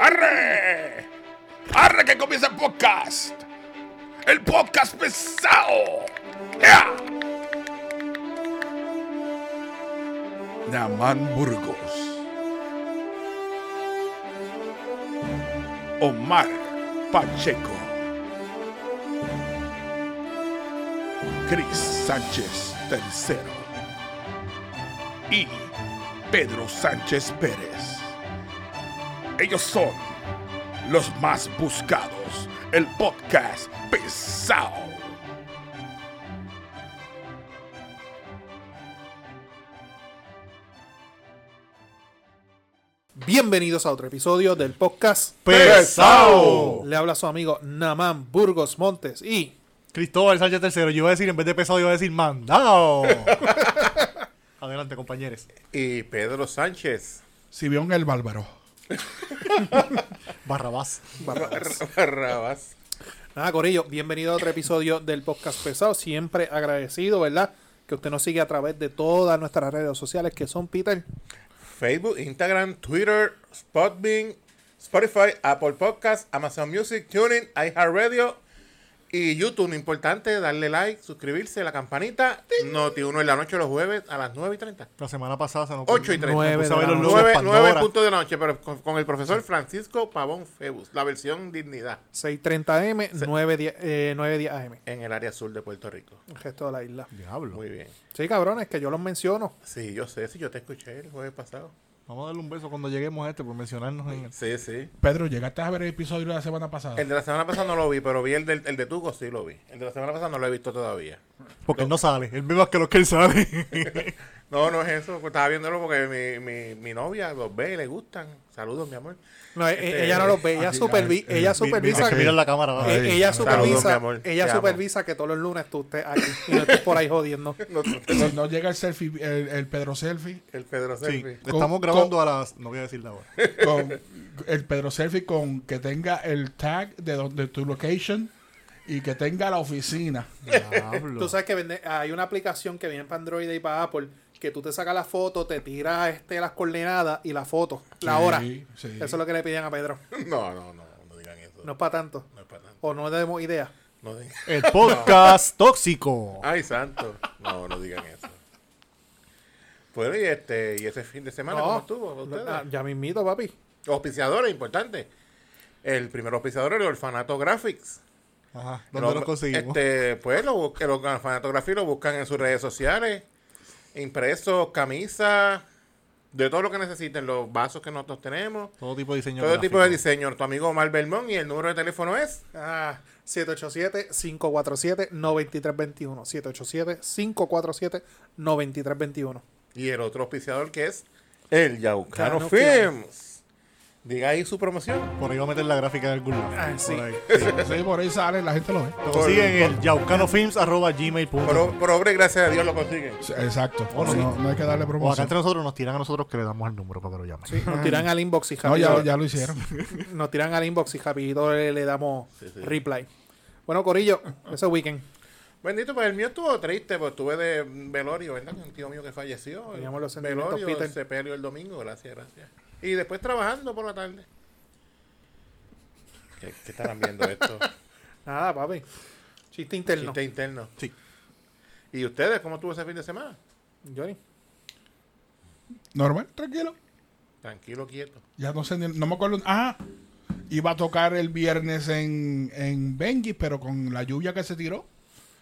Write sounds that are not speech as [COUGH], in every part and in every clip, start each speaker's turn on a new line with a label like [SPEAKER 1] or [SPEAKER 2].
[SPEAKER 1] ¡Arre! ¡Arre que comienza el podcast! ¡El podcast pesado! ¡Ya! Namán Burgos. Omar Pacheco. Cris Sánchez III. Y Pedro Sánchez Pérez. Ellos son los más buscados. El podcast pesado.
[SPEAKER 2] Bienvenidos a otro episodio del podcast
[SPEAKER 3] Pesado.
[SPEAKER 2] Le habla su amigo Namán Burgos Montes y
[SPEAKER 3] Cristóbal Sánchez III. Yo iba a decir, en vez de pesado, yo iba a decir
[SPEAKER 4] [LAUGHS]
[SPEAKER 3] mandado. Adelante, compañeros.
[SPEAKER 4] Y Pedro Sánchez.
[SPEAKER 5] Sibión el Bárbaro.
[SPEAKER 3] Barrabás.
[SPEAKER 4] [LAUGHS]
[SPEAKER 2] Barrabás.
[SPEAKER 4] Barrabás.
[SPEAKER 2] Nada, Corillo, bienvenido a otro episodio del podcast pesado. Siempre agradecido, ¿verdad? Que usted nos sigue a través de todas nuestras redes sociales que son Peter.
[SPEAKER 4] Facebook, Instagram, Twitter, Spotbean, Spotify, Apple Podcasts, Amazon Music, TuneIn, iHeartRadio y YouTube. Importante darle like, suscribirse, la campanita. Noti 1 en la noche los jueves a las 9 y 30.
[SPEAKER 3] La semana pasada se nos
[SPEAKER 4] 8 y 30.
[SPEAKER 2] Nueve
[SPEAKER 3] puse a
[SPEAKER 2] de
[SPEAKER 3] ver
[SPEAKER 2] la
[SPEAKER 3] los
[SPEAKER 2] noche.
[SPEAKER 3] logos
[SPEAKER 4] 9,
[SPEAKER 3] Pandora.
[SPEAKER 4] puntos de la noche, pero con, con el profesor Francisco Pavón Febus, la versión dignidad
[SPEAKER 2] 6.30am, 9.10 eh, 9:10 am.
[SPEAKER 4] en el área sur de Puerto Rico.
[SPEAKER 2] El resto de la isla.
[SPEAKER 3] Diablo.
[SPEAKER 4] Muy bien.
[SPEAKER 2] Sí, cabrones, que yo los menciono.
[SPEAKER 4] Sí, yo sé, sí, yo te escuché el jueves pasado.
[SPEAKER 3] Vamos a darle un beso cuando lleguemos a este por mencionarnos en el...
[SPEAKER 4] Sí, sí.
[SPEAKER 5] Pedro, llegaste a ver el episodio de la semana pasada.
[SPEAKER 2] Ah.
[SPEAKER 4] El de la semana pasada no lo vi, pero vi el, del, el de Tuco, sí lo vi. El de la semana pasada no lo he visto todavía.
[SPEAKER 3] Porque él no sale. Él ve más que los que él sale.
[SPEAKER 4] No, no es eso. pues, Estaba viéndolo porque mi, mi, mi novia los ve y le gustan. Saludos, mi amor.
[SPEAKER 2] No, e-
[SPEAKER 4] Este,
[SPEAKER 2] ella no los ve, ella,
[SPEAKER 5] aquí,
[SPEAKER 2] supervi-
[SPEAKER 5] ah, eh,
[SPEAKER 2] ella
[SPEAKER 5] mi-
[SPEAKER 2] supervisa.
[SPEAKER 3] Es que mira en la cámara. ¿verdad?
[SPEAKER 2] Eh, ella
[SPEAKER 4] saludos, mi
[SPEAKER 2] supervisa,
[SPEAKER 4] amor,
[SPEAKER 2] ella
[SPEAKER 4] te amo.
[SPEAKER 2] supervisa que todos los lunes tú estés aquí y no estés por ahí jodiendo. [COUGHS]
[SPEAKER 4] No,
[SPEAKER 5] Si no llega el selfie, el, el Pedro Selfie,
[SPEAKER 4] el Pedro
[SPEAKER 2] [LAUGHS]
[SPEAKER 3] Sí.
[SPEAKER 4] Selfie.
[SPEAKER 3] Le Estamos
[SPEAKER 5] Con-
[SPEAKER 3] grabando a las... No voy a decir la hora.
[SPEAKER 5] con el Pedro Selfie con que tenga el tag de donde tu location y que tenga la oficina.
[SPEAKER 3] Diablo.
[SPEAKER 2] Tú sabes que vende- hay una aplicación que viene para Android y para Apple que tú te sacas la foto, te tiras este, las coordenadas y la foto, la
[SPEAKER 5] Sí,
[SPEAKER 2] hora.
[SPEAKER 5] sí.
[SPEAKER 2] Eso es lo que le pedían a Pedro.
[SPEAKER 4] No, no, no, no digan eso.
[SPEAKER 2] No
[SPEAKER 4] No,
[SPEAKER 2] es para tanto.
[SPEAKER 4] es para tanto.
[SPEAKER 2] O no le demos idea.
[SPEAKER 4] No digan- [LAUGHS]
[SPEAKER 3] El podcast tóxico.
[SPEAKER 4] Ay, santo. No, no digan eso. Bueno, y, este, y ese fin de semana, ¿cómo
[SPEAKER 2] No,
[SPEAKER 4] estuvo? para ustedes?
[SPEAKER 2] Ah, ya mismito, papi.
[SPEAKER 4] Auspiciadores, importante. El primer auspiciador era el Orfanato Graphics.
[SPEAKER 3] Ajá. ¿Dónde
[SPEAKER 4] Lo-
[SPEAKER 3] lo conseguimos?
[SPEAKER 4] Este, pues lo bus- los fanatografías lo buscan en sus redes sociales. Impresos, camisas, de todo lo que necesiten, los vasos que nosotros tenemos.
[SPEAKER 3] Todo tipo de diseño
[SPEAKER 4] todo tipo de
[SPEAKER 3] gráfico.
[SPEAKER 4] diseño. Tu amigo Omar Belmont y el número de teléfono es.
[SPEAKER 2] Ah, 787-547-9321. 787-547-9321.
[SPEAKER 4] Y el otro auspiciador que es el Yaucano
[SPEAKER 2] Yaucano
[SPEAKER 4] Films. Diga ahí su promoción.
[SPEAKER 3] Por ahí va a meter la gráfica de algún lado.
[SPEAKER 2] Ah, sí.
[SPEAKER 3] Por ahí.
[SPEAKER 5] Sí, por ahí sale, la gente lo ve.
[SPEAKER 3] Lo consiguen en el yaucanofilms.gmail.com
[SPEAKER 4] Por, por obra y gracias a Dios lo consiguen.
[SPEAKER 5] Sí, Exacto.
[SPEAKER 3] no,
[SPEAKER 5] no, no hay que
[SPEAKER 3] Oh, O acá
[SPEAKER 5] darle
[SPEAKER 3] entre
[SPEAKER 5] promoción.
[SPEAKER 3] nosotros nos tiran a nosotros que le damos el número para que lo llamen.
[SPEAKER 2] Nos tiran al inbox y
[SPEAKER 5] [LAUGHS] No, ya,
[SPEAKER 2] rápido-
[SPEAKER 5] ya lo hicieron.
[SPEAKER 2] Nos tiran al inbox y rapidito le, le damos
[SPEAKER 4] sí.
[SPEAKER 2] reply. Bueno,
[SPEAKER 4] [LAUGHS]
[SPEAKER 2] Corillo, ese weekend.
[SPEAKER 4] Bendito, pues el mío estuvo triste, pues estuve de velorio, ¿verdad? Un tío mío que falleció. El
[SPEAKER 2] Teníamos los sentimientos,
[SPEAKER 4] velorio,
[SPEAKER 2] Peter.
[SPEAKER 4] sepelio el domingo, gracias, gracias. Y después trabajando por la tarde. ¿Qué, qué estarán viendo esto?
[SPEAKER 2] Nada, papi. Chiste interno.
[SPEAKER 4] [LAUGHS] Chiste interno.
[SPEAKER 3] Sí.
[SPEAKER 4] ¿Y ustedes cómo estuvo ese fin de semana?
[SPEAKER 2] Johnny.
[SPEAKER 5] Normal, tranquilo.
[SPEAKER 4] Tranquilo, quieto.
[SPEAKER 5] Ya no sé, ni- no me acuerdo. Ah, iba a tocar el viernes en, en Benji, pero con la lluvia que se tiró,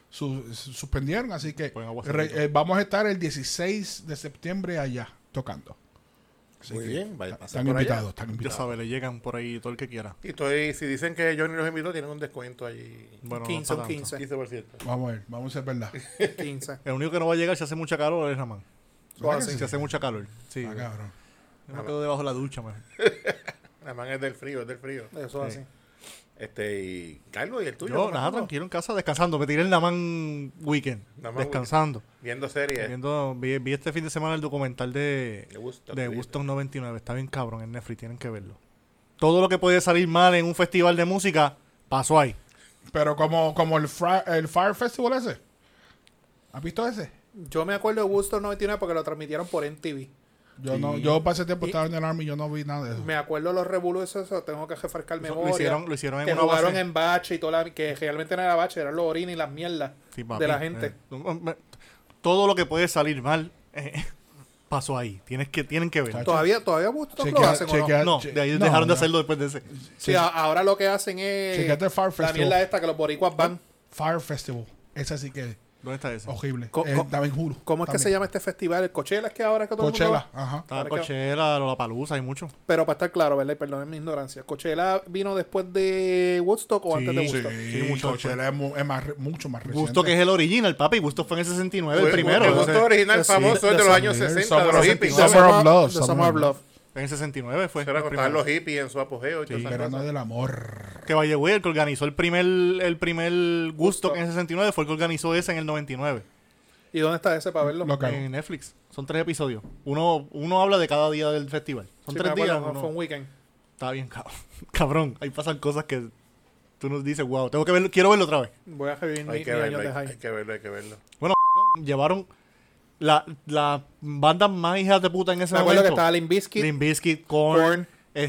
[SPEAKER 5] su- su- suspendieron. Así que
[SPEAKER 3] Buen aguacero.
[SPEAKER 5] re- eh, vamos a estar el 16 de septiembre allá tocando. Así
[SPEAKER 4] Muy
[SPEAKER 5] que
[SPEAKER 4] bien, vaya,
[SPEAKER 5] ta-
[SPEAKER 4] pasa
[SPEAKER 5] Están
[SPEAKER 4] por allá.
[SPEAKER 5] invitados, están
[SPEAKER 3] Ya
[SPEAKER 5] invitados.
[SPEAKER 3] sabe, le llegan por ahí todo el que quiera.
[SPEAKER 4] Y estoy, si dicen que Johnny los invitó, tienen un descuento allí.
[SPEAKER 3] Bueno, no
[SPEAKER 2] 15
[SPEAKER 3] está
[SPEAKER 2] o
[SPEAKER 3] tanto.
[SPEAKER 2] 15.
[SPEAKER 4] 15%.
[SPEAKER 5] Vamos a ver, vamos a ver, verdad.
[SPEAKER 2] 15.
[SPEAKER 3] El único que no va a llegar si hace mucha calor es Ramán.
[SPEAKER 2] Todo así.
[SPEAKER 3] Si hace mucha calor. Sí.
[SPEAKER 5] Ah, cabrón.
[SPEAKER 3] Yo me quedo debajo de la ducha, man.
[SPEAKER 4] Nada más es del frío, es del frío.
[SPEAKER 3] Eh.
[SPEAKER 2] Eso así.
[SPEAKER 4] Este, y Carlos, ¿y el tuyo?
[SPEAKER 3] Yo,
[SPEAKER 4] ¿Cómo
[SPEAKER 3] nada,
[SPEAKER 4] estuvo?
[SPEAKER 3] tranquilo en casa, descansando. Me tiré el Naman Weekend.
[SPEAKER 4] Namán
[SPEAKER 3] descansando.
[SPEAKER 4] Viendo series.
[SPEAKER 3] Viendo- vi, vi este fin de semana el documental de,
[SPEAKER 4] De Woodstock,
[SPEAKER 3] de
[SPEAKER 4] ¿viste?
[SPEAKER 3] Woodstock 99. Está bien cabrón en Netflix, tienen que verlo. Todo lo que podía salir mal en un festival de música, pasó ahí.
[SPEAKER 5] Pero como, como el, fra- el Fire Festival ese. ¿Has visto ese?
[SPEAKER 2] Yo me acuerdo de Woodstock 99 porque lo transmitieron por MTV.
[SPEAKER 5] Yo no, yo pasé tiempo estaba en el Army, yo no vi nada de eso.
[SPEAKER 2] Me acuerdo los revoluciones, eso tengo que refrescar
[SPEAKER 3] Eso
[SPEAKER 2] memoria.
[SPEAKER 3] lo hicieron, lo hicieron en
[SPEAKER 2] que
[SPEAKER 3] una
[SPEAKER 2] jugaron
[SPEAKER 3] base.
[SPEAKER 2] en bache y toda la, que realmente no era bache, eran los orines y las mierdas
[SPEAKER 3] Sí, papi.
[SPEAKER 2] de la gente.
[SPEAKER 3] Eh, Todo lo que puede salir mal eh, pasó ahí. Tienes que, tienen que ver.
[SPEAKER 5] Chacho.
[SPEAKER 2] Todavía, todavía Gusto lo
[SPEAKER 5] Chequea-
[SPEAKER 2] hacen o no?
[SPEAKER 5] chequea-
[SPEAKER 3] No,
[SPEAKER 5] che-
[SPEAKER 3] de ahí
[SPEAKER 5] no,
[SPEAKER 3] dejaron de
[SPEAKER 5] no.
[SPEAKER 3] hacerlo después de ese.
[SPEAKER 2] Sí, a- ahora lo que hacen es
[SPEAKER 5] Chequeate Far
[SPEAKER 2] la
[SPEAKER 5] Festival.
[SPEAKER 2] mierda esta que los boricuas van.
[SPEAKER 5] Fire Festival. Ese sí que es
[SPEAKER 3] ¿Dónde está ese?
[SPEAKER 5] horrible.
[SPEAKER 2] Co-
[SPEAKER 5] Eh,
[SPEAKER 2] co-
[SPEAKER 5] estaba en Hulu.
[SPEAKER 2] ¿Cómo es que se
[SPEAKER 5] también.
[SPEAKER 2] llama este festival? El Coachella es que ahora es que todo el mundo
[SPEAKER 5] Coachella.
[SPEAKER 2] va.
[SPEAKER 5] Ajá.
[SPEAKER 3] Está
[SPEAKER 2] Ahora que-
[SPEAKER 3] Coachella, Lollapalooza, hay mucho.
[SPEAKER 2] Pero para estar claro, ¿verdad? Y perdonen mi ignorancia. ¿Coachella vino después de Woodstock o antes de
[SPEAKER 3] Sí,
[SPEAKER 2] Woodstock?
[SPEAKER 5] Sí,
[SPEAKER 3] Sí, mucho
[SPEAKER 5] Coachella es, mu- es más re- mucho más reciente.
[SPEAKER 3] Gusto que es el original, papi. Gusto fue en el 69, el
[SPEAKER 4] Fue-
[SPEAKER 3] primero.
[SPEAKER 4] El
[SPEAKER 3] entonces,
[SPEAKER 4] gusto original
[SPEAKER 2] sí,
[SPEAKER 4] famoso es
[SPEAKER 2] de
[SPEAKER 4] de los años
[SPEAKER 5] Summer-
[SPEAKER 4] 60, de los
[SPEAKER 5] Summer-
[SPEAKER 4] hippies.
[SPEAKER 5] Summer-
[SPEAKER 4] ¿sabes?
[SPEAKER 5] of Love,
[SPEAKER 2] The Summer,
[SPEAKER 5] Summer
[SPEAKER 2] of
[SPEAKER 5] of
[SPEAKER 2] Love.
[SPEAKER 3] en el 69 fue.
[SPEAKER 4] Eso era
[SPEAKER 3] el
[SPEAKER 4] cuando estaban
[SPEAKER 3] primero.
[SPEAKER 4] los hippies en su apogeo. y todas esas
[SPEAKER 5] Verano
[SPEAKER 4] cosas.
[SPEAKER 5] del amor.
[SPEAKER 3] Que Valle el que organizó el primer, el primer gusto en el 69 fue el que organizó ese en el 99.
[SPEAKER 2] ¿Y dónde está ese para verlo?
[SPEAKER 5] Lo cago.
[SPEAKER 3] En Netflix. Son tres episodios. Uno, uno habla de cada día del festival.
[SPEAKER 2] Sí,
[SPEAKER 3] Son
[SPEAKER 2] me
[SPEAKER 3] tres
[SPEAKER 2] acuerdo,
[SPEAKER 3] días.
[SPEAKER 2] no,
[SPEAKER 3] uno-
[SPEAKER 2] Fue un weekend.
[SPEAKER 3] Está bien, cabrón. [LAUGHS] Cabrón, ahí pasan cosas que tú nos dices, wow, tengo que verlo, quiero verlo otra vez. [LAUGHS]
[SPEAKER 2] Voy a revivir mi,
[SPEAKER 4] Hay que
[SPEAKER 2] mi año
[SPEAKER 4] verlo,
[SPEAKER 2] de
[SPEAKER 4] hay- hay
[SPEAKER 2] high.
[SPEAKER 4] que verlo, hay que verlo.
[SPEAKER 3] Llevaron la, la banda más hijas de puta en ese
[SPEAKER 2] Me acuerdo
[SPEAKER 3] momento.
[SPEAKER 2] que estaba Limp Bizkit,
[SPEAKER 3] Limp Bizkit, Korn,
[SPEAKER 2] Korn,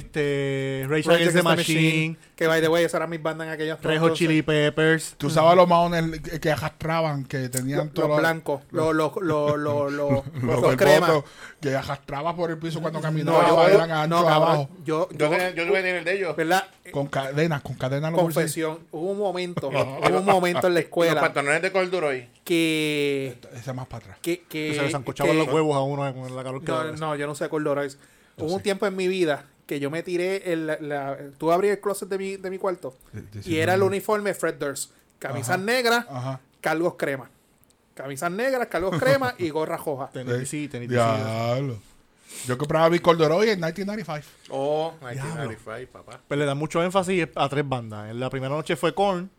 [SPEAKER 3] este, Rage
[SPEAKER 2] Rage
[SPEAKER 3] Against the
[SPEAKER 2] Against the
[SPEAKER 3] Machine,
[SPEAKER 2] que by the way, esas eran mis bandas en aquellas
[SPEAKER 3] Red Hot
[SPEAKER 2] eh,
[SPEAKER 3] Chili Peppers.
[SPEAKER 5] Tú sabes los maones que- que arrastraban, que tenían
[SPEAKER 2] Los
[SPEAKER 5] todos los-
[SPEAKER 2] blancos, los, los, los,
[SPEAKER 5] [LAUGHS]
[SPEAKER 2] los, los,
[SPEAKER 5] los
[SPEAKER 2] los
[SPEAKER 5] del
[SPEAKER 2] cremas.
[SPEAKER 5] voto, que arrastraba por el piso cuando
[SPEAKER 2] No,
[SPEAKER 5] caminaba,
[SPEAKER 2] yo,
[SPEAKER 5] eran
[SPEAKER 2] no,
[SPEAKER 5] ancho
[SPEAKER 2] cabrón,
[SPEAKER 5] abajo,
[SPEAKER 2] yo,
[SPEAKER 4] Yo
[SPEAKER 2] yo,
[SPEAKER 4] que- yo que venía en el de ellos.
[SPEAKER 2] ¿verdad? Eh,
[SPEAKER 5] con cadenas, con cadenas en los bolsillos.
[SPEAKER 2] Confesión, hubo un
[SPEAKER 5] [LAUGHS]
[SPEAKER 2] momento, hubo un momento en la
[SPEAKER 4] Los
[SPEAKER 2] escuela
[SPEAKER 4] pantalones de corduro ahí.
[SPEAKER 2] que,
[SPEAKER 5] Ese más para atrás.
[SPEAKER 2] que,
[SPEAKER 3] Que
[SPEAKER 2] que,
[SPEAKER 3] se les ancochaban
[SPEAKER 2] que-
[SPEAKER 3] los huevos a uno eh, con la calor que
[SPEAKER 2] No,
[SPEAKER 3] daba.
[SPEAKER 2] no, yo no sé colores. Hubo un tiempo en mi vida que yo me tiré, el, la, tú abrí el closet de mi, de mi cuarto y era el uniforme Fred Durst, camisas
[SPEAKER 5] Ajá.
[SPEAKER 2] negras,
[SPEAKER 3] Ah.
[SPEAKER 5] Ajá.
[SPEAKER 2] cargos crema. Camisas negras, cargos crema
[SPEAKER 3] [LAUGHS]
[SPEAKER 2] y gorra roja.
[SPEAKER 3] Tenis, sí, tenis, sí.
[SPEAKER 5] Eh, Diablo. Yo compraba mi Corduroy en 1995.
[SPEAKER 4] Oh, 1995, papá.
[SPEAKER 3] Pero le dan mucho énfasis a tres bandas. En la primera noche fue Korn,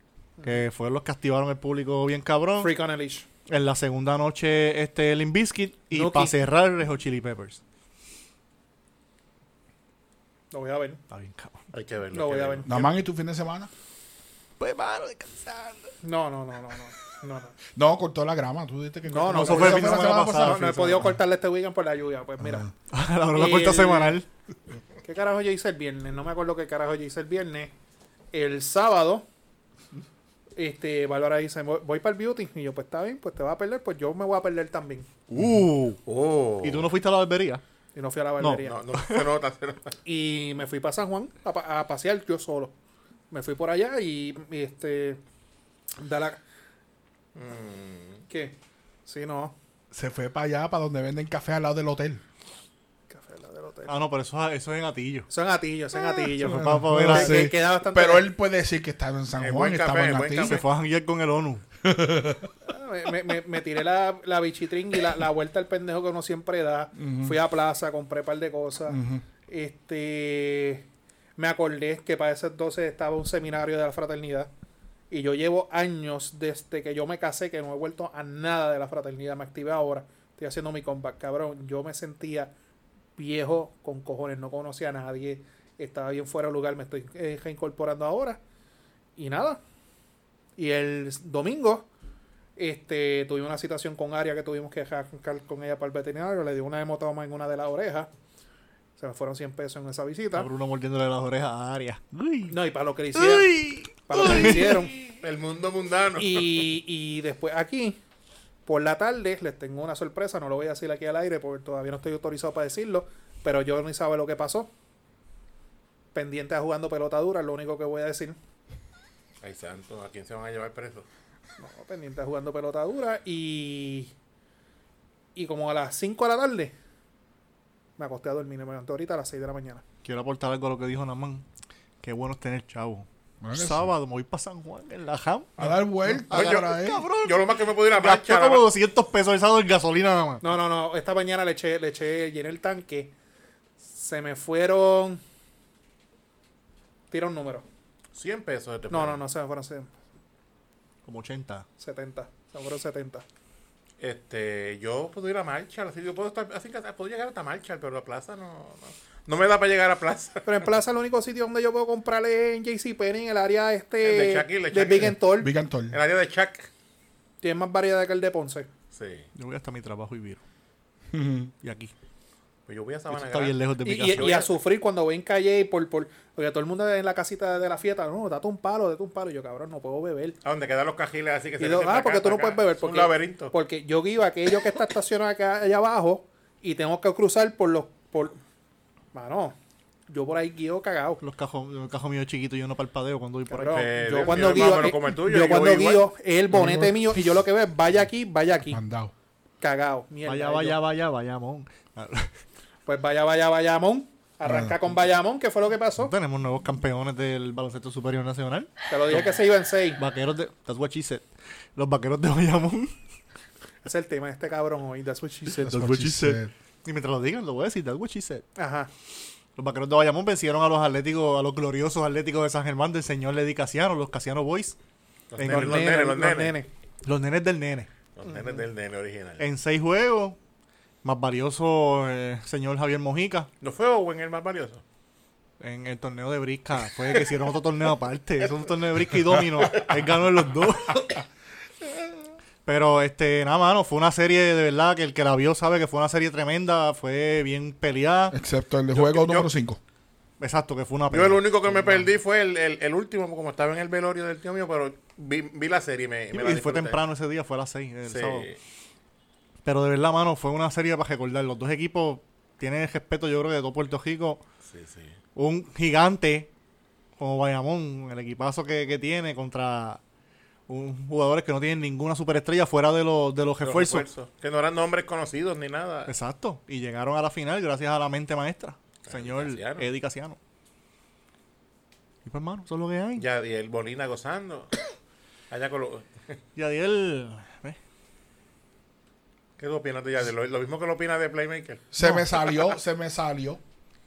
[SPEAKER 3] que fue los que activaron el público bien cabrón.
[SPEAKER 2] Freak on a leash.
[SPEAKER 3] En la segunda noche, este Limp Bizkit. Y
[SPEAKER 2] Nuki.
[SPEAKER 3] para cerrar, Red Hot Chili Peppers.
[SPEAKER 2] Lo voy a ver.
[SPEAKER 3] Está bien, cabrón.
[SPEAKER 4] Hay que verlo.
[SPEAKER 2] Lo
[SPEAKER 4] hay que
[SPEAKER 2] voy a ver.
[SPEAKER 4] verlo.
[SPEAKER 5] Namán, ¿y tu fin de semana?
[SPEAKER 3] Pues, mano, descansando.
[SPEAKER 2] No, no, no, no, no. No, no.
[SPEAKER 5] No, cortó la grama. Tú dijiste que
[SPEAKER 2] No,
[SPEAKER 5] cortó
[SPEAKER 2] no,
[SPEAKER 5] la
[SPEAKER 3] eso
[SPEAKER 2] eso fue
[SPEAKER 3] fue
[SPEAKER 5] grama.
[SPEAKER 3] el fin de
[SPEAKER 2] la
[SPEAKER 3] semana
[SPEAKER 2] semana
[SPEAKER 3] pasado, Ah.
[SPEAKER 2] pasada.
[SPEAKER 3] el
[SPEAKER 2] No
[SPEAKER 3] fin
[SPEAKER 2] he
[SPEAKER 3] de
[SPEAKER 2] podido
[SPEAKER 3] semana.
[SPEAKER 2] cortarle este weekend por la lluvia. Pues mira,
[SPEAKER 3] [LAUGHS] la hora
[SPEAKER 2] El-
[SPEAKER 3] corta semanal.
[SPEAKER 2] ¿qué carajo yo hice el viernes? No me acuerdo qué carajo yo hice el viernes. El sábado, este, Valora dice, voy, voy para el beauty. Y yo, pues está bien, pues te vas a perder, pues yo me voy a perder también.
[SPEAKER 3] Uh.
[SPEAKER 4] Oh.
[SPEAKER 3] ¿Y tú no fuiste a la barbería?
[SPEAKER 2] Y no fui a la barbería.
[SPEAKER 4] No, no se nota, se nota.
[SPEAKER 2] Y me fui para San Juan a, pa- a pasear yo solo. Me fui por allá y, y, este. Da la. ¿Qué? Sí, no.
[SPEAKER 5] Se fue para allá, para donde venden café al lado del hotel.
[SPEAKER 2] Café la del hotel.
[SPEAKER 3] Ah, no, pero eso, eso es en Atillo.
[SPEAKER 2] Son atillos, son atillos.
[SPEAKER 3] fue para poder
[SPEAKER 2] Que-
[SPEAKER 3] hacer-
[SPEAKER 2] que- queda bastante.
[SPEAKER 5] Pero él puede decir que estaba en San
[SPEAKER 4] En
[SPEAKER 5] Juan,
[SPEAKER 4] buen
[SPEAKER 5] estaba
[SPEAKER 4] café,
[SPEAKER 5] en
[SPEAKER 4] en
[SPEAKER 5] la
[SPEAKER 4] buen
[SPEAKER 5] tía.
[SPEAKER 3] Se fue a janguear con el ONU.
[SPEAKER 2] Ah, Me, me- me tiré la, la bichitring y la, la vuelta al pendejo que uno siempre da. Fui a plaza, compré un par de cosas. Este. Me acordé que para ese entonces estaba un seminario de la fraternidad. Y yo llevo años desde que yo me casé que no he vuelto a nada de la fraternidad. Me activé ahora. Estoy haciendo mi comeback, cabrón. Yo me sentía viejo con cojones. No conocía a nadie. Estaba bien fuera de lugar. Me estoy eh, reincorporando ahora. Y nada. Y el domingo este, tuve una situación con Aria que tuvimos que dejar con ella para el veterinario. Le dio una hemotoma en una de las orejas. Se me fueron 100 pesos en esa
[SPEAKER 3] A
[SPEAKER 2] visita.
[SPEAKER 3] Bruno mordiéndole las orejas a Aria. Uy.
[SPEAKER 2] No, y para lo que le hicieron.
[SPEAKER 3] Uy.
[SPEAKER 2] Para lo que le hicieron.
[SPEAKER 4] El mundo mundano.
[SPEAKER 2] Y, y después aquí, por la tarde, les tengo una sorpresa. No lo voy a decir aquí al aire porque todavía no estoy autorizado para decirlo. Pero yo ni sabe lo que pasó. Pendiente a jugando pelota dura, es lo único que voy a decir.
[SPEAKER 4] Ay, santo, ¿a quién se van a llevar preso?
[SPEAKER 2] No, pendiente a jugando pelota dura. Y. Y como a las 5 de la tarde, me acosté a dormir. Me levanté ahorita a las 6 de la mañana.
[SPEAKER 3] Quiero aportar algo a lo que dijo Namán. Qué bueno es tener chavo.
[SPEAKER 5] Bueno, que sí.
[SPEAKER 3] Sábado me voy para San Juan en la jam.
[SPEAKER 5] A dar vuelta.
[SPEAKER 4] Ay, yo,
[SPEAKER 5] para él.
[SPEAKER 4] yo lo más que me puedo ir
[SPEAKER 2] Ah,
[SPEAKER 4] a
[SPEAKER 3] Gasté
[SPEAKER 4] marcha.
[SPEAKER 3] como
[SPEAKER 4] la-
[SPEAKER 3] 200 pesos el sábado en gasolina nada más.
[SPEAKER 2] No, no, no. Esta mañana le eché, le eché, llené el tanque. Se me fueron. Tira un número.
[SPEAKER 4] 100 pesos. este
[SPEAKER 2] No,
[SPEAKER 4] plan.
[SPEAKER 2] no, no, se me fueron 100.
[SPEAKER 3] Como 80.
[SPEAKER 2] 70. Se fueron 70.
[SPEAKER 4] Este, yo puedo ir a marcha. Así, yo puedo estar, así que puedo llegar hasta marcha, pero la plaza no, no. No me da para llegar a plaza.
[SPEAKER 2] Pero en Plaza el único sitio donde yo puedo comprar es en JCPenney, en el área este
[SPEAKER 4] El de Shaquille,
[SPEAKER 2] de
[SPEAKER 4] el Shaquille.
[SPEAKER 2] Big and Tall.
[SPEAKER 5] Big and Tall.
[SPEAKER 4] El área de Chuck.
[SPEAKER 2] Tiene más variedad que el de Ponce.
[SPEAKER 4] Sí.
[SPEAKER 3] [LAUGHS] Yo voy hasta mi trabajo y viro. Y aquí.
[SPEAKER 4] Pues yo voy a Sabana
[SPEAKER 3] Está
[SPEAKER 4] Grande.
[SPEAKER 3] bien lejos de
[SPEAKER 2] Y,
[SPEAKER 3] mi
[SPEAKER 2] y-
[SPEAKER 3] casa.
[SPEAKER 2] y a sufrir cuando ven calle y por, por. Porque todo el mundo en la casita de la fiesta, no, date un palo, date un palo. Y yo, cabrón, no puedo beber.
[SPEAKER 4] ¿A dónde quedan los cajiles así que
[SPEAKER 2] Y
[SPEAKER 4] se
[SPEAKER 2] yo, ah,
[SPEAKER 4] meten para
[SPEAKER 2] porque
[SPEAKER 4] acá,
[SPEAKER 2] tú no puedes
[SPEAKER 4] para acá?
[SPEAKER 2] beber.
[SPEAKER 4] Es
[SPEAKER 2] Porque,
[SPEAKER 4] un laberinto.
[SPEAKER 2] Porque yo guío a aquello que está estacionado acá allá abajo y tengo que cruzar por los. por Mano, yo por ahí guío cagado.
[SPEAKER 3] Los cajos, los cajos míos chiquitos, yo no palpadeo cuando voy por
[SPEAKER 2] Cabrón,
[SPEAKER 3] ahí.
[SPEAKER 4] Este,
[SPEAKER 2] yo
[SPEAKER 4] del
[SPEAKER 2] cuando
[SPEAKER 4] mío es
[SPEAKER 2] guío,
[SPEAKER 4] más o menos
[SPEAKER 2] eh,
[SPEAKER 4] como el tuyo,
[SPEAKER 2] yo
[SPEAKER 4] yo
[SPEAKER 2] cuando
[SPEAKER 4] igual.
[SPEAKER 2] guío es el bonete mío y yo lo que veo es vaya aquí, vaya aquí,
[SPEAKER 5] Mandado.
[SPEAKER 2] cagado. Mierda,
[SPEAKER 3] Vaya,
[SPEAKER 2] yo,
[SPEAKER 3] vaya, vaya,
[SPEAKER 2] [LAUGHS]
[SPEAKER 3] vaya, mon.
[SPEAKER 2] Pues vaya, vaya, Bayamón.
[SPEAKER 3] Ah.
[SPEAKER 2] Arranca con Bayamón, que fue lo que pasó.
[SPEAKER 3] Oh. Tenemos nuevos campeones del baloncesto superior nacional.
[SPEAKER 2] Te lo dije que se iba en seis.
[SPEAKER 3] Vaqueros de. That's what she said. Los vaqueros de Bayamón.
[SPEAKER 2] Es el tema de este cabrón hoy. That's what she said.
[SPEAKER 5] [LAUGHS] That's what she said.
[SPEAKER 3] Y mientras lo digan, lo voy a decir. That's what she said.
[SPEAKER 2] Ajá.
[SPEAKER 3] Los vaqueros de Bayamón vencieron a los atléticos, a los gloriosos atléticos de San Germán del señor Lady Casiano, los Casiano Boys.
[SPEAKER 4] Los
[SPEAKER 3] en-
[SPEAKER 4] nenes, los
[SPEAKER 2] Nene,
[SPEAKER 4] nenes, los
[SPEAKER 2] los
[SPEAKER 4] nenes.
[SPEAKER 2] nenes.
[SPEAKER 3] Los nenes Eh. del nene.
[SPEAKER 4] Los nenes del nene original.
[SPEAKER 3] En seis juegos. Más valioso, eh, señor Javier Mojica.
[SPEAKER 4] ¿No fue Owen el más valioso?
[SPEAKER 3] En el torneo de brisca. Fue que hicieron otro torneo aparte. Es un torneo de brisca y domino. Él ganó en los dos. Pero este, nada, mano, fue una serie de verdad que el que la vio sabe que fue una serie tremenda, fue bien peleada.
[SPEAKER 5] Excepto el de juego
[SPEAKER 4] yo-
[SPEAKER 5] número 5.
[SPEAKER 3] Exacto, que fue una
[SPEAKER 4] Yo
[SPEAKER 3] pelea.
[SPEAKER 4] el único que me perdí fue el, el, el último, como estaba en el velorio del tío mío, pero vi, vi la serie y me, me
[SPEAKER 3] y
[SPEAKER 4] la
[SPEAKER 3] fue
[SPEAKER 4] disfruté.
[SPEAKER 3] temprano ese día, fue a las 6 del
[SPEAKER 4] Sí.
[SPEAKER 3] sábado. Pero de verdad, mano, fue una serie para recordar. Los dos equipos tienen el respeto, yo creo, de todo Puerto Rico.
[SPEAKER 4] sí, sí.
[SPEAKER 3] Un gigante como Bayamón, el equipazo que, que tiene contra un- jugadores que no tienen ninguna superestrella fuera de, los de los
[SPEAKER 4] Los
[SPEAKER 3] refuerzos.
[SPEAKER 4] refuerzos, Que no eran nombres conocidos ni nada.
[SPEAKER 3] Exacto. Y llegaron a la final gracias a la mente maestra, señor
[SPEAKER 4] Casiano.
[SPEAKER 3] Eddie Casiano. Y pues, hermano, eso es lo que hay.
[SPEAKER 4] Ya, y el Bolina gozando. Allá con lo-
[SPEAKER 3] Yadiel. ¿ves?
[SPEAKER 4] ¿Qué tú opinas de Yadier? Lo, lo mismo que lo opina de Playmaker.
[SPEAKER 5] Se me salió, se me salió.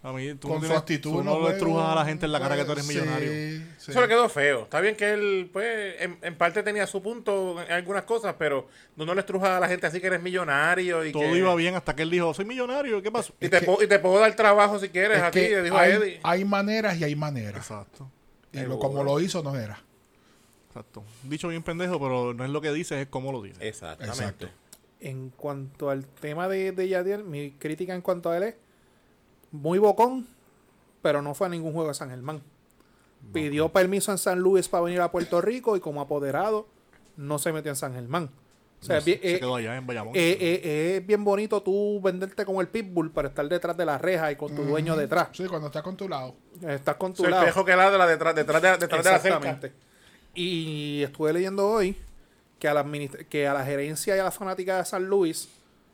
[SPEAKER 3] A mí, tú
[SPEAKER 5] con
[SPEAKER 3] no
[SPEAKER 5] su
[SPEAKER 3] tienes-
[SPEAKER 5] actitud.
[SPEAKER 3] Tú no
[SPEAKER 5] juego,
[SPEAKER 3] le estrujas a la gente en la cara que tú eres
[SPEAKER 5] sí,
[SPEAKER 3] millonario.
[SPEAKER 5] sí.
[SPEAKER 4] Eso le quedó feo. Está bien que él, pues, en, en parte tenía su punto en algunas cosas, pero no, no le estrujas a la gente así que eres millonario y
[SPEAKER 3] Todo
[SPEAKER 4] que-
[SPEAKER 3] iba bien hasta que él dijo, soy millonario, ¿qué pasó?
[SPEAKER 4] Y te, puedo- y te puedo dar trabajo si quieres
[SPEAKER 5] Es
[SPEAKER 4] a ti,
[SPEAKER 5] que
[SPEAKER 4] le dijo a
[SPEAKER 5] hay,
[SPEAKER 4] Eddie.
[SPEAKER 5] hay maneras y hay maneras.
[SPEAKER 3] Exacto,
[SPEAKER 5] Y
[SPEAKER 4] Ay,
[SPEAKER 5] lo-
[SPEAKER 4] bobo.
[SPEAKER 5] como lo hizo, no era.
[SPEAKER 3] exacto. Dicho bien pendejo, pero no es lo que dices, es cómo lo dices.
[SPEAKER 4] Exactamente.
[SPEAKER 5] Exacto.
[SPEAKER 2] En cuanto al tema de, de Yadiel, mi crítica en cuanto a él es muy bocón, pero no fue a ningún juego de San Germán. Pidió permiso en San Luis para venir a Puerto Rico y como apoderado no se metió en San Germán. O
[SPEAKER 5] Pues,
[SPEAKER 2] sea, es bien-
[SPEAKER 3] Se
[SPEAKER 2] eh,
[SPEAKER 3] quedó allá en Bayamón.
[SPEAKER 2] eh, eh, eh, es bien bonito tú venderte como el pitbull para estar detrás de la reja y con tu dueño detrás.
[SPEAKER 5] Sí, cuando está con tu lado.
[SPEAKER 2] Estás con tu
[SPEAKER 4] Soy el
[SPEAKER 2] lado.
[SPEAKER 4] pejo que ladra detrás, detrás, de, detrás de la cerca.
[SPEAKER 2] Exactamente. Y estuve leyendo hoy que a la, administra- que a la gerencia y a la fanática de San Luis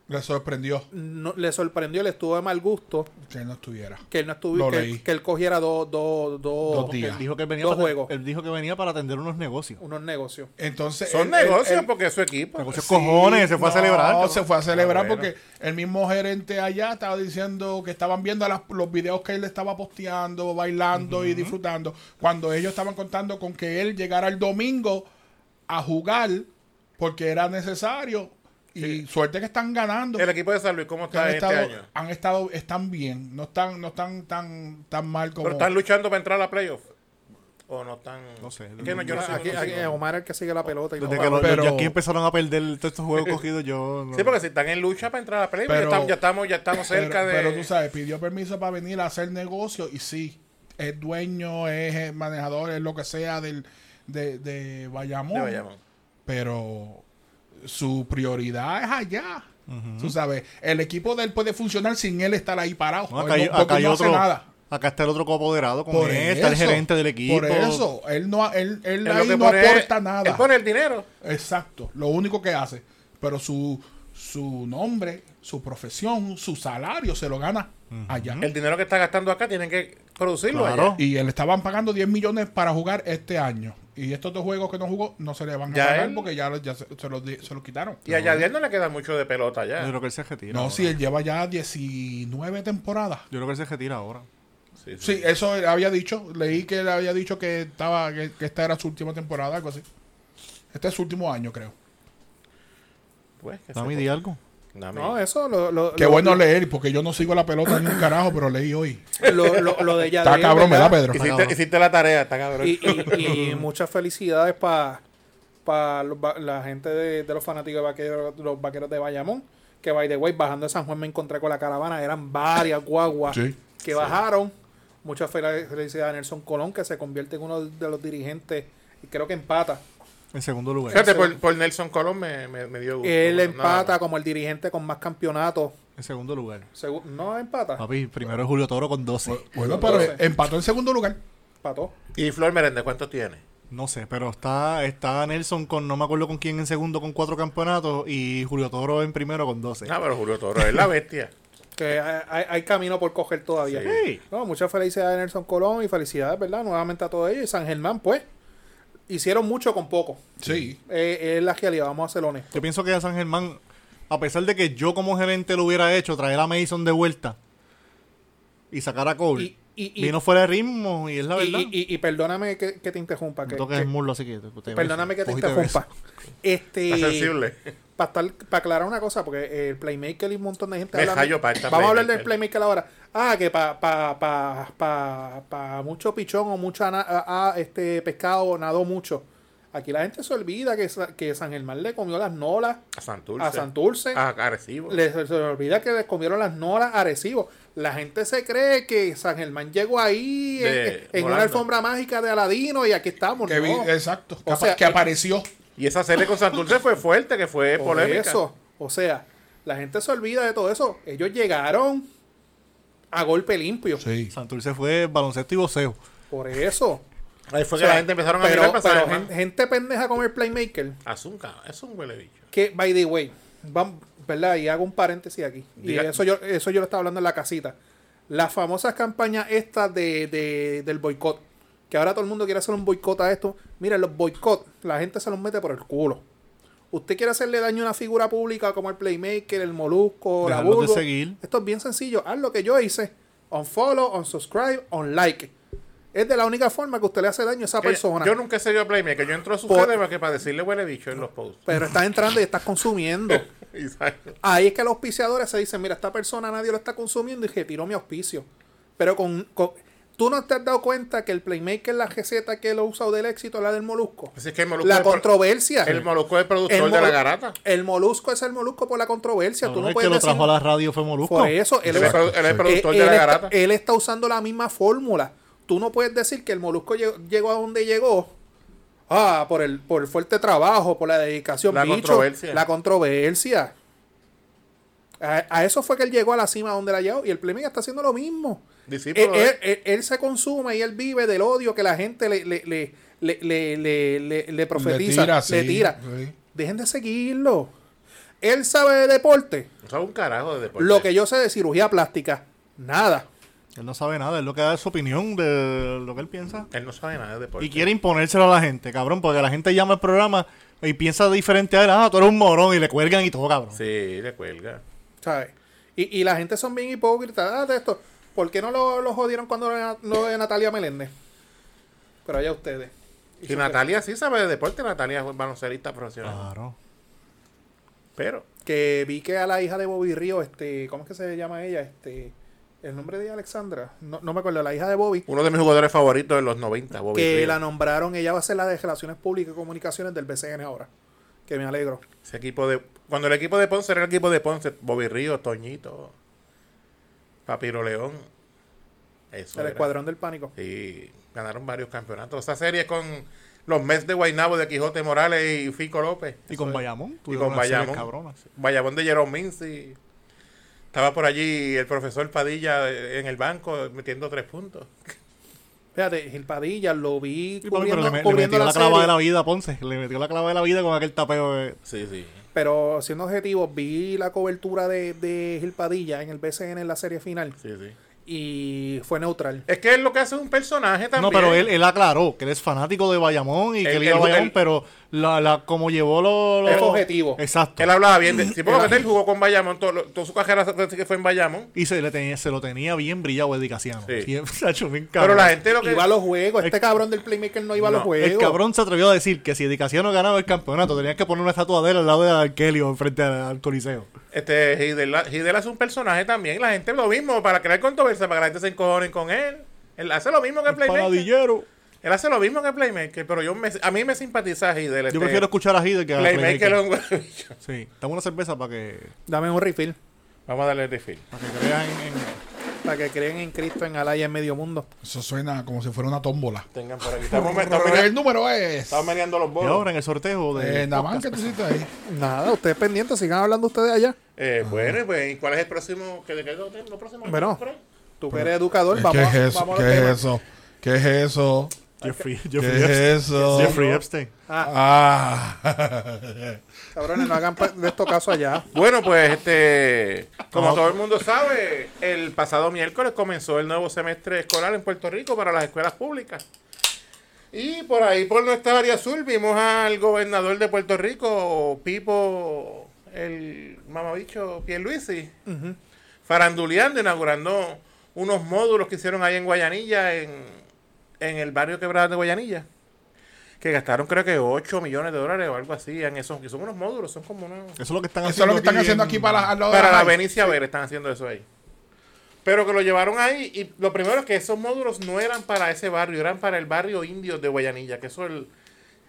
[SPEAKER 5] Le sorprendió
[SPEAKER 2] no, le sorprendió, le estuvo de mal gusto
[SPEAKER 5] que él no estuviera.
[SPEAKER 2] que él no
[SPEAKER 5] Lo
[SPEAKER 2] estuviera,
[SPEAKER 5] leí.
[SPEAKER 2] que, que él cogiera dos dos dos
[SPEAKER 5] Dos días.
[SPEAKER 3] Él dijo que venía
[SPEAKER 2] Dos
[SPEAKER 3] para-
[SPEAKER 2] juegos.
[SPEAKER 3] él dijo que venía para atender unos negocios.
[SPEAKER 2] unos negocios.
[SPEAKER 5] Entonces,
[SPEAKER 4] Son
[SPEAKER 5] él- él-
[SPEAKER 4] negocios pues.
[SPEAKER 5] él-
[SPEAKER 4] porque es su equipo.
[SPEAKER 3] Negocios
[SPEAKER 5] Sí,
[SPEAKER 3] cojones, se fue a celebrar.
[SPEAKER 5] No,
[SPEAKER 3] cabrón.
[SPEAKER 5] se fue a celebrar
[SPEAKER 4] Ah, bueno.
[SPEAKER 5] porque el mismo gerente allá estaba diciendo que estaban viendo las- los videos que él estaba posteando, bailando y disfrutando, cuando ellos estaban contando con que él llegara el domingo a jugar porque era necesario. Y suerte que están ganando.
[SPEAKER 4] El equipo de San Luis, ¿cómo
[SPEAKER 5] que han,
[SPEAKER 4] está este
[SPEAKER 5] estado,
[SPEAKER 4] año?
[SPEAKER 5] han estado, están bien, no están, no están tan, tan mal como
[SPEAKER 4] ¿Pero están luchando para entrar a la playoff? ¿O no están...?
[SPEAKER 3] No sé.
[SPEAKER 4] Es que no, yo no sé.
[SPEAKER 2] Aquí,
[SPEAKER 4] no sé.
[SPEAKER 2] aquí es Omar el que sigue la pelota y
[SPEAKER 3] Desde
[SPEAKER 2] no-
[SPEAKER 3] que los,
[SPEAKER 5] pero-
[SPEAKER 3] los Yankees empezaron a perder todos estos
[SPEAKER 5] [LAUGHS]
[SPEAKER 3] juegos cogidos, yo... no-
[SPEAKER 4] Sí, porque si están en lucha para entrar a la playoff,
[SPEAKER 5] Pero-
[SPEAKER 4] ya, estamos, ya, estamos, ya estamos
[SPEAKER 5] Pero-
[SPEAKER 4] cerca
[SPEAKER 5] pero,
[SPEAKER 4] de...
[SPEAKER 5] tú sabes, pidió permiso para venir a hacer negocio y sí, es dueño, es eh, manejador, es lo que sea del, de, de Bayamón.
[SPEAKER 4] de Bayamón.
[SPEAKER 5] Pero su prioridad es allá. Tú sabes, el equipo de él puede funcionar sin él estar ahí parado.
[SPEAKER 3] No, acá,
[SPEAKER 5] Él
[SPEAKER 3] hay-
[SPEAKER 5] no- porque
[SPEAKER 3] acá hay
[SPEAKER 5] no hace
[SPEAKER 3] otro,
[SPEAKER 5] nada.
[SPEAKER 3] acá está el otro coapoderado con él, está el
[SPEAKER 5] eso,
[SPEAKER 3] gerente del equipo.
[SPEAKER 5] Por eso, él no, él,
[SPEAKER 4] Él
[SPEAKER 5] él ahí no
[SPEAKER 4] es-
[SPEAKER 5] aporta nada.
[SPEAKER 4] Él pone el dinero.
[SPEAKER 5] Exacto, lo único que hace. Pero su, su nombre, su profesión, su salario se lo gana allá.
[SPEAKER 4] El dinero que está gastando acá tienen que producirlo
[SPEAKER 3] Claro.
[SPEAKER 4] allá.
[SPEAKER 5] Y él estaban pagando 10 millones para jugar este año. Y estos dos juegos que no jugó no se le van a
[SPEAKER 4] Ya
[SPEAKER 5] pagar
[SPEAKER 4] él-
[SPEAKER 5] porque ya, lo- ya se, se los, di- se los quitaron.
[SPEAKER 4] Y a Yadier no le queda mucho de pelota
[SPEAKER 3] Yo
[SPEAKER 4] allá.
[SPEAKER 3] creo que él se retira.
[SPEAKER 5] No,
[SPEAKER 3] ahora.
[SPEAKER 5] si él lleva ya 19 temporadas.
[SPEAKER 3] Yo creo que él se retira ahora.
[SPEAKER 4] Sí,
[SPEAKER 5] Sí, eso él había dicho. Leí que él había dicho que estaba que, que esta era su última temporada, algo así. Este es su último año, creo.
[SPEAKER 4] Pues, que
[SPEAKER 3] Dame,
[SPEAKER 4] se-
[SPEAKER 3] di algo.
[SPEAKER 4] Dame.
[SPEAKER 2] No, eso lo, lo-
[SPEAKER 5] Qué
[SPEAKER 2] lo-
[SPEAKER 5] bueno leer, porque yo no sigo la pelota ni un carajo, pero leí hoy.
[SPEAKER 2] lo, lo- lo de Yadiel.
[SPEAKER 5] Está cabrón, ¿verdad, Pedro?
[SPEAKER 4] hiciste, hiciste la tarea, está cabrón.
[SPEAKER 2] Y, y- y muchas felicidades para la gente de, de los fanáticos de vaqueros, los vaqueros de Bayamón, Que by the way, bajando de San Juan me encontré con la caravana. Eran varias guaguas
[SPEAKER 1] Sí.
[SPEAKER 2] que bajaron. Muchas fel- felicidades a Nelson Colón, que se convierte en uno de los dirigentes y creo que empata.
[SPEAKER 3] En segundo lugar.
[SPEAKER 4] Fíjate, por, por Nelson Colón me, me, me dio gusto.
[SPEAKER 2] Él
[SPEAKER 4] No,
[SPEAKER 2] empata como el dirigente con más campeonatos.
[SPEAKER 3] En segundo lugar.
[SPEAKER 2] Segu- no empata,
[SPEAKER 3] Papi, primero es Julio Toro con 12.
[SPEAKER 5] Bueno, pero
[SPEAKER 2] Entonces.
[SPEAKER 5] empató en segundo lugar.
[SPEAKER 2] empató.
[SPEAKER 4] ¿Y Flor Merende cuánto tiene?
[SPEAKER 3] No sé, pero está, está Nelson con, no me acuerdo con quién en segundo con cuatro campeonatos y Julio Toro en primero con 12.
[SPEAKER 4] Ah, pero Julio Toro es la
[SPEAKER 2] [LAUGHS]
[SPEAKER 4] bestia.
[SPEAKER 2] Que hay, hay- hay camino por coger todavía.
[SPEAKER 3] Sí.
[SPEAKER 2] No, muchas felicidades a Nelson Colón y felicidades, ¿verdad? Nuevamente a todos ellos. Y San Germán, pues, hicieron mucho con poco.
[SPEAKER 5] Sí.
[SPEAKER 2] Eh, es la realidad, vamos a ser honestos.
[SPEAKER 3] Yo pienso que a San Germán, a pesar de que yo como gerente lo hubiera hecho, traer a Mason de vuelta y sacar a Cole,
[SPEAKER 2] Y- y- y-
[SPEAKER 3] vino fuera de ritmo y es la
[SPEAKER 2] Y,
[SPEAKER 3] verdad.
[SPEAKER 2] y- y- y perdóname que, que te interrumpa.
[SPEAKER 3] No
[SPEAKER 2] que-
[SPEAKER 3] toques
[SPEAKER 2] que-
[SPEAKER 3] el muslo así que te- te
[SPEAKER 2] perdóname
[SPEAKER 3] beso.
[SPEAKER 2] que te
[SPEAKER 3] Cogí beso.
[SPEAKER 2] interrumpa.
[SPEAKER 4] Está
[SPEAKER 2] Este,
[SPEAKER 4] sensible.
[SPEAKER 2] para para aclarar una cosa, porque eh, el Playmaker y un montón de gente
[SPEAKER 4] Me
[SPEAKER 2] hablando-
[SPEAKER 4] hallo pa' esta
[SPEAKER 2] Vamos a hablar del
[SPEAKER 4] Playmaker.
[SPEAKER 2] Playmaker ahora. Ah, que para pa, pa, pa, pa mucho pichón o mucho ana- a- a- este pescado nadó mucho. Aquí la gente se olvida que, Sa- que San Germán le comió las nolas
[SPEAKER 4] A Santurce. Ah,
[SPEAKER 2] a Santurce.
[SPEAKER 4] A Arecibo.
[SPEAKER 2] Les- se les olvida que les comieron las nolas a Arecibo. La gente se cree que San Germán llegó ahí en-
[SPEAKER 4] De
[SPEAKER 2] en, una
[SPEAKER 4] volando.
[SPEAKER 2] alfombra mágica de Aladino y aquí estamos.
[SPEAKER 5] Que vi-
[SPEAKER 2] no.
[SPEAKER 5] exacto. Que,
[SPEAKER 2] O
[SPEAKER 5] apa-
[SPEAKER 2] sea,
[SPEAKER 5] que
[SPEAKER 2] eh,
[SPEAKER 5] apareció.
[SPEAKER 4] Y esa serie con Santurce fue fuerte, que fue
[SPEAKER 2] Por
[SPEAKER 4] polémica.
[SPEAKER 2] eso, o sea, la gente se olvida de todo eso. Ellos llegaron a golpe limpio.
[SPEAKER 5] Sí.
[SPEAKER 3] Santurce fue baloncesto y voceo.
[SPEAKER 2] Por eso.
[SPEAKER 4] Ahí fue
[SPEAKER 2] O
[SPEAKER 4] que
[SPEAKER 2] sea,
[SPEAKER 4] la gente empezaron a
[SPEAKER 2] pero,
[SPEAKER 4] mirar para
[SPEAKER 2] pero
[SPEAKER 4] saber,
[SPEAKER 2] gen-
[SPEAKER 4] "Man,
[SPEAKER 2] gente, pendeja con el playmaker.
[SPEAKER 4] Azunca, es un huele bicho.
[SPEAKER 2] Que, by the way, vam- ¿verdad? Y hago un paréntesis aquí.
[SPEAKER 4] Diga.
[SPEAKER 2] Y eso yo, eso yo lo estaba hablando en la casita. Las famosas campañas estas de, de- del boicot. Que ahora todo el mundo quiere hacer un boicot a esto. Mira, los boicot, la gente se los mete por el culo. Usted quiere hacerle daño a una figura pública como el Playmaker, el Molusco, la
[SPEAKER 3] Dejarlos de
[SPEAKER 2] Bulbo.
[SPEAKER 3] seguir.
[SPEAKER 2] Esto es bien sencillo. Haz lo que yo hice. On follow, on subscribe, on like. Es de la única forma que usted le hace daño a esa
[SPEAKER 4] Que
[SPEAKER 2] persona.
[SPEAKER 4] Yo nunca he seguido a Playmaker. Yo entro a su
[SPEAKER 2] Por-
[SPEAKER 4] sede para que para decirle huele bicho en los posts. [LAUGHS]
[SPEAKER 2] Pero estás entrando y estás consumiendo.
[SPEAKER 4] Y sale.
[SPEAKER 2] Ahí es que los auspiciadores se dicen, mira, esta persona nadie lo está consumiendo y retiró mi auspicio. Pero con, con- tú no te has dado cuenta que el playmaker, la receta que lo usa del éxito, es la del molusco.
[SPEAKER 4] Así que el molusco
[SPEAKER 2] la
[SPEAKER 4] Pues es pro-
[SPEAKER 2] controversia.
[SPEAKER 4] El molusco es el productor de la
[SPEAKER 2] molu-
[SPEAKER 4] garata.
[SPEAKER 2] El molusco es el molusco por la controversia. tú
[SPEAKER 3] Cabrón,
[SPEAKER 2] no
[SPEAKER 3] el
[SPEAKER 2] puedes
[SPEAKER 3] que lo
[SPEAKER 2] decir-
[SPEAKER 3] trajo a la radio fue Molusco.
[SPEAKER 2] Por eso, eh. él,
[SPEAKER 4] Él es
[SPEAKER 2] es-
[SPEAKER 4] produ- él es productor
[SPEAKER 2] él-
[SPEAKER 4] de la
[SPEAKER 2] Eh, él está-
[SPEAKER 4] garata.
[SPEAKER 2] él está usando la misma fórmula. Tú no puedes decir que el molusco llegó, llegó a donde llegó. Ah, por el, por el fuerte trabajo, por la dedicación,
[SPEAKER 4] La
[SPEAKER 2] bicho,
[SPEAKER 4] controversia.
[SPEAKER 2] La controversia. A, a eso fue que él llegó a la cima donde la llegó. Y el Playmaker está haciendo lo mismo. Eh,
[SPEAKER 4] Discípulo
[SPEAKER 2] él,
[SPEAKER 4] de-
[SPEAKER 2] él- él- él se consume y él vive del odio que la gente le, le, le, le, le- le- le- le profetiza, le tira.
[SPEAKER 5] sí, sí.
[SPEAKER 2] Dejen de seguirlo. Él sabe de deporte.
[SPEAKER 4] O sea, un carajo de deporte.
[SPEAKER 2] Lo que yo sé de cirugía plástica, nada.
[SPEAKER 3] Él no sabe nada, es lo que da su opinión de lo que él piensa.
[SPEAKER 4] Él no sabe nada de deporte.
[SPEAKER 3] Y quiere imponérselo a la gente, cabrón, porque la gente llama al programa y piensa diferente a él. Ah, tú eres un morón y le cuelgan y todo, cabrón.
[SPEAKER 4] Sí, le cuelga.
[SPEAKER 2] ¿Sabes? Y, y la gente son bien hipócritas. Ah, de esto. ¿Por qué no lo, lo jodieron cuando era- lo de Natalia Meléndez? Pero allá ustedes.
[SPEAKER 4] Y Natalia sí sabe de deporte. Natalia es baloncelista profesional.
[SPEAKER 2] Ah.
[SPEAKER 3] Claro.
[SPEAKER 4] Pero
[SPEAKER 2] Que vi que a la hija de Bobby Río, este, ¿cómo es que se llama ella? Este, el nombre de ella, Alexandra. No, no me acuerdo, la hija de Bobby.
[SPEAKER 4] uno de mis jugadores favoritos de los 90, Bobby
[SPEAKER 2] que
[SPEAKER 4] Ríos.
[SPEAKER 2] la nombraron, ella va a ser la de Relaciones Públicas y Comunicaciones del BCN ahora. Que me alegro.
[SPEAKER 4] Ese equipo de... Cuando el equipo de Ponce era el equipo de Ponce, Bobby Ríos, Toñito, Papiro León. Eso
[SPEAKER 2] El
[SPEAKER 4] era.
[SPEAKER 2] Escuadrón del Pánico.
[SPEAKER 4] Sí, ganaron varios campeonatos. Esa serie con los Mets de Guaynabo, de Quijote Morales y Fico López.
[SPEAKER 3] Y con Bayamón.
[SPEAKER 4] Y
[SPEAKER 3] tuvieron
[SPEAKER 4] con
[SPEAKER 3] una serie
[SPEAKER 4] Bayamón.
[SPEAKER 3] cabrona.
[SPEAKER 4] Bayamón de Jerome Mincy. Estaba por allí el profesor Padilla eh, en el banco metiendo tres puntos.
[SPEAKER 2] Fíjate, Gil Padilla lo vi
[SPEAKER 3] Sí, papi, pero
[SPEAKER 2] cubriendo,
[SPEAKER 3] le, me- le
[SPEAKER 2] cubriendo
[SPEAKER 3] metió la,
[SPEAKER 2] la
[SPEAKER 3] clava
[SPEAKER 2] serie.
[SPEAKER 3] de la vida a Ponce. Le metió la clava de la vida con aquel tapeo. de-
[SPEAKER 4] Sí, sí.
[SPEAKER 2] Pero siendo objetivos, vi la cobertura de, de Gil Padilla en el BCN en la serie final
[SPEAKER 4] sí, sí.
[SPEAKER 2] y fue neutral.
[SPEAKER 4] Es que él lo que hace es un personaje también.
[SPEAKER 3] No, pero él, él aclaró que él es fanático de Bayamón y que
[SPEAKER 4] El-
[SPEAKER 3] él iba a
[SPEAKER 4] el-
[SPEAKER 3] Bayamón,
[SPEAKER 4] el-
[SPEAKER 3] pero la, la, como llevó los...
[SPEAKER 2] Es objetivo.
[SPEAKER 3] Exacto.
[SPEAKER 4] Él hablaba bien. De, sí, porque él jugó con Bayamón. todo lo- Toda su carrera que fue en Bayamón.
[SPEAKER 3] Y se, le tenía, se lo tenía bien brillado Eddie Casiano.
[SPEAKER 4] Sí.
[SPEAKER 3] [LAUGHS] Sí, muchacho, bien
[SPEAKER 4] Pero
[SPEAKER 3] cabrón.
[SPEAKER 4] la gente lo que...
[SPEAKER 2] Iba a los juegos. Este
[SPEAKER 3] El-
[SPEAKER 2] cabrón del Playmaker no iba a los
[SPEAKER 4] No,
[SPEAKER 2] juegos.
[SPEAKER 3] El cabrón se atrevió a decir que si Eddie Casiano ganaba el campeonato, tenían que poner una estatua de él al lado de Arkelio enfrente al, al Coliseo.
[SPEAKER 4] Este, Hidela, Hidela es un personaje también. La gente lo mismo, para crear controversia, para que la gente se encojonen con él. Él hace lo mismo que el Playmaker.
[SPEAKER 3] Paradillero.
[SPEAKER 4] Él hace lo mismo que Playmaker, pero yo me- a mí me simpatiza Hidel. este,
[SPEAKER 5] Este,
[SPEAKER 3] Yo prefiero escuchar a Hidden que a
[SPEAKER 4] Playmaker.
[SPEAKER 3] Playmaker.
[SPEAKER 4] es un huevicho.
[SPEAKER 3] Sí, dame una cerveza para que,
[SPEAKER 2] Dame un refill
[SPEAKER 4] [LAUGHS] Vamos a darle el refill.
[SPEAKER 3] para que crean en, en-
[SPEAKER 2] para que creen en Cristo, en Alá y en medio mundo.
[SPEAKER 5] Eso suena como si fuera una tómbola.
[SPEAKER 4] Tengan por aquí. Estamos, estamos,
[SPEAKER 5] El número es.
[SPEAKER 4] estamos meneando los
[SPEAKER 3] y
[SPEAKER 4] bolos.
[SPEAKER 3] ahora en el sorteo de.
[SPEAKER 5] Eh, nada más que tú hiciste ahí.
[SPEAKER 2] Nada, ustedes pendientes, sigan hablando ustedes allá.
[SPEAKER 4] Eh, bueno, y pues, ¿y ¿cuál es el próximo? ¿Qué de qué lo tengo? ¿Lo próximo?
[SPEAKER 2] Bueno.
[SPEAKER 4] ¿Por ahí?
[SPEAKER 2] Tú que eres educador,
[SPEAKER 5] ¿Qué
[SPEAKER 2] Pues vamos,
[SPEAKER 5] es
[SPEAKER 2] a-
[SPEAKER 5] eso?
[SPEAKER 2] vamos a los
[SPEAKER 5] ¿Qué es
[SPEAKER 2] temas.
[SPEAKER 5] eso? ¿Qué es eso?
[SPEAKER 3] Jeffrey,
[SPEAKER 5] ¿Qué
[SPEAKER 3] Jeffrey
[SPEAKER 5] es
[SPEAKER 3] Epstein.
[SPEAKER 5] eso?
[SPEAKER 3] Jeffrey Epstein.
[SPEAKER 5] Ah.
[SPEAKER 2] Cabrones, no hagan pa- de estos casos allá.
[SPEAKER 4] Bueno, pues este, como todo el mundo sabe, el pasado miércoles comenzó el nuevo semestre escolar en Puerto Rico para las escuelas públicas. Y por ahí, por nuestra área azul, vimos al gobernador de Puerto Rico, Pipo, el mamabicho Pierluisi, faranduleando, inaugurando unos módulos que hicieron ahí en Guayanilla, en, en el barrio Quebrada de Guayanilla, que gastaron creo que 8 millones de dólares o algo así, en esos, que son unos módulos, son como unos...
[SPEAKER 3] Eso es lo que están
[SPEAKER 5] Eso es
[SPEAKER 3] haciendo.
[SPEAKER 5] lo que están haciendo
[SPEAKER 3] en-
[SPEAKER 5] aquí para, al lado de
[SPEAKER 4] Para la
[SPEAKER 5] high.
[SPEAKER 4] Benicia Ver están haciendo eso ahí. Pero que lo llevaron ahí y lo primero es que esos módulos no eran para ese barrio, eran para el barrio indio de Guayanilla, que eso el,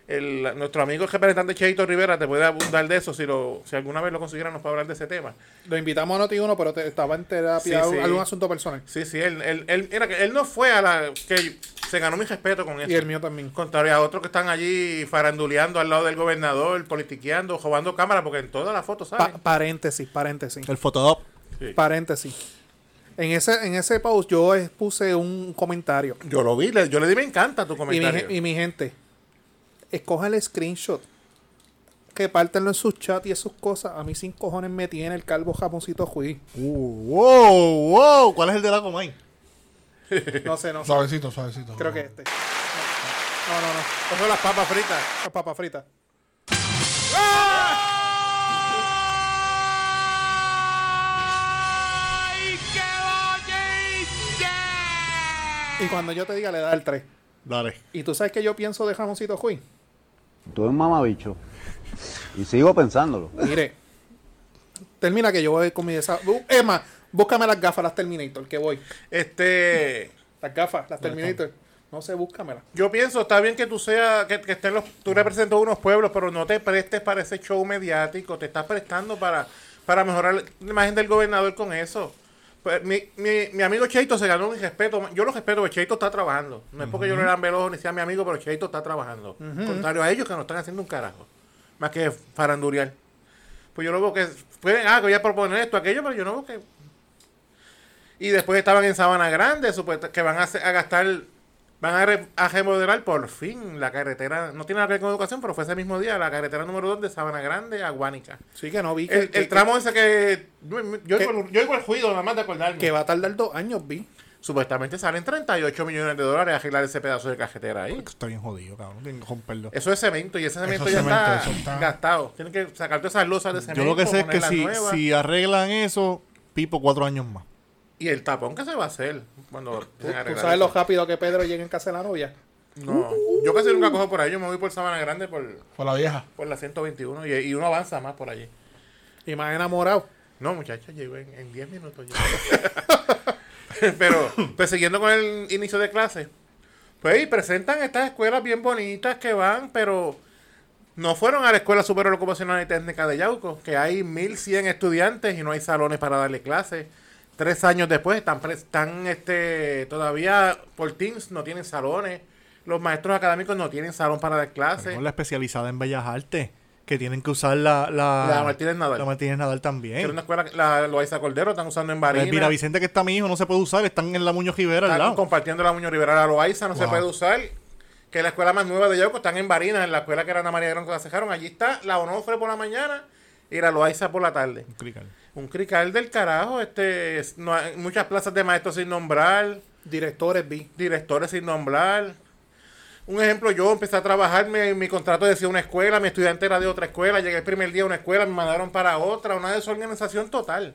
[SPEAKER 4] el- nuestro amigo el representante Cheito Rivera te puede abundar de eso si lo si alguna vez lo consiguiéramos para hablar de ese tema.
[SPEAKER 2] Lo invitamos a Noti1, pero te- estaba en terapia,
[SPEAKER 4] Sí, sí.
[SPEAKER 2] algún asunto personal.
[SPEAKER 4] Sí, sí, él, él, él- mira que él no fue a la que se ganó mi respeto con eso.
[SPEAKER 2] Y el mío también.
[SPEAKER 4] Contrario a otros que están allí faranduleando al lado del gobernador, politiqueando, robando cámara, porque en todas las fotos
[SPEAKER 2] Pa-
[SPEAKER 4] salen.
[SPEAKER 2] paréntesis, paréntesis.
[SPEAKER 3] El Photodop.
[SPEAKER 2] Paréntesis. En ese, en ese post yo eh, puse un comentario.
[SPEAKER 4] yo lo vi, le- yo le di me encanta tu
[SPEAKER 2] Y mi,
[SPEAKER 4] comentario.
[SPEAKER 2] gen- y mi gente, escoja el screenshot. Que pártanlo en sus chats y en sus cosas. A mí sin cojones me tiene el calvo jamoncito
[SPEAKER 4] [LAUGHS]
[SPEAKER 2] juiz.
[SPEAKER 3] Uh, wow, wow. ¿Cuál es el de la Comay?
[SPEAKER 2] No sé, no sé.
[SPEAKER 5] Suavecito, suavecito.
[SPEAKER 2] Creo que este. No, no, no.
[SPEAKER 4] Esas son las papas fritas.
[SPEAKER 2] Las papas fritas. Y cuando yo te diga, le da el 3.
[SPEAKER 3] Dale.
[SPEAKER 2] ¿Y tú sabes que yo pienso de jamoncito juiz?
[SPEAKER 6] Tú eres un mamabicho. Y sigo pensándolo.
[SPEAKER 2] Mire, termina que yo voy con mi desa... Bu- Es más, búscame las gafas, las Terminator, que voy.
[SPEAKER 4] Este,
[SPEAKER 2] Las gafas, las Terminator. No sé, búscamelas.
[SPEAKER 4] yo pienso, está bien que tú sea, que, que estén los, tú representas unos pueblos, pero no te prestes para ese show mediático, te estás prestando para, para mejorar la imagen del gobernador con eso. Pues, mi, mi, mi amigo Cheito se ganó mi respeto. Yo lo respeto porque Cheito está trabajando. No es porque yo le dan veloz ni sea mi amigo, pero Cheito está trabajando. Contrario a ellos que no están haciendo un carajo. Más que farandurial. Pues yo no veo que pueden, ah, que voy a proponer esto, aquello, pero yo no veo que. Y después estaban en Sabana Grande, supuesta- que van a, hacer- a gastar, van a, re- a remodelar por fin la carretera, no tiene nada que ver con educación, pero fue ese mismo día, la carretera número 2 de Sabana Grande a Guánica.
[SPEAKER 2] Sí, que no vi. Que,
[SPEAKER 4] El,
[SPEAKER 2] que-
[SPEAKER 4] el tramo ese que. Yo, yo
[SPEAKER 2] que-
[SPEAKER 4] oigo el- yo oigo el ruido, nada más de acordarme.
[SPEAKER 2] que va a tardar dos años, vi.
[SPEAKER 4] Supuestamente salen 38 millones de dólares a arreglar ese pedazo de carretera ahí.
[SPEAKER 3] Está bien jodido, cabrón. Tienen que romperlo.
[SPEAKER 4] Eso es cemento y ese cemento
[SPEAKER 5] es
[SPEAKER 4] ya
[SPEAKER 5] cemento,
[SPEAKER 4] está,
[SPEAKER 5] eso está-
[SPEAKER 4] gastado. Tienen que sacar todas esas losas de cemento.
[SPEAKER 3] Yo lo que sé es que
[SPEAKER 4] ponerlas
[SPEAKER 3] si,
[SPEAKER 4] nuevas.
[SPEAKER 3] si arreglan eso, Pipo cuatro años más.
[SPEAKER 4] Y el tapón que se va a hacer cuando
[SPEAKER 2] ¿Tú,
[SPEAKER 4] empiecen a
[SPEAKER 2] tú
[SPEAKER 4] arreglar
[SPEAKER 2] sabes lo
[SPEAKER 4] eso.
[SPEAKER 2] rápido que Pedro llega en casa de la novia.
[SPEAKER 4] No, yo casi nunca cojo por ahí. Yo me voy por Sabana Grande por,
[SPEAKER 5] Por la vieja.
[SPEAKER 4] por la 121 y, y uno avanza más por allí.
[SPEAKER 2] Y más enamorado.
[SPEAKER 4] No, muchachos, llego en, en 10 minutos. llego. [LAUGHS] Pero, pues siguiendo con el inicio de clase, pues y presentan estas escuelas bien bonitas que van, pero no fueron a la Escuela Superior Ocupacional y Técnica de Yauco, que hay 1100 estudiantes y no hay salones para darle clases. Tres años después están, pre- están este, todavía por Teams, no tienen salones. Los maestros académicos no tienen salón para dar clases.
[SPEAKER 3] Con la especializada en Bellas Artes, que tienen que usar la... La,
[SPEAKER 4] La Martínez Nadal.
[SPEAKER 3] La Martínez Nadal también.
[SPEAKER 4] Era una escuela, que- la Loaiza Cordero, están usando en
[SPEAKER 3] La Elvira
[SPEAKER 4] Barina.
[SPEAKER 3] Vicente que está mi hijo no se puede usar, están en la Muñoz Rivera al
[SPEAKER 4] Están
[SPEAKER 3] lado.
[SPEAKER 4] compartiendo la Muñoz Rivera la Loaiza, no se
[SPEAKER 3] Wow.
[SPEAKER 4] puede usar. Que es la escuela más nueva de Yauco, están en Barinas, en la escuela que era Ana María Grón que la cejaron. Allí está la Onofre por la mañana y la Loaiza por la tarde.
[SPEAKER 3] Un crical.
[SPEAKER 4] Un crical del carajo, este, es- no hay- muchas plazas de maestros sin nombrar,
[SPEAKER 2] Directores, vi.
[SPEAKER 4] directores sin nombrar. Un ejemplo, yo empecé a trabajar, mi, mi contrato decía una escuela, mi estudiante era de otra escuela, llegué el primer día a una escuela, me mandaron para otra, una desorganización total.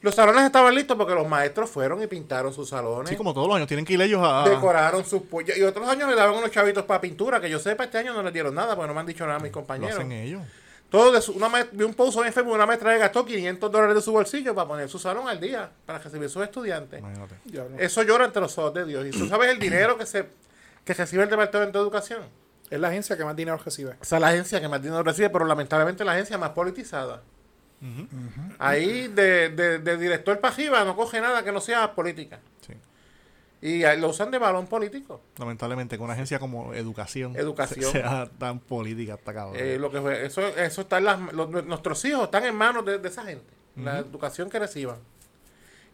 [SPEAKER 4] Los salones estaban listos porque los maestros fueron y pintaron sus salones
[SPEAKER 3] Sí, como todos los años, tienen que ir ellos a...
[SPEAKER 4] decoraron sus pollas. Y otros años le daban unos chavitos para pintura, que yo sepa, este año no les dieron nada, porque no me han dicho nada a mis
[SPEAKER 3] Lo
[SPEAKER 4] compañeros.
[SPEAKER 3] hacen ellos.
[SPEAKER 4] Todo de su- una maest- vi un post en Facebook, una maestra le gastó 500 dólares de su bolsillo para poner su salón al día, para recibir sus estudiantes.
[SPEAKER 3] Imagínate.
[SPEAKER 2] Ya no.
[SPEAKER 4] Eso llora ante los ojos de Dios. Y tú sabes el dinero que se... que recibe el Departamento de Educación.
[SPEAKER 2] Es la agencia que más dinero recibe.
[SPEAKER 4] Esa es la agencia que más dinero recibe, pero lamentablemente la agencia más politizada. Ahí de, de- de director para arriba no coge nada que no sea política.
[SPEAKER 3] Sí.
[SPEAKER 4] Y ahí lo usan de balón político.
[SPEAKER 3] Lamentablemente, con una agencia como Educación,
[SPEAKER 4] Educación.
[SPEAKER 3] se- sea tan política hasta cabrón.
[SPEAKER 4] Eh, lo que fue- eso, eso está en las, los- nuestros hijos están en manos de, de esa gente, la educación que reciban.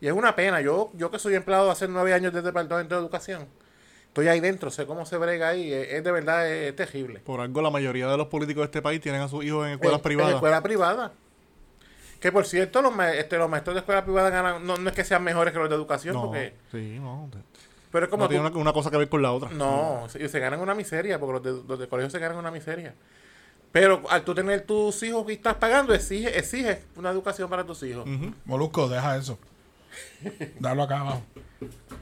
[SPEAKER 4] Y es una pena, yo, yo que soy empleado hace nueve años del Departamento de Educación, estoy ahí dentro, sé cómo se brega ahí, es, es de verdad es, es terrible.
[SPEAKER 3] Por algo, la mayoría de los políticos de este país tienen a sus hijos en escuelas
[SPEAKER 4] En-
[SPEAKER 3] privadas.
[SPEAKER 4] En escuela privada. Que por cierto, los, ma- este, los maestros de escuela privada ganan, no, no es que sean mejores que los de educación,
[SPEAKER 3] no,
[SPEAKER 4] porque,
[SPEAKER 3] sí, no. te-
[SPEAKER 4] pero es como
[SPEAKER 3] no
[SPEAKER 4] tú-
[SPEAKER 3] tiene una, una cosa que ver con la otra.
[SPEAKER 4] No, se, se ganan una miseria, porque los de, los de colegio se ganan una miseria. Pero al tú tener tus hijos que estás pagando, exige, exige una educación para tus hijos.
[SPEAKER 5] Molusco, deja eso. Dalo acá abajo.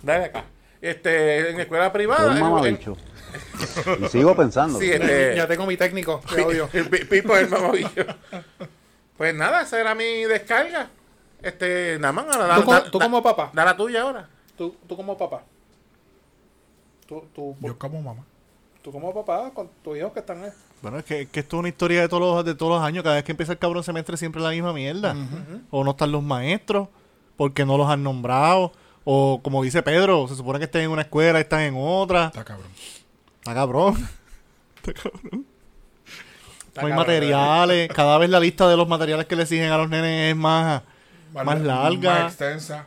[SPEAKER 4] Dale acá. Este, en escuela privada.
[SPEAKER 6] Es
[SPEAKER 4] en-
[SPEAKER 6] un
[SPEAKER 4] en-
[SPEAKER 6] mamabicho. Y sigo pensando.
[SPEAKER 4] sí, este,
[SPEAKER 2] ya tengo mi técnico, te [LAUGHS] odio.
[SPEAKER 4] el [LAUGHS] pi- Pipo es el mamabicho. Pues nada, esa era mi descarga. Este, nada más, ahora da,
[SPEAKER 2] ¿Tú, como-
[SPEAKER 4] da-
[SPEAKER 2] tú
[SPEAKER 4] da-
[SPEAKER 2] como papá,
[SPEAKER 4] da la tuya ahora.
[SPEAKER 2] tú, tú como papá, tú, tú,
[SPEAKER 5] Yo como mamá.
[SPEAKER 2] tú como papá con tus hijos que están ahí.
[SPEAKER 3] Bueno, es que, es que esto es una historia de todos, los, de todos los años. Cada vez que empieza el cabrón semestre siempre es la misma mierda. O no están los maestros porque no los han nombrado. O como dice Pedro, se supone que estén en una escuela, están en otra.
[SPEAKER 5] Está cabrón.
[SPEAKER 3] Está cabrón. [LAUGHS] Está cabrón.
[SPEAKER 4] Está
[SPEAKER 3] no hay
[SPEAKER 4] cabrón, ¿eh?
[SPEAKER 3] materiales. Cada vez la lista de los materiales que le exigen a los nenes es más, más larga.
[SPEAKER 5] Más extensa.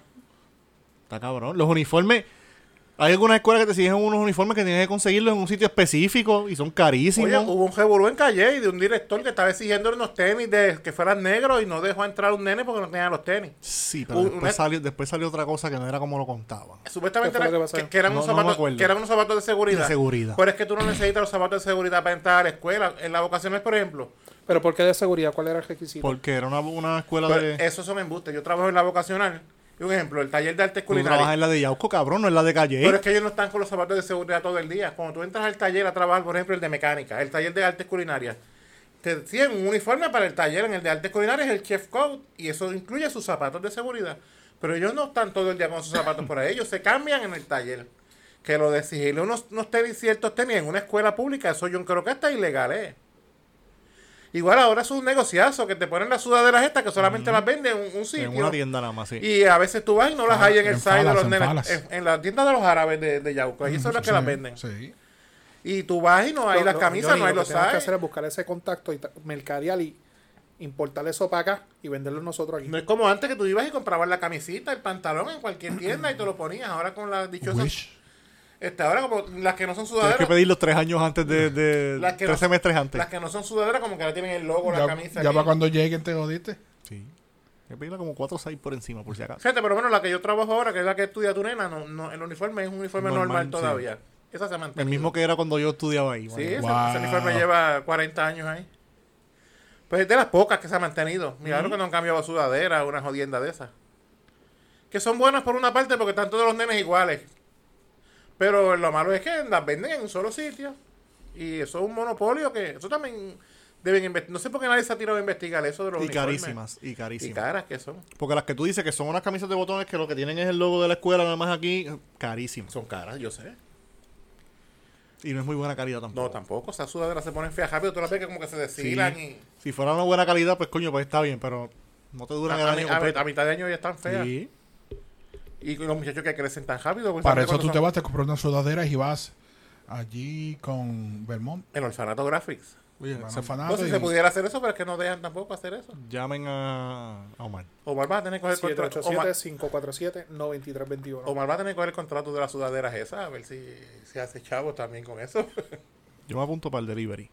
[SPEAKER 3] Está cabrón. Los uniformes. Hay algunas escuelas que te exigen unos uniformes que tienes que conseguirlos en un sitio específico y son carísimos.
[SPEAKER 4] Oye, hubo un revolú en Calle y de un director que estaba exigiendo unos tenis de que fueran negros y no dejó entrar un nene porque no tenía los tenis.
[SPEAKER 3] Sí, pero
[SPEAKER 4] un-
[SPEAKER 3] después,
[SPEAKER 4] una-
[SPEAKER 3] salió, después salió otra cosa que no era como lo contaban.
[SPEAKER 4] Supuestamente
[SPEAKER 2] ¿Qué fue
[SPEAKER 4] era-
[SPEAKER 2] lo que pasó?
[SPEAKER 4] que, que eran
[SPEAKER 3] No,
[SPEAKER 4] unos
[SPEAKER 3] no me
[SPEAKER 4] zapatos,
[SPEAKER 3] acuerdo.
[SPEAKER 4] que eran unos zapatos de seguridad.
[SPEAKER 3] De seguridad.
[SPEAKER 4] Pero es que tú no necesitas los zapatos de seguridad para entrar a la escuela. En las vocaciones, por ejemplo.
[SPEAKER 2] Pero ¿por qué de seguridad? ¿Cuál era el requisito?
[SPEAKER 3] Porque era una, una escuela
[SPEAKER 4] Pero
[SPEAKER 3] de.
[SPEAKER 4] esos son embustes. Yo trabajo en la vocacional. Y un ejemplo, el taller de artes
[SPEAKER 3] Tú trabajas
[SPEAKER 4] culinarias.
[SPEAKER 3] en la de Yauco, cabrón, no en la de Calle.
[SPEAKER 4] Pero es que ellos no están con los zapatos de seguridad todo el día. Cuando tú entras al taller a trabajar, por ejemplo, el de mecánica, el taller de artes culinarias, te tienen un uniforme para el taller. En el de artes culinarias es el chef coat y eso incluye sus zapatos de seguridad. Pero ellos no están todo el día con sus zapatos por ahí. Ellos se cambian en el taller. Que lo de exigirle unos, unos tenis, ciertos tenis en una escuela pública, eso yo creo que está ilegal, ¿eh? Igual ahora es un negociazo que te ponen las sudaderas estas que solamente las venden en un, un sitio.
[SPEAKER 3] en una tienda nada más, sí.
[SPEAKER 4] Y a veces tú vas y no las
[SPEAKER 5] Ah,
[SPEAKER 4] hay en el
[SPEAKER 5] en
[SPEAKER 4] side de
[SPEAKER 5] Falas,
[SPEAKER 4] los
[SPEAKER 5] en
[SPEAKER 4] nenes.
[SPEAKER 5] Falas.
[SPEAKER 4] En, en la tienda de los árabes de, de Yauco. Ahí son las que las
[SPEAKER 5] Sí,
[SPEAKER 4] venden.
[SPEAKER 5] Sí.
[SPEAKER 4] Y tú vas y no hay
[SPEAKER 2] Lo-
[SPEAKER 4] las
[SPEAKER 2] lo-
[SPEAKER 4] camisas,
[SPEAKER 2] Johnny,
[SPEAKER 4] no hay
[SPEAKER 2] lo
[SPEAKER 4] los
[SPEAKER 2] que tenemos que hacer
[SPEAKER 4] size.
[SPEAKER 2] es buscar ese contacto y tra- mercadear y importar eso para acá y venderlo nosotros aquí.
[SPEAKER 4] No es como antes que tú ibas y comprabas la camisita, el pantalón en cualquier tienda y te lo ponías. Ahora con las dichosas.
[SPEAKER 5] Wish.
[SPEAKER 4] Este, ahora como las que no son
[SPEAKER 3] Tienes que
[SPEAKER 4] sudaderas.
[SPEAKER 3] pedir los tres años antes de. de-
[SPEAKER 4] Las que
[SPEAKER 3] tres
[SPEAKER 4] no-
[SPEAKER 3] semestres antes.
[SPEAKER 4] Las que no son sudaderas, como que ahora tienen el logo, la camisa.
[SPEAKER 5] Ya, ya
[SPEAKER 4] aquí.
[SPEAKER 5] para cuando lleguen te jodiste.
[SPEAKER 3] Sí. Hay que pedirla como cuatro o seis por encima, por si acaso.
[SPEAKER 4] Gente, pero bueno, la que yo trabajo ahora, que es la que estudia tu nena, no, no, el uniforme es un uniforme normal,
[SPEAKER 3] Normal, sí.
[SPEAKER 4] todavía. Esa se mantiene.
[SPEAKER 3] El mismo que era cuando yo estudiaba ahí. mano.
[SPEAKER 4] Sí, ese-
[SPEAKER 5] Wow.
[SPEAKER 4] ese uniforme lleva 40 años ahí. Pues es de las pocas que se ha mantenido. Mira, que no han cambiado sudadera, una jodienda de esas. Que son buenas por una parte porque están todos los nenes iguales. Pero lo malo es que las venden en un solo sitio. Y eso es un monopolio que. Eso también deben investigar. No sé por qué nadie se ha tirado a investigar eso de los
[SPEAKER 3] Y
[SPEAKER 4] uniformes.
[SPEAKER 3] carísimas, y
[SPEAKER 4] Y
[SPEAKER 3] carísimas.
[SPEAKER 4] caras que son.
[SPEAKER 3] Porque las que tú dices que son unas camisas de botones que lo que tienen es el logo de la escuela, nada más aquí, carísimas.
[SPEAKER 4] Son caras, yo sé.
[SPEAKER 3] Y no es muy buena calidad tampoco.
[SPEAKER 4] No, tampoco. Esas sudaderas se ponen feas rápido. Tú las ves que como que se deshilan
[SPEAKER 3] Sí.
[SPEAKER 4] y.
[SPEAKER 3] Si fuera una buena calidad, pues coño, pues está bien, pero no te duran el
[SPEAKER 4] A, a-
[SPEAKER 3] año
[SPEAKER 4] a-
[SPEAKER 3] completo.
[SPEAKER 4] a mitad de año ya están feas.
[SPEAKER 3] Sí.
[SPEAKER 4] Y los muchachos que crecen tan rápido. pues,
[SPEAKER 5] Para
[SPEAKER 4] ¿sabes
[SPEAKER 5] eso tú
[SPEAKER 4] cuántos
[SPEAKER 5] te
[SPEAKER 4] son?
[SPEAKER 5] vas, te compras unas sudaderas y vas allí con Vermont.
[SPEAKER 4] En Orfanato Graphics.
[SPEAKER 3] Oye,
[SPEAKER 5] van
[SPEAKER 3] se-
[SPEAKER 5] al fanato
[SPEAKER 4] No, si
[SPEAKER 5] y-
[SPEAKER 4] se pudiera hacer eso, pero es que no dejan tampoco hacer eso.
[SPEAKER 3] llamen a, a Omar.
[SPEAKER 4] Omar va a tener que coger contra- Omar-
[SPEAKER 2] 787-547-9321.
[SPEAKER 4] Omar va a tener que coger el contrato de las sudaderas esas, a ver si se hace chavo también con eso.
[SPEAKER 3] Yo me apunto para el delivery.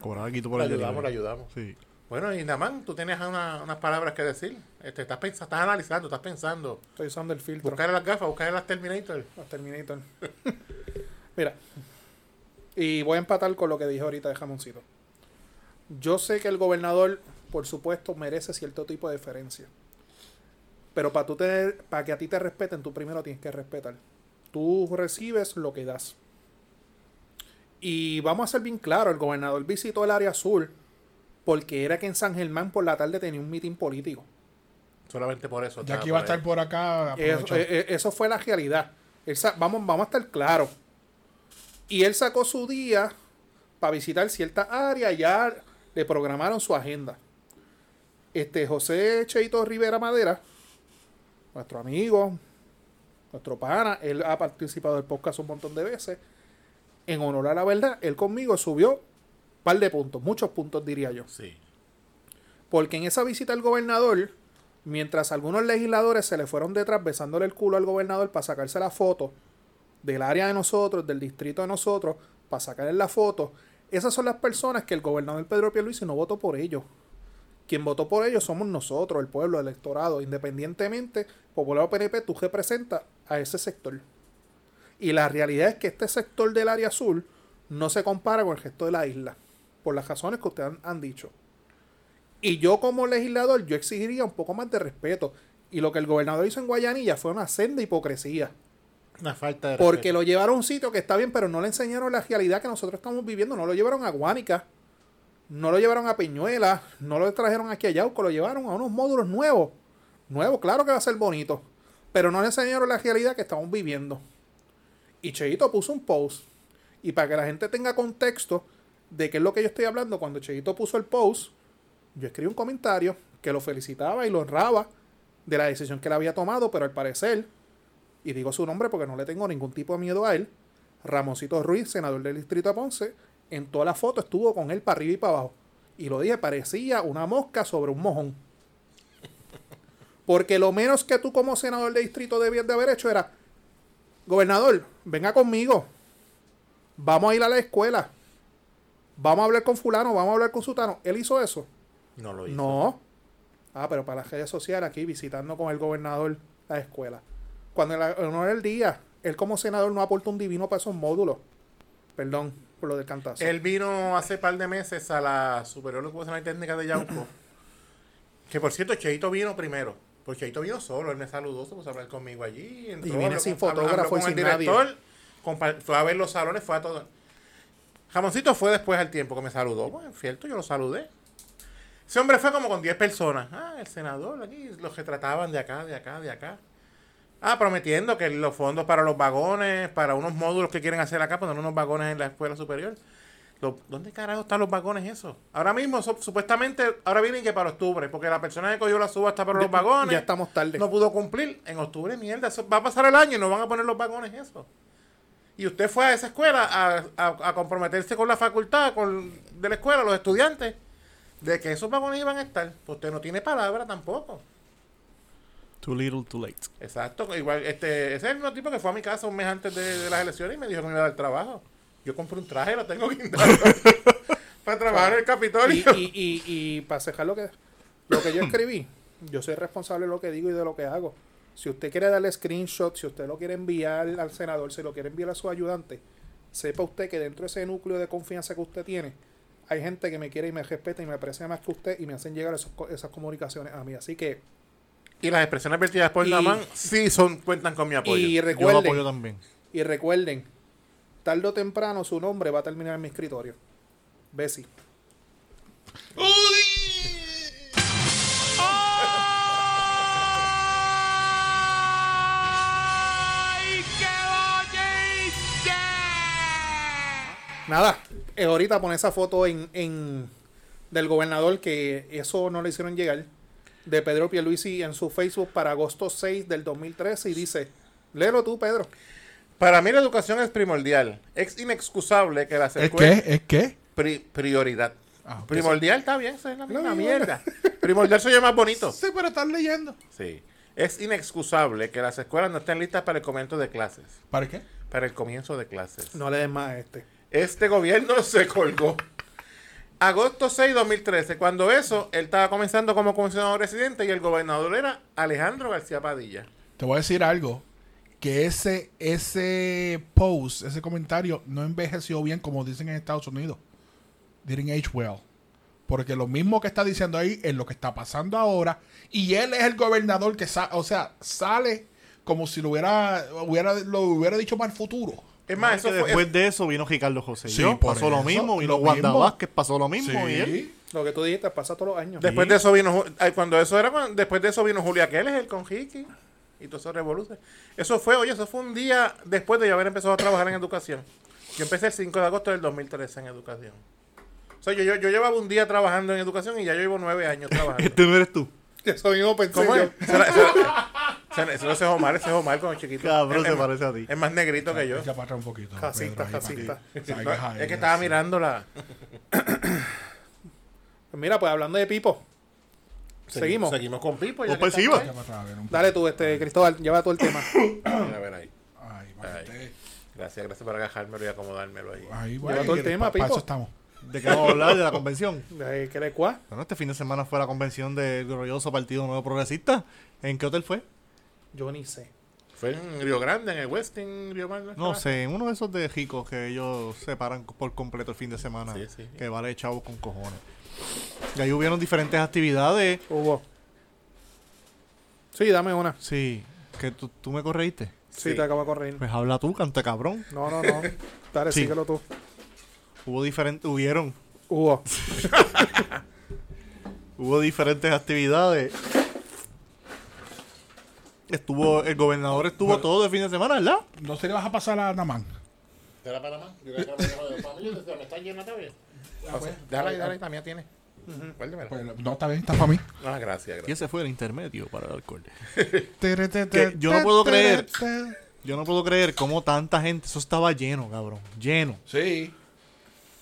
[SPEAKER 3] Cobrar aquí por
[SPEAKER 4] [LAUGHS] Le
[SPEAKER 3] el
[SPEAKER 4] ayudamos, le
[SPEAKER 3] delivery.
[SPEAKER 4] ayudamos.
[SPEAKER 3] Sí.
[SPEAKER 4] Bueno, y Namán, tú tienes una- unas palabras que decir. Este, estás, pens- estás analizando, estás pensando.
[SPEAKER 2] Estoy usando el filtro.
[SPEAKER 4] Buscar las gafas, buscar las Terminator.
[SPEAKER 2] Los Terminator. [LAUGHS] Mira. Y voy a empatar con lo que dije ahorita de Jamoncito. Yo sé que el gobernador, por supuesto, merece cierto tipo de deferencia. Pero para tú tener, para que a ti te respeten, tú primero tienes que respetar. Tú recibes lo que das. Y vamos a ser bien claro, el gobernador visitó el área azul porque era que en San Germán por la tarde tenía un mitin político.
[SPEAKER 4] Solamente por eso.
[SPEAKER 5] Ya
[SPEAKER 4] estaba
[SPEAKER 5] que iba a
[SPEAKER 4] por ahí.
[SPEAKER 5] estar por acá,
[SPEAKER 2] Eso,
[SPEAKER 5] aprovecha.
[SPEAKER 2] eh, eh, eso fue la realidad. Él sa- vamos, vamos a estar claros. Y él sacó su día para visitar cierta área, ya le programaron su agenda. Este José Cheito Rivera Madera, nuestro amigo, nuestro pana, él ha participado del podcast un montón de veces. En honor a la verdad, él conmigo subió un par de puntos, muchos puntos diría yo.
[SPEAKER 4] Sí.
[SPEAKER 2] Porque en esa visita al gobernador, mientras algunos legisladores se le fueron detrás besándole el culo al gobernador para sacarse la foto del área de nosotros, del distrito de nosotros, para sacarle la foto, esas son las personas que el gobernador Pedro Pierluisi no votó por ellos. Quien votó por ellos somos nosotros, el pueblo, el electorado. Independientemente, Popular o PNP, tú representas a ese sector. Y la realidad es que este sector del área azul no se compara con el resto de la isla, por las razones que ustedes han- han dicho. Y yo como legislador, yo exigiría un poco más de respeto. Y lo que el gobernador hizo en Guayanilla fue una senda hipocresía.
[SPEAKER 4] Una falta de
[SPEAKER 2] Porque
[SPEAKER 4] respeto.
[SPEAKER 2] lo llevaron a un sitio que está bien, pero no le enseñaron la realidad que nosotros estamos viviendo. No lo llevaron a Guánica, no lo llevaron a Peñuela, no lo trajeron aquí a Yauco, lo llevaron a unos módulos nuevos. Nuevos, claro que va a ser bonito. Pero no le enseñaron la realidad que estamos viviendo. Y Cheito puso un post. Y para que la gente tenga contexto de qué es lo que yo estoy hablando, cuando Cheito puso el post, yo escribí un comentario que lo felicitaba y lo honraba de la decisión que él había tomado, pero al parecer y digo su nombre porque no le tengo ningún tipo de miedo a él, Ramoncito Ruiz, senador del distrito de Ponce, en toda la foto estuvo con él para arriba y para abajo. Y lo dije, parecía una mosca sobre un mojón. Porque lo menos que tú como senador de distrito debías de haber hecho era, gobernador, venga conmigo, vamos a ir a la escuela, vamos a hablar con fulano, vamos a hablar con sutano. Él hizo eso.
[SPEAKER 4] No lo hizo.
[SPEAKER 2] No. Ah, pero para las redes sociales aquí visitando con el gobernador la escuela. Cuando en la- en honor del día, él como senador no aporta un divino para esos módulos. Perdón por lo del cantazo.
[SPEAKER 4] Él vino hace par de meses a la Superior Ocupacional Técnica de Yauco. que por cierto, Cheito vino primero. Porque Cheito vino solo, él me saludó, se puso a hablar conmigo allí. entró,
[SPEAKER 2] Y viene
[SPEAKER 4] habló
[SPEAKER 2] sin
[SPEAKER 4] con- habló-
[SPEAKER 2] fotógrafo y
[SPEAKER 4] habló con
[SPEAKER 2] sin
[SPEAKER 4] el director, compa- fue a ver los salones, fue a todo. Jamoncito fue después al tiempo que me saludó. Bueno, cierto, yo lo saludé. Ese hombre fue como con 10 personas. Ah, el senador aquí, los que trataban de acá, de acá, de acá. Ah, prometiendo que los fondos para los vagones, para unos módulos que quieren hacer acá, poner unos vagones en la escuela superior. Lo- ¿Dónde carajo están los vagones esos? Ahora mismo, so- supuestamente, ahora vienen que para octubre, porque la persona que cogió la subasta para los vagones
[SPEAKER 2] ya estamos tarde.
[SPEAKER 4] no pudo cumplir. En octubre, mierda, eso va a pasar el año y no van a poner los vagones esos. Y usted fue a esa escuela a, a- a comprometerse con la facultad, con de la escuela, los estudiantes, de que esos vagones iban a estar. Pues usted no tiene palabra tampoco.
[SPEAKER 3] Too little, too late.
[SPEAKER 4] Exacto, igual este, ese es el mismo tipo que fue a mi casa un mes antes de, de las elecciones y me dijo que me iba a dar trabajo. Yo compré un traje, lo tengo [LAUGHS] guindado para trabajar en el
[SPEAKER 2] y,
[SPEAKER 4] Capitolio.
[SPEAKER 2] [LAUGHS] y, y, y para cejar lo que, lo que yo escribí, yo soy responsable de lo que digo y de lo que hago. Si usted quiere darle screenshot, si usted lo quiere enviar al senador, si lo quiere enviar a su ayudante, sepa usted que dentro de ese núcleo de confianza que usted tiene, hay gente que me quiere y me respeta y me aprecia más que usted y me hacen llegar esos co- esas comunicaciones a mí. Así que,
[SPEAKER 4] Y, las expresiones vertidas por
[SPEAKER 2] Y-
[SPEAKER 4] Namán sí son, cuentan con mi apoyo.
[SPEAKER 2] y
[SPEAKER 3] Yo lo apoyo
[SPEAKER 2] recuerden,
[SPEAKER 3] también.
[SPEAKER 2] y recuerden, tarde o temprano su nombre va a terminar en mi escritorio. Bessie. Nada, eh, ahorita pon esa foto en, en- del gobernador que eso no le hicieron llegar de Pedro Pierluisi en su Facebook para agosto 6 del 2013 y dice, léelo tú, Pedro.
[SPEAKER 4] Para mí la educación es primordial. Es inexcusable que las
[SPEAKER 5] ¿Es qué? ¿Es qué?
[SPEAKER 4] Pri- prioridad.
[SPEAKER 5] Ah, ok.
[SPEAKER 4] primordial está bien, eso es la misma
[SPEAKER 2] misma.
[SPEAKER 4] mierda. primordial soy yo más bonito.
[SPEAKER 5] Sí, pero estás leyendo.
[SPEAKER 4] Sí. Es inexcusable que las escuelas no estén listas para el comienzo de clases.
[SPEAKER 5] ¿Para qué?
[SPEAKER 4] Para el comienzo de clases.
[SPEAKER 2] No le des más a este.
[SPEAKER 4] Este gobierno [LAUGHS] se colgó. Agosto 6, 2013. Cuando eso, él estaba comenzando como comisionado residente y el gobernador era Alejandro García Padilla.
[SPEAKER 5] Te voy a decir algo. Que ese, ese post, ese comentario, no envejeció bien como dicen en Estados Unidos. Didn't age well. Porque lo mismo que está diciendo ahí es lo que está pasando ahora. Y él es el gobernador que sa- o sea, sale como si lo hubiera, hubiera, lo hubiera dicho para el futuro.
[SPEAKER 4] Es más,
[SPEAKER 3] Que
[SPEAKER 4] eso fue.
[SPEAKER 3] después de eso vino Ricardo José.
[SPEAKER 5] Sí,
[SPEAKER 3] Yo,
[SPEAKER 5] por
[SPEAKER 3] pasó lo
[SPEAKER 5] eso,
[SPEAKER 3] mismo. Vino
[SPEAKER 5] lo
[SPEAKER 3] Wanda
[SPEAKER 5] mismo.
[SPEAKER 3] Vázquez, pasó lo mismo. Y él.
[SPEAKER 5] Sí.
[SPEAKER 2] Lo que tú dijiste pasa todos los años.
[SPEAKER 4] Después de eso vino, Ju- ay, cuando eso era, cuando- después de eso vino Julia Keles, el con Hickey y todo eso revolución. Eso fue, oye, eso fue un día después de yo haber empezado a trabajar en educación. Yo empecé el 5 de agosto del 2013 en educación. O sea, yo, yo, yo llevaba un día trabajando en educación y ya yo llevo nueve años
[SPEAKER 3] [LAUGHS]
[SPEAKER 4] trabajando.
[SPEAKER 3] Este no eres tú.
[SPEAKER 2] [LAUGHS] Eso mismo pensé
[SPEAKER 4] ¿Cómo
[SPEAKER 2] yo.
[SPEAKER 4] es? Será- será- será- Ese ese es Omar, ese es Omar cuando chiquito.
[SPEAKER 3] Cabrón,
[SPEAKER 4] Es-
[SPEAKER 3] se
[SPEAKER 4] es-
[SPEAKER 3] parece a ti.
[SPEAKER 4] Es más negrito que yo.
[SPEAKER 5] Ya para atrás un poquito.
[SPEAKER 2] Casita,
[SPEAKER 5] Pedro, ahí, para
[SPEAKER 2] casita.
[SPEAKER 5] que
[SPEAKER 4] No,
[SPEAKER 5] salgas ahí,
[SPEAKER 4] es que estaba
[SPEAKER 5] así.
[SPEAKER 4] mirando la...
[SPEAKER 2] Pues mira, pues hablando de Pipo. Seguimos.
[SPEAKER 4] Seguimos con Pipo.
[SPEAKER 3] O
[SPEAKER 4] ya que está
[SPEAKER 3] perciba.
[SPEAKER 5] Ya para atrás, a ver, un-
[SPEAKER 2] Dale tú, este, Cristóbal, lleva todo el tema.
[SPEAKER 4] ahí. A ver ahí.
[SPEAKER 5] Ahí, para que te-
[SPEAKER 4] Gracias, gracias por agajármelo y acomodármelo ahí.
[SPEAKER 5] ahí,
[SPEAKER 2] Lleva
[SPEAKER 5] güey,
[SPEAKER 2] todo el
[SPEAKER 5] que
[SPEAKER 2] tema,
[SPEAKER 5] pa- para
[SPEAKER 2] Pipo.
[SPEAKER 5] eso estamos.
[SPEAKER 3] ¿De qué vamos a hablar? ¿De la convención?
[SPEAKER 2] Eh, ¿Qué le cuá?
[SPEAKER 3] Bueno, este fin de semana fue la convención del glorioso Partido Nuevo Progresista. ¿En qué hotel fue?
[SPEAKER 2] Yo ni sé.
[SPEAKER 4] Fue en Río Grande, en el Westin, Río Grande.
[SPEAKER 3] No sé, en uno de esos de ricos que ellos separan por completo el fin de semana.
[SPEAKER 4] Sí, sí.
[SPEAKER 3] Que vale chavos con cojones. Y ahí hubieron diferentes actividades.
[SPEAKER 2] Hugo. Sí, dame una.
[SPEAKER 3] Sí, que tú, tú me corregiste.
[SPEAKER 2] Sí,
[SPEAKER 4] Sí.
[SPEAKER 2] te acabo de correr.
[SPEAKER 3] Pues habla tú, canta cabrón.
[SPEAKER 2] No, no, no. Dale,
[SPEAKER 3] Sí.
[SPEAKER 2] síguelo tú.
[SPEAKER 3] Hubo diferentes, hubieron,
[SPEAKER 2] Hugo.
[SPEAKER 3] hubo diferentes actividades. Estuvo, el gobernador estuvo todo el fin de semana, ¿verdad?
[SPEAKER 5] No se le vas a pasar a Namán.
[SPEAKER 4] ¿Será Panamá? Yo creo que era Panamá. Yo decía, ¿me está llena todavía?
[SPEAKER 3] Ah, pues.
[SPEAKER 4] Dale, dale, la mía tiene. Guárdamela.
[SPEAKER 5] Pues, no, está bien, está para mí.
[SPEAKER 4] Ah, gracias,
[SPEAKER 3] Y
[SPEAKER 4] gracias.
[SPEAKER 3] ese fue el intermedio para el alcohol. Que yo no
[SPEAKER 2] [LAUGHS]
[SPEAKER 3] puedo creer. Yo no puedo creer cómo tanta gente, eso estaba lleno, cabrón, lleno.
[SPEAKER 5] Sí.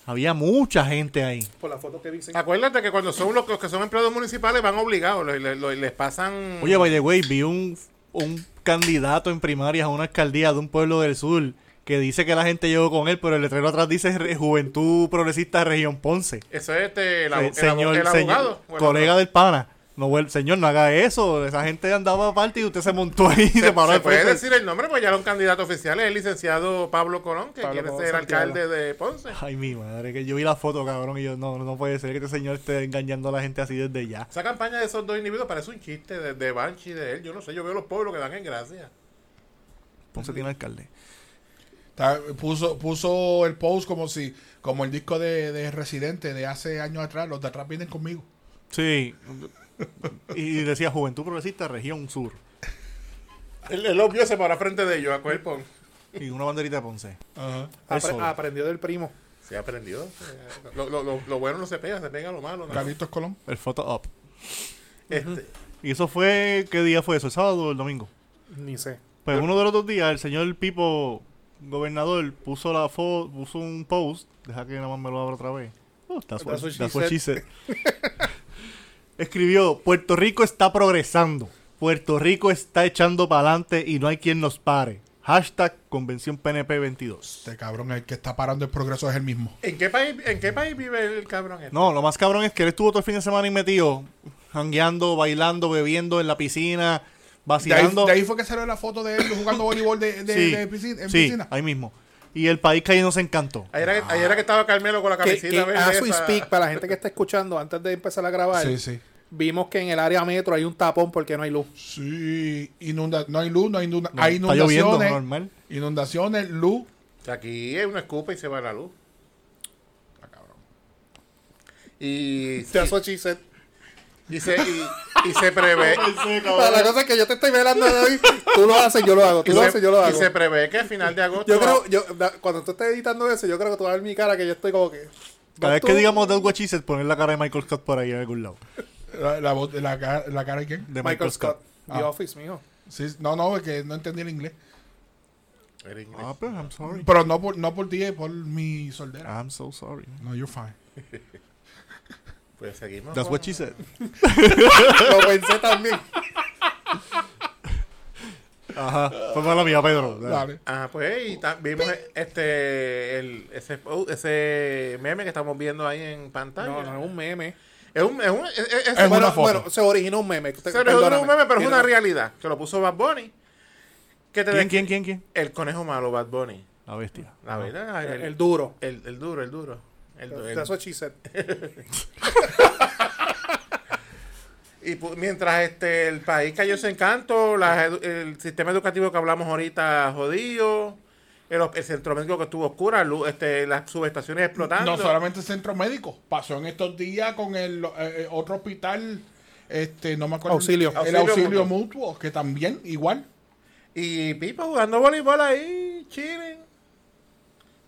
[SPEAKER 3] Había mucha gente ahí.
[SPEAKER 2] Por la foto que dicen.
[SPEAKER 4] Acuérdate que cuando son los, los que son empleados municipales van obligados, les, les- les- les pasan...
[SPEAKER 3] Oye, by the way, vi un, un candidato en primarias a una alcaldía de un pueblo del sur que dice que la gente llegó con él, pero el letrero atrás dice Re- Juventud Progresista Región Ponce.
[SPEAKER 4] eso es este, el,
[SPEAKER 3] Se-
[SPEAKER 4] abo- el abo-
[SPEAKER 3] señor,
[SPEAKER 4] el
[SPEAKER 3] señor,
[SPEAKER 4] abogado. Bueno,
[SPEAKER 3] colega del pana. No, vuel- señor, no haga eso. Esa gente andaba aparte y usted se montó ahí y se,
[SPEAKER 4] pues, se,
[SPEAKER 3] paró
[SPEAKER 4] se
[SPEAKER 3] al
[SPEAKER 4] puede
[SPEAKER 3] frente.
[SPEAKER 4] decir el nombre, pues ya era un candidato oficial, es el licenciado Pablo Colón, que
[SPEAKER 2] Pablo
[SPEAKER 4] quiere
[SPEAKER 2] Colón
[SPEAKER 4] ser
[SPEAKER 2] Santiago.
[SPEAKER 4] alcalde de Ponce.
[SPEAKER 3] Ay, mi madre, que yo vi la foto, cabrón, y yo, no, no puede ser que este señor esté engañando a la gente así desde ya.
[SPEAKER 4] Esa campaña de esos dos individuos parece un chiste de, de Banshee, de él. Yo no sé, yo veo los pueblos que dan en gracia.
[SPEAKER 3] Ponce tiene alcalde.
[SPEAKER 5] Está- puso, puso el post como si, como el disco de, de Residente de hace años atrás. Los de atrás vienen conmigo.
[SPEAKER 3] Sí. Y decía Juventud Progresista Región Sur.
[SPEAKER 4] El, el obvio se para frente de ellos, a cuál pon.
[SPEAKER 3] Y una banderita de Ponce.
[SPEAKER 2] Apre-
[SPEAKER 3] solo.
[SPEAKER 2] aprendió del primo.
[SPEAKER 4] Se aprendió. Eh, Lo, lo- lo- lo bueno no se pega, se pega lo malo. ¿no?
[SPEAKER 5] Carlitos Colón.
[SPEAKER 3] El photo up.
[SPEAKER 4] Este,
[SPEAKER 3] Y eso fue, ¿qué día fue eso? ¿El sábado o el domingo?
[SPEAKER 2] Ni sé.
[SPEAKER 3] Pues uno de los dos días, el señor Pipo, gobernador, puso la foto, puso un post. Deja que nada más me lo abra otra vez. Oh, that's what-
[SPEAKER 2] That's what she
[SPEAKER 3] that's what she said. Escribió, Puerto Rico está progresando. Puerto Rico está echando para adelante y no hay quien nos pare. Hashtag Convención PNP 22.
[SPEAKER 5] Este cabrón, el que está parando el progreso es el mismo.
[SPEAKER 4] ¿en, qué país, ¿En qué país vive el cabrón este?
[SPEAKER 3] No, lo más cabrón es que él estuvo todo el fin de semana y metido, jangueando, bailando, bebiendo en la piscina,
[SPEAKER 5] De ahí,
[SPEAKER 3] vacilando.
[SPEAKER 5] de ahí fue que salió la foto de él jugando voleibol de, de-
[SPEAKER 3] Sí,
[SPEAKER 5] de piscina, en
[SPEAKER 3] sí,
[SPEAKER 5] piscina.
[SPEAKER 3] ahí mismo. Y el país cayendo se encantó.
[SPEAKER 4] Ayer, era que- ayer era que estaba Carmelo con la
[SPEAKER 2] Que,
[SPEAKER 4] camisita
[SPEAKER 2] que
[SPEAKER 4] verde
[SPEAKER 2] as we
[SPEAKER 4] esa.
[SPEAKER 2] speak, para la gente que está escuchando, antes de empezar a grabar,
[SPEAKER 5] Sí, sí.
[SPEAKER 2] vimos que en el área metro hay un tapón porque no hay luz.
[SPEAKER 5] Sí, inunda, no hay luz, no hay, inunda-
[SPEAKER 3] No,
[SPEAKER 5] hay
[SPEAKER 3] está lloviendo,
[SPEAKER 5] inundaciones.
[SPEAKER 3] normal.
[SPEAKER 5] Inundaciones, luz.
[SPEAKER 4] Aquí es una escupa y se va la luz. Ah, Y,
[SPEAKER 2] That's what she said.
[SPEAKER 4] y, se, y, y se [LAUGHS] prevé.
[SPEAKER 2] Pero la cosa es que yo te estoy velando de [LAUGHS] hoy, tú lo haces, yo lo hago. Tú
[SPEAKER 4] y
[SPEAKER 2] lo
[SPEAKER 4] se-
[SPEAKER 2] haces, yo lo
[SPEAKER 4] y
[SPEAKER 2] hago.
[SPEAKER 4] se prevé que a final de agosto.
[SPEAKER 2] Yo creo, yo, da- cuando tú estés editando eso, yo creo que tú vas a ver mi cara que yo estoy como que.
[SPEAKER 3] Cada vez
[SPEAKER 2] tú-
[SPEAKER 3] que digamos Del Guachiset, poner la cara de Michael Scott por ahí en algún lado.
[SPEAKER 5] La, la, voz- la, ca- la cara de quién?
[SPEAKER 3] De
[SPEAKER 2] Michael Scott, The
[SPEAKER 5] Ah.
[SPEAKER 2] Office, mijo.
[SPEAKER 5] Sí, no, no, es que no entendí el inglés.
[SPEAKER 4] Era inglés.
[SPEAKER 3] Ah, pero I'm sorry.
[SPEAKER 5] Pero no por, no por ti, es por mi soldera.
[SPEAKER 3] I'm so sorry.
[SPEAKER 5] No, you're fine.
[SPEAKER 4] Pues seguimos.
[SPEAKER 3] That's
[SPEAKER 4] con-
[SPEAKER 3] what she said.
[SPEAKER 2] Lo pensé también.
[SPEAKER 3] Ajá. Fue mala mía, Pedro.
[SPEAKER 5] Dale.
[SPEAKER 4] Ah, pues y ta- vimos este el, ese, oh, ese meme que estamos viendo ahí en pantalla.
[SPEAKER 2] [LAUGHS] No, no, es un meme.
[SPEAKER 4] Es un, es un- es- es- es-
[SPEAKER 5] Es
[SPEAKER 4] bueno,
[SPEAKER 5] una foto.
[SPEAKER 2] bueno, se originó un meme. Te-
[SPEAKER 4] se originó de
[SPEAKER 2] perdóname.
[SPEAKER 4] un meme, pero es una
[SPEAKER 2] Mira,
[SPEAKER 4] realidad. Que lo puso Bad Bunny. Que te
[SPEAKER 3] ¿Quién,
[SPEAKER 4] descri-
[SPEAKER 3] quién, quién, quién?
[SPEAKER 4] El conejo malo, Bad Bunny.
[SPEAKER 3] La bestia.
[SPEAKER 4] La verdad,
[SPEAKER 2] El,
[SPEAKER 4] el,
[SPEAKER 2] el duro.
[SPEAKER 4] el- el duro, el duro. El, du- el-
[SPEAKER 2] That's what she said.
[SPEAKER 4] y pu- mientras este el país cayó ese encanto, la edu- el sistema educativo que hablamos ahorita jodido, el, hos- el centro médico que estuvo oscura, lu- este, las subestaciones explotando.
[SPEAKER 5] No solamente el centro médico. Pasó en estos días con el eh, eh, otro hospital, este, no me acuerdo.
[SPEAKER 2] Auxilio.
[SPEAKER 5] El
[SPEAKER 4] Auxilio
[SPEAKER 5] auxilio mutuo, que también, igual.
[SPEAKER 4] Y Pipo jugando voleibol ahí, chilling.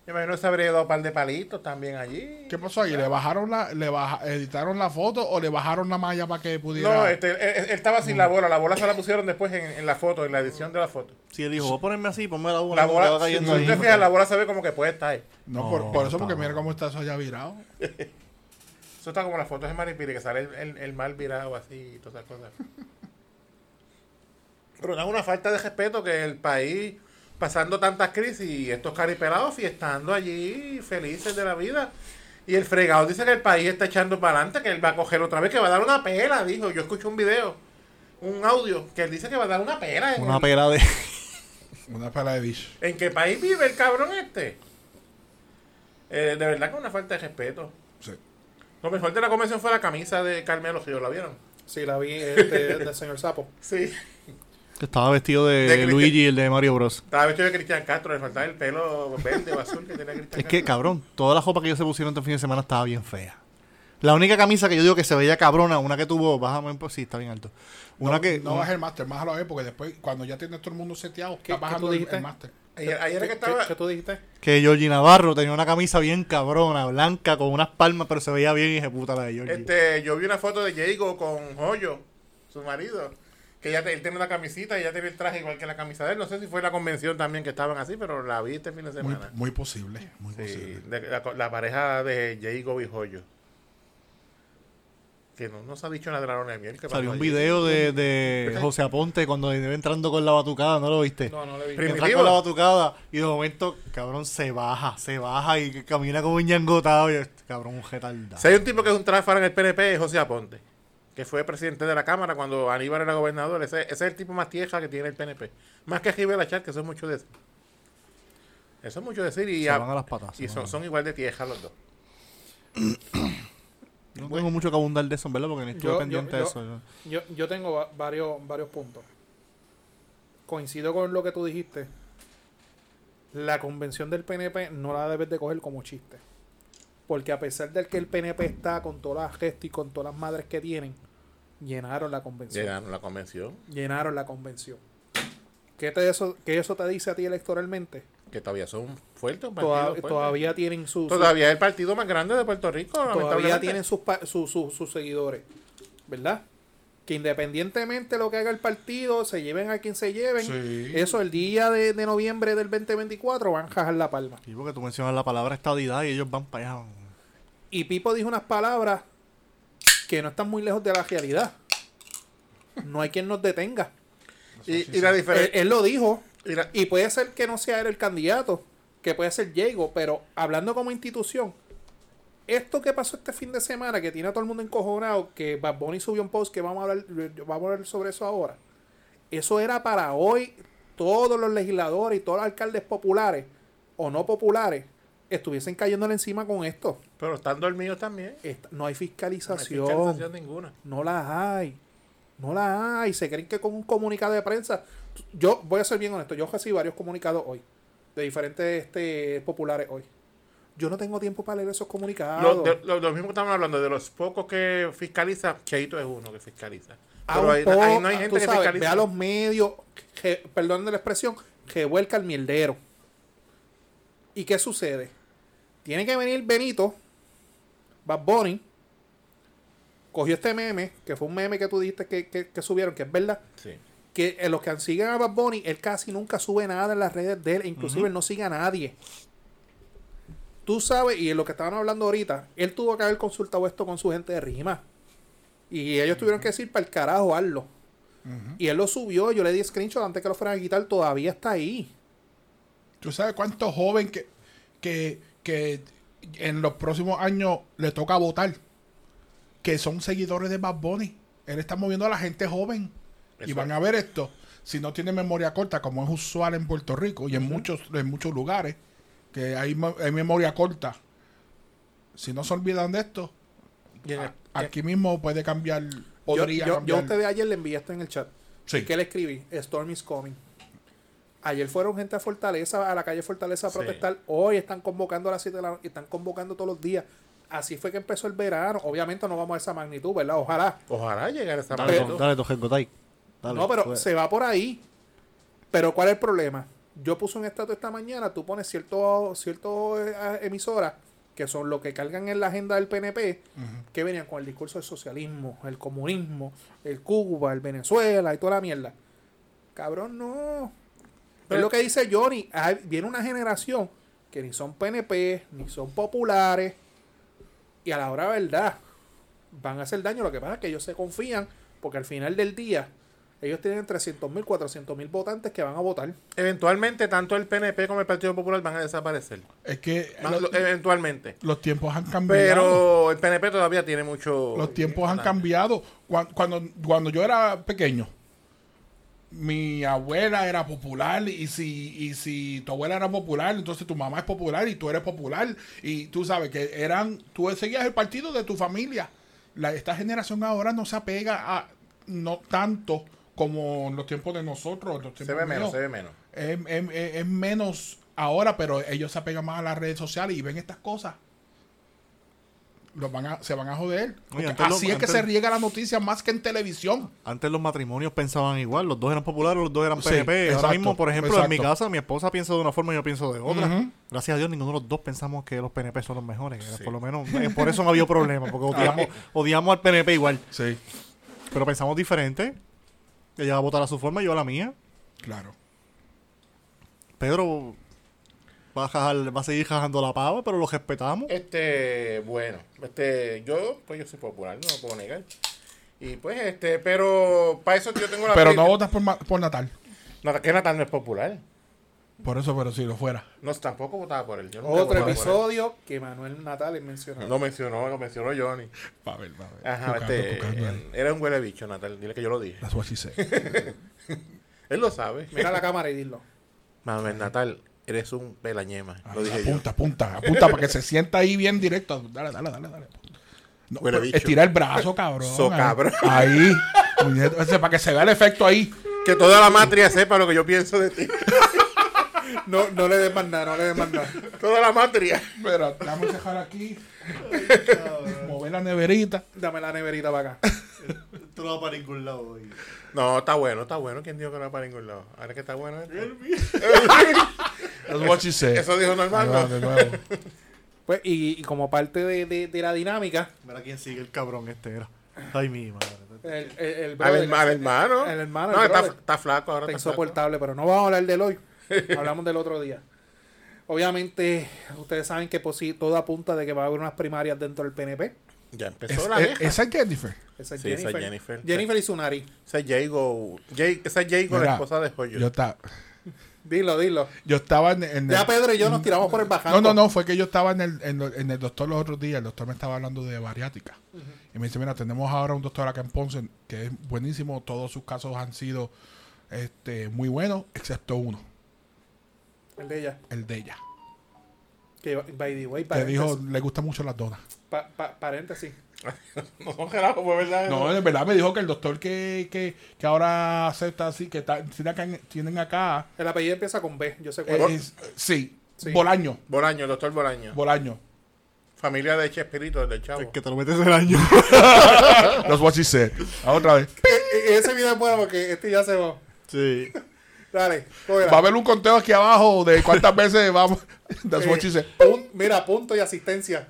[SPEAKER 4] Yo imagino que se habría dado un par de palitos también allí.
[SPEAKER 5] ¿Qué pasó ahí? ¿Le bajaron la, le baja, editaron la foto o le bajaron la malla para que pudiera?
[SPEAKER 4] No, este, él, él- él estaba sin la bola. La bola se la pusieron después en, en la foto, en la edición de la foto.
[SPEAKER 3] Si él dijo, voy a ponerme así, ponme la bola.
[SPEAKER 4] La
[SPEAKER 3] como
[SPEAKER 4] bola,
[SPEAKER 3] que va
[SPEAKER 4] si
[SPEAKER 3] cayendo
[SPEAKER 4] tú
[SPEAKER 3] ahí.
[SPEAKER 4] te fijas, la bola se ve como que puede estar ahí.
[SPEAKER 5] No, por,
[SPEAKER 3] No,
[SPEAKER 5] por eso, porque
[SPEAKER 3] pa.
[SPEAKER 5] mira cómo está eso allá virado.
[SPEAKER 4] Eso está como las fotos de Maripiri, que sale el, el, el mal virado así y todas esas cosas. Pero no es una falta de respeto que el país, pasando tantas crisis y estos caripelados fiestando allí, felices de la vida. Y el fregado dice que el país está echando para adelante, que él va a coger otra vez, que va a dar una pela, dijo. Yo escuché un video, un audio, que él dice que va a dar una pela. en
[SPEAKER 3] Una
[SPEAKER 4] el-
[SPEAKER 3] pela de. [LAUGHS]
[SPEAKER 5] Una pela de dish.
[SPEAKER 4] ¿En qué país vive el cabrón este? Eh, de verdad que es una falta de respeto.
[SPEAKER 5] Sí.
[SPEAKER 4] Lo mejor de la convención fue la camisa de Carmelo Río, ¿la vieron?
[SPEAKER 2] Sí, la vi este, [LAUGHS] del señor Sapo.
[SPEAKER 4] Sí.
[SPEAKER 3] Que estaba vestido de,
[SPEAKER 4] De Cristian-
[SPEAKER 3] Luigi, el de Mario Bros.
[SPEAKER 4] Estaba vestido de Cristian Castro, le faltaba el pelo verde o azul que tenía Cristian
[SPEAKER 3] Es que,
[SPEAKER 4] Castro.
[SPEAKER 3] cabrón, toda la ropa que ellos se pusieron este fin de semana estaba bien fea. La única camisa que yo digo que se veía cabrona, una que tuvo, bájame, pues sí, está bien alto. Una que.
[SPEAKER 5] No bajes el máster, bájalo ahí, porque después, cuando ya tienes todo el mundo seteado,
[SPEAKER 2] ¿Qué-
[SPEAKER 5] estás
[SPEAKER 2] qué
[SPEAKER 5] bajando
[SPEAKER 2] tú
[SPEAKER 5] el-
[SPEAKER 2] dijiste?
[SPEAKER 5] el máster.
[SPEAKER 4] Ayer, ayer
[SPEAKER 2] ¿Qué,
[SPEAKER 4] que estaba...
[SPEAKER 2] qué- qué tú dijiste?
[SPEAKER 3] Que Georgie Navarro tenía una camisa bien cabrona, blanca, con unas palmas, pero se veía bien y ejecuta la de Georgie.
[SPEAKER 4] Este, yo vi una foto de Diego con Joyo, su marido, que ya él tiene una camisita y ya tiene el traje igual que la camisa de él. No sé si fue la convención también que estaban así, pero la vi este fin de
[SPEAKER 5] Muy,
[SPEAKER 4] semana.
[SPEAKER 5] muy posible, muy
[SPEAKER 4] Sí,
[SPEAKER 5] posible.
[SPEAKER 4] de- la, la pareja de Diego y Joyo. Que no nos ha dicho nada de la luna de miel. que
[SPEAKER 3] Salió
[SPEAKER 4] pasó
[SPEAKER 3] un
[SPEAKER 4] allí.
[SPEAKER 3] video de, de José Aponte cuando iba entrando con la batucada, ¿no lo viste?
[SPEAKER 2] No, no la vi.
[SPEAKER 4] Prim-
[SPEAKER 3] Entra
[SPEAKER 4] Primitivo.
[SPEAKER 3] con la batucada y de momento, cabrón, se baja, se baja y camina como un ñangotado. Y, este, cabrón, un retardado.
[SPEAKER 4] Si hay un tipo que es un tráfara en el PNP, es José Aponte, que fue presidente de la Cámara cuando Aníbal era gobernador. Ese, ese es el tipo más tieja que tiene el PNP. Más que Rivera Chat, que eso es mucho decir. Eso es mucho decir y,
[SPEAKER 3] Se
[SPEAKER 4] a-
[SPEAKER 3] van a las patas,
[SPEAKER 4] y
[SPEAKER 3] se
[SPEAKER 4] son,
[SPEAKER 3] van.
[SPEAKER 4] son igual de tiejas los dos.
[SPEAKER 3] No tengo mucho que abundar de eso, en ¿verdad? Porque ni estuve
[SPEAKER 2] Yo-
[SPEAKER 3] pendiente
[SPEAKER 2] yo-
[SPEAKER 3] de
[SPEAKER 2] yo-
[SPEAKER 3] eso. yo-
[SPEAKER 2] Yo, yo tengo va- varios, varios puntos. Coincido con lo que tú dijiste. La convención del PNP no la debes de coger como chiste. Porque a pesar de que el PNP está con todas las gestas y con todas las madres que tienen, llenaron la convención.
[SPEAKER 4] Llegaron a la convención,
[SPEAKER 2] Llenaron la convención. ¿Qué, te eso, qué eso te dice a ti electoralmente?
[SPEAKER 4] que todavía son fuertes. un partido
[SPEAKER 2] Toda-
[SPEAKER 4] fuerte.
[SPEAKER 2] todavía tienen su- su,
[SPEAKER 4] Todavía es el partido más grande de Puerto Rico.
[SPEAKER 2] todavía
[SPEAKER 4] lamentablemente.
[SPEAKER 2] tienen sus, pa- su- su- sus seguidores, ¿verdad? Que independientemente de lo que haga el partido, se lleven a quien se lleven,
[SPEAKER 5] Sí.
[SPEAKER 2] eso el día de, de noviembre del 2024 van a jajar la palma.
[SPEAKER 3] Y porque tú mencionas la palabra estadidad y ellos van para allá.
[SPEAKER 2] Y Pipo dijo unas palabras que no están muy lejos de la realidad. No hay quien nos detenga.
[SPEAKER 4] Y, y la
[SPEAKER 2] Él,
[SPEAKER 4] diferencia.
[SPEAKER 2] él lo dijo,
[SPEAKER 4] y la-
[SPEAKER 2] y puede ser que no sea él el candidato, que puede ser Diego, pero hablando como institución, esto que pasó este fin de semana, que tiene a todo el mundo encojonado, que Bad Bunny subió un post que vamos a hablar, vamos a hablar sobre eso ahora, eso era para hoy todos los legisladores y todos los alcaldes populares o no populares estuviesen cayéndole encima con esto.
[SPEAKER 4] pero están dormidos también.
[SPEAKER 2] Esta- no hay
[SPEAKER 4] No hay
[SPEAKER 2] fiscalización.
[SPEAKER 4] fiscalización ninguna.
[SPEAKER 2] No la hay. No la hay. Se creen que con un comunicado de prensa. Yo voy a ser bien honesto. Yo recibí varios comunicados hoy. De diferentes este, populares hoy. Yo no tengo tiempo para leer esos comunicados.
[SPEAKER 4] Lo, de- lo- lo mismo que estamos hablando, de los pocos que fiscaliza, Cheito es uno que fiscaliza.
[SPEAKER 2] A
[SPEAKER 4] Pero
[SPEAKER 2] un
[SPEAKER 4] ahí, ahí
[SPEAKER 2] po-
[SPEAKER 4] no hay
[SPEAKER 2] tú
[SPEAKER 4] gente que
[SPEAKER 2] sabes, Ve
[SPEAKER 4] fiscaliza.
[SPEAKER 2] a los medios, que, perdón de la expresión, que vuelca el mierdero. ¿Y qué sucede? Tiene que venir Benito, Bad Bunny, cogió este meme, que fue un meme que tú dijiste que, que- que subieron, que es verdad,
[SPEAKER 4] Sí.
[SPEAKER 2] que en los que siguen a Bad Bunny, él casi nunca sube nada en las redes de él, e inclusive él no sigue a nadie. Tú sabes, y en lo que estaban hablando ahorita, él tuvo que haber consultado esto con su gente de rima. Y ellos tuvieron que decir, para el carajo, hazlo. Y él lo subió, yo le di screenshot antes que lo fueran a quitar, todavía está ahí.
[SPEAKER 5] ¿Tú sabes cuántos jóvenes que, que, que en los próximos años le toca votar? Que son seguidores de Bad Bunny. Él está moviendo a la gente joven. Y
[SPEAKER 4] Eso
[SPEAKER 5] van
[SPEAKER 4] es.
[SPEAKER 5] a ver esto. Si no tiene memoria corta, como es usual en Puerto Rico y en, muchos, en muchos lugares, que hay, mo- hay memoria corta. Si no se olvidan de esto,
[SPEAKER 4] Y en el-
[SPEAKER 5] a- aquí mismo puede cambiar.
[SPEAKER 2] Eh, Ah, Yo-
[SPEAKER 5] Podría
[SPEAKER 2] yo, yo,
[SPEAKER 5] cambiar.
[SPEAKER 2] a ustedes ayer le envié esto en el chat.
[SPEAKER 5] Sí.
[SPEAKER 2] ¿Y qué le escribí? Storm is coming. Ayer fueron gente a Fortaleza, a la calle Fortaleza a
[SPEAKER 4] Sí.
[SPEAKER 2] protestar. Hoy están convocando a las 7 de la noche, están convocando todos los días. Así fue que empezó el verano. Obviamente no vamos a esa magnitud, ¿verdad? Ojalá.
[SPEAKER 4] Ojalá llegara esa
[SPEAKER 3] Dale,
[SPEAKER 4] magnitud.
[SPEAKER 3] to- dale, Tojengo, dai. Dale,
[SPEAKER 2] no, pero
[SPEAKER 3] pues.
[SPEAKER 2] se va por ahí. Pero ¿cuál es el problema? Yo puse un estatus esta mañana, tú pones ciertos ciertos eh, ah, emisoras que son lo que cargan en la agenda del PNP, que venían con el discurso del socialismo, el comunismo, el Cuba, el Venezuela y toda la mierda. Cabrón, no. es lo que dice Johnny. ah, Viene una generación que ni son PNP, ni son populares, y a la hora verdad van a hacer daño. Lo que pasa es que ellos se confían porque al final del día ellos tienen 300.000, 400.000 votantes que van a votar.
[SPEAKER 4] Eventualmente, tanto el PNP como el Partido Popular van a desaparecer.
[SPEAKER 2] Eh,
[SPEAKER 5] Es que
[SPEAKER 4] Van-
[SPEAKER 5] lo-
[SPEAKER 4] lo- eventualmente.
[SPEAKER 5] los tiempos han cambiado.
[SPEAKER 4] eh, Pero el PNP todavía tiene mucho.
[SPEAKER 5] los tiempos han
[SPEAKER 4] Ah,
[SPEAKER 5] cambiado. Cuan- Cuando, cuando, yo era pequeño, mi abuela era popular y si, y si tu abuela era popular, entonces tu mamá es popular y tú eres popular. Y tú sabes que eran, tú seguías el partido de tu familia. La, esta generación ahora no se apega a, no tanto como en los tiempos de nosotros. en los
[SPEAKER 4] Se
[SPEAKER 5] tiempos
[SPEAKER 4] ve menos,
[SPEAKER 5] míos.
[SPEAKER 4] se ve menos.
[SPEAKER 5] Es, es- es- es menos ahora, pero ellos se apegan más a las redes sociales y ven estas cosas. Los van a- se van a joder. Porque
[SPEAKER 3] antes lo-
[SPEAKER 5] así es que
[SPEAKER 3] antes-
[SPEAKER 5] se riega la noticia más que en televisión.
[SPEAKER 3] Antes los matrimonios pensaban igual, los dos eran populares, los dos eran
[SPEAKER 5] Sí,
[SPEAKER 3] PNP. Ahora
[SPEAKER 5] exacto,
[SPEAKER 3] mismo, por ejemplo, en mi
[SPEAKER 5] exacto.
[SPEAKER 3] casa, mi esposa piensa de una forma y yo pienso de otra.
[SPEAKER 5] Ujú.
[SPEAKER 3] Gracias a Dios, ninguno de los dos pensamos que los PNP son los mejores. Por lo menos, eh, por eso no había problema, porque
[SPEAKER 5] [LAUGHS]
[SPEAKER 3] odiamos, odiamos al PNP igual.
[SPEAKER 5] Sí,
[SPEAKER 3] Pero pensamos diferente. Ella va a votar a su forma y yo a la mía.
[SPEAKER 5] claro.
[SPEAKER 3] Pedro va a, jajar- va a seguir jajando la pava, pero lo respetamos.
[SPEAKER 4] Este, bueno, este, yo, pues yo soy popular, no lo puedo negar. Y pues, este, pero para eso yo tengo la.
[SPEAKER 5] Pero no votas por, ma- por Natal.
[SPEAKER 4] No, que Natal no es popular.
[SPEAKER 5] Por eso, pero si lo fuera.
[SPEAKER 4] No, tampoco votaba por él. Yo nunca
[SPEAKER 2] Otro
[SPEAKER 4] votaba por él.
[SPEAKER 2] episodio que Manuel Natales mencionó.
[SPEAKER 4] Lo mencionó, lo mencionó Johnny.
[SPEAKER 5] Pa' ver, pa' ver.
[SPEAKER 4] Ajá,
[SPEAKER 5] Cucando,
[SPEAKER 4] este,
[SPEAKER 5] cucando ahí.
[SPEAKER 4] era un huele bicho, Natal. Dile que yo lo dije.
[SPEAKER 5] That's what she [LAUGHS] said.
[SPEAKER 4] Él lo
[SPEAKER 5] [LAUGHS]
[SPEAKER 4] sabe.
[SPEAKER 2] Mira la cámara y dilo.
[SPEAKER 4] Manuel Natal, eres un pelañema.
[SPEAKER 5] Ah,
[SPEAKER 4] Lo dije yo.
[SPEAKER 5] apunta, [LAUGHS] apunta, apunta para que se sienta ahí bien directo. Dale, dale, dale, dale. No,
[SPEAKER 4] Huele
[SPEAKER 5] pero
[SPEAKER 4] bicho.
[SPEAKER 5] estira el brazo, cabrón.
[SPEAKER 4] So, cabrón.
[SPEAKER 5] Ahí. Puñeta, ese, Para que se vea el efecto ahí.
[SPEAKER 4] Que toda la matria sepa lo que yo pienso de ti. [LAUGHS]
[SPEAKER 2] No, no le des más nada, no le des más nada.
[SPEAKER 4] Toda la matria.
[SPEAKER 5] Pero vamos a dejar aquí. [LAUGHS] mover la neverita.
[SPEAKER 2] Dame la neverita para acá.
[SPEAKER 3] Tú no vas para ningún lado hoy.
[SPEAKER 4] No, está bueno, está bueno. ¿Quién dijo que no era para ningún lado? Ahora que está bueno. esto.
[SPEAKER 5] That's what she said.
[SPEAKER 4] Eso dijo
[SPEAKER 5] Ahí
[SPEAKER 4] normal.
[SPEAKER 5] va,
[SPEAKER 4] ¿no?
[SPEAKER 5] de nuevo.
[SPEAKER 2] Pues, y, y como parte de, de- de la dinámica,
[SPEAKER 3] Mira quién sigue el cabrón este era. Ay, mi madre.
[SPEAKER 2] el, el, el
[SPEAKER 4] Al
[SPEAKER 2] brother-
[SPEAKER 4] hermano. Al hermano.
[SPEAKER 2] El hermano,
[SPEAKER 4] No,
[SPEAKER 2] el
[SPEAKER 4] está,
[SPEAKER 2] brother.
[SPEAKER 4] está flaco ahora.
[SPEAKER 2] Está
[SPEAKER 4] Está flaco.
[SPEAKER 2] insoportable, pero no vamos a hablar del hoy. Hablamos del otro día. Obviamente, ustedes saben que pues, sí, todo apunta de que va a haber unas primarias dentro del PNP.
[SPEAKER 4] Ya empezó
[SPEAKER 5] Es- eh,
[SPEAKER 4] la
[SPEAKER 5] es-
[SPEAKER 4] vieja.
[SPEAKER 5] Esa es Jennifer.
[SPEAKER 2] Esa es
[SPEAKER 4] Sí, esa
[SPEAKER 2] Jennifer.
[SPEAKER 4] es
[SPEAKER 2] Jennifer.
[SPEAKER 4] Jennifer.
[SPEAKER 2] y Sunari.
[SPEAKER 4] Esa es Jago. Jay- Esa es Jago, la
[SPEAKER 5] Mira,
[SPEAKER 4] esposa de Joyo.
[SPEAKER 5] Yo, ta-
[SPEAKER 2] Dilo, dilo.
[SPEAKER 5] yo estaba en, en
[SPEAKER 2] Ya
[SPEAKER 5] el,
[SPEAKER 2] Pedro y yo nos tiramos por el bajando.
[SPEAKER 5] No, no, no, fue que yo estaba en el, en, lo- en el doctor los otros días, el doctor me estaba hablando de bariátrica. Y me dice, mira, tenemos ahora un doctor acá en Ponce que es buenísimo, todos sus casos han sido este, muy buenos, excepto uno,
[SPEAKER 2] El de ella.
[SPEAKER 5] el de ella.
[SPEAKER 2] Que, by the way,
[SPEAKER 5] Que
[SPEAKER 2] paréntesis.
[SPEAKER 5] dijo, le gustan mucho las donas.
[SPEAKER 2] pa- pa- paréntesis.
[SPEAKER 4] [LAUGHS] No, son carajos, pues, verdad.
[SPEAKER 5] No, de verdad me dijo que el doctor que, que, que ahora acepta así, que ta- tiene acá, en- tienen acá,
[SPEAKER 2] El apellido empieza con B. Yo sé cuál
[SPEAKER 5] eh,
[SPEAKER 2] es.
[SPEAKER 5] es- sí,
[SPEAKER 2] Sí.
[SPEAKER 5] Bolaño,
[SPEAKER 4] Bolaño, el doctor Bolaño.
[SPEAKER 5] Bolaño.
[SPEAKER 4] Familia de Chespirito, el del chavo.
[SPEAKER 3] El que te lo metes el año. [LAUGHS]
[SPEAKER 5] That's what she said. Ah, Otra vez.
[SPEAKER 2] E- ese video es bueno porque este ya se va.
[SPEAKER 3] sí.
[SPEAKER 2] Dale, cógela.
[SPEAKER 5] Va a haber un conteo aquí abajo de cuántas veces vamos. [LAUGHS] That's what she said.
[SPEAKER 2] Eh, pun- mira, punto y asistencia.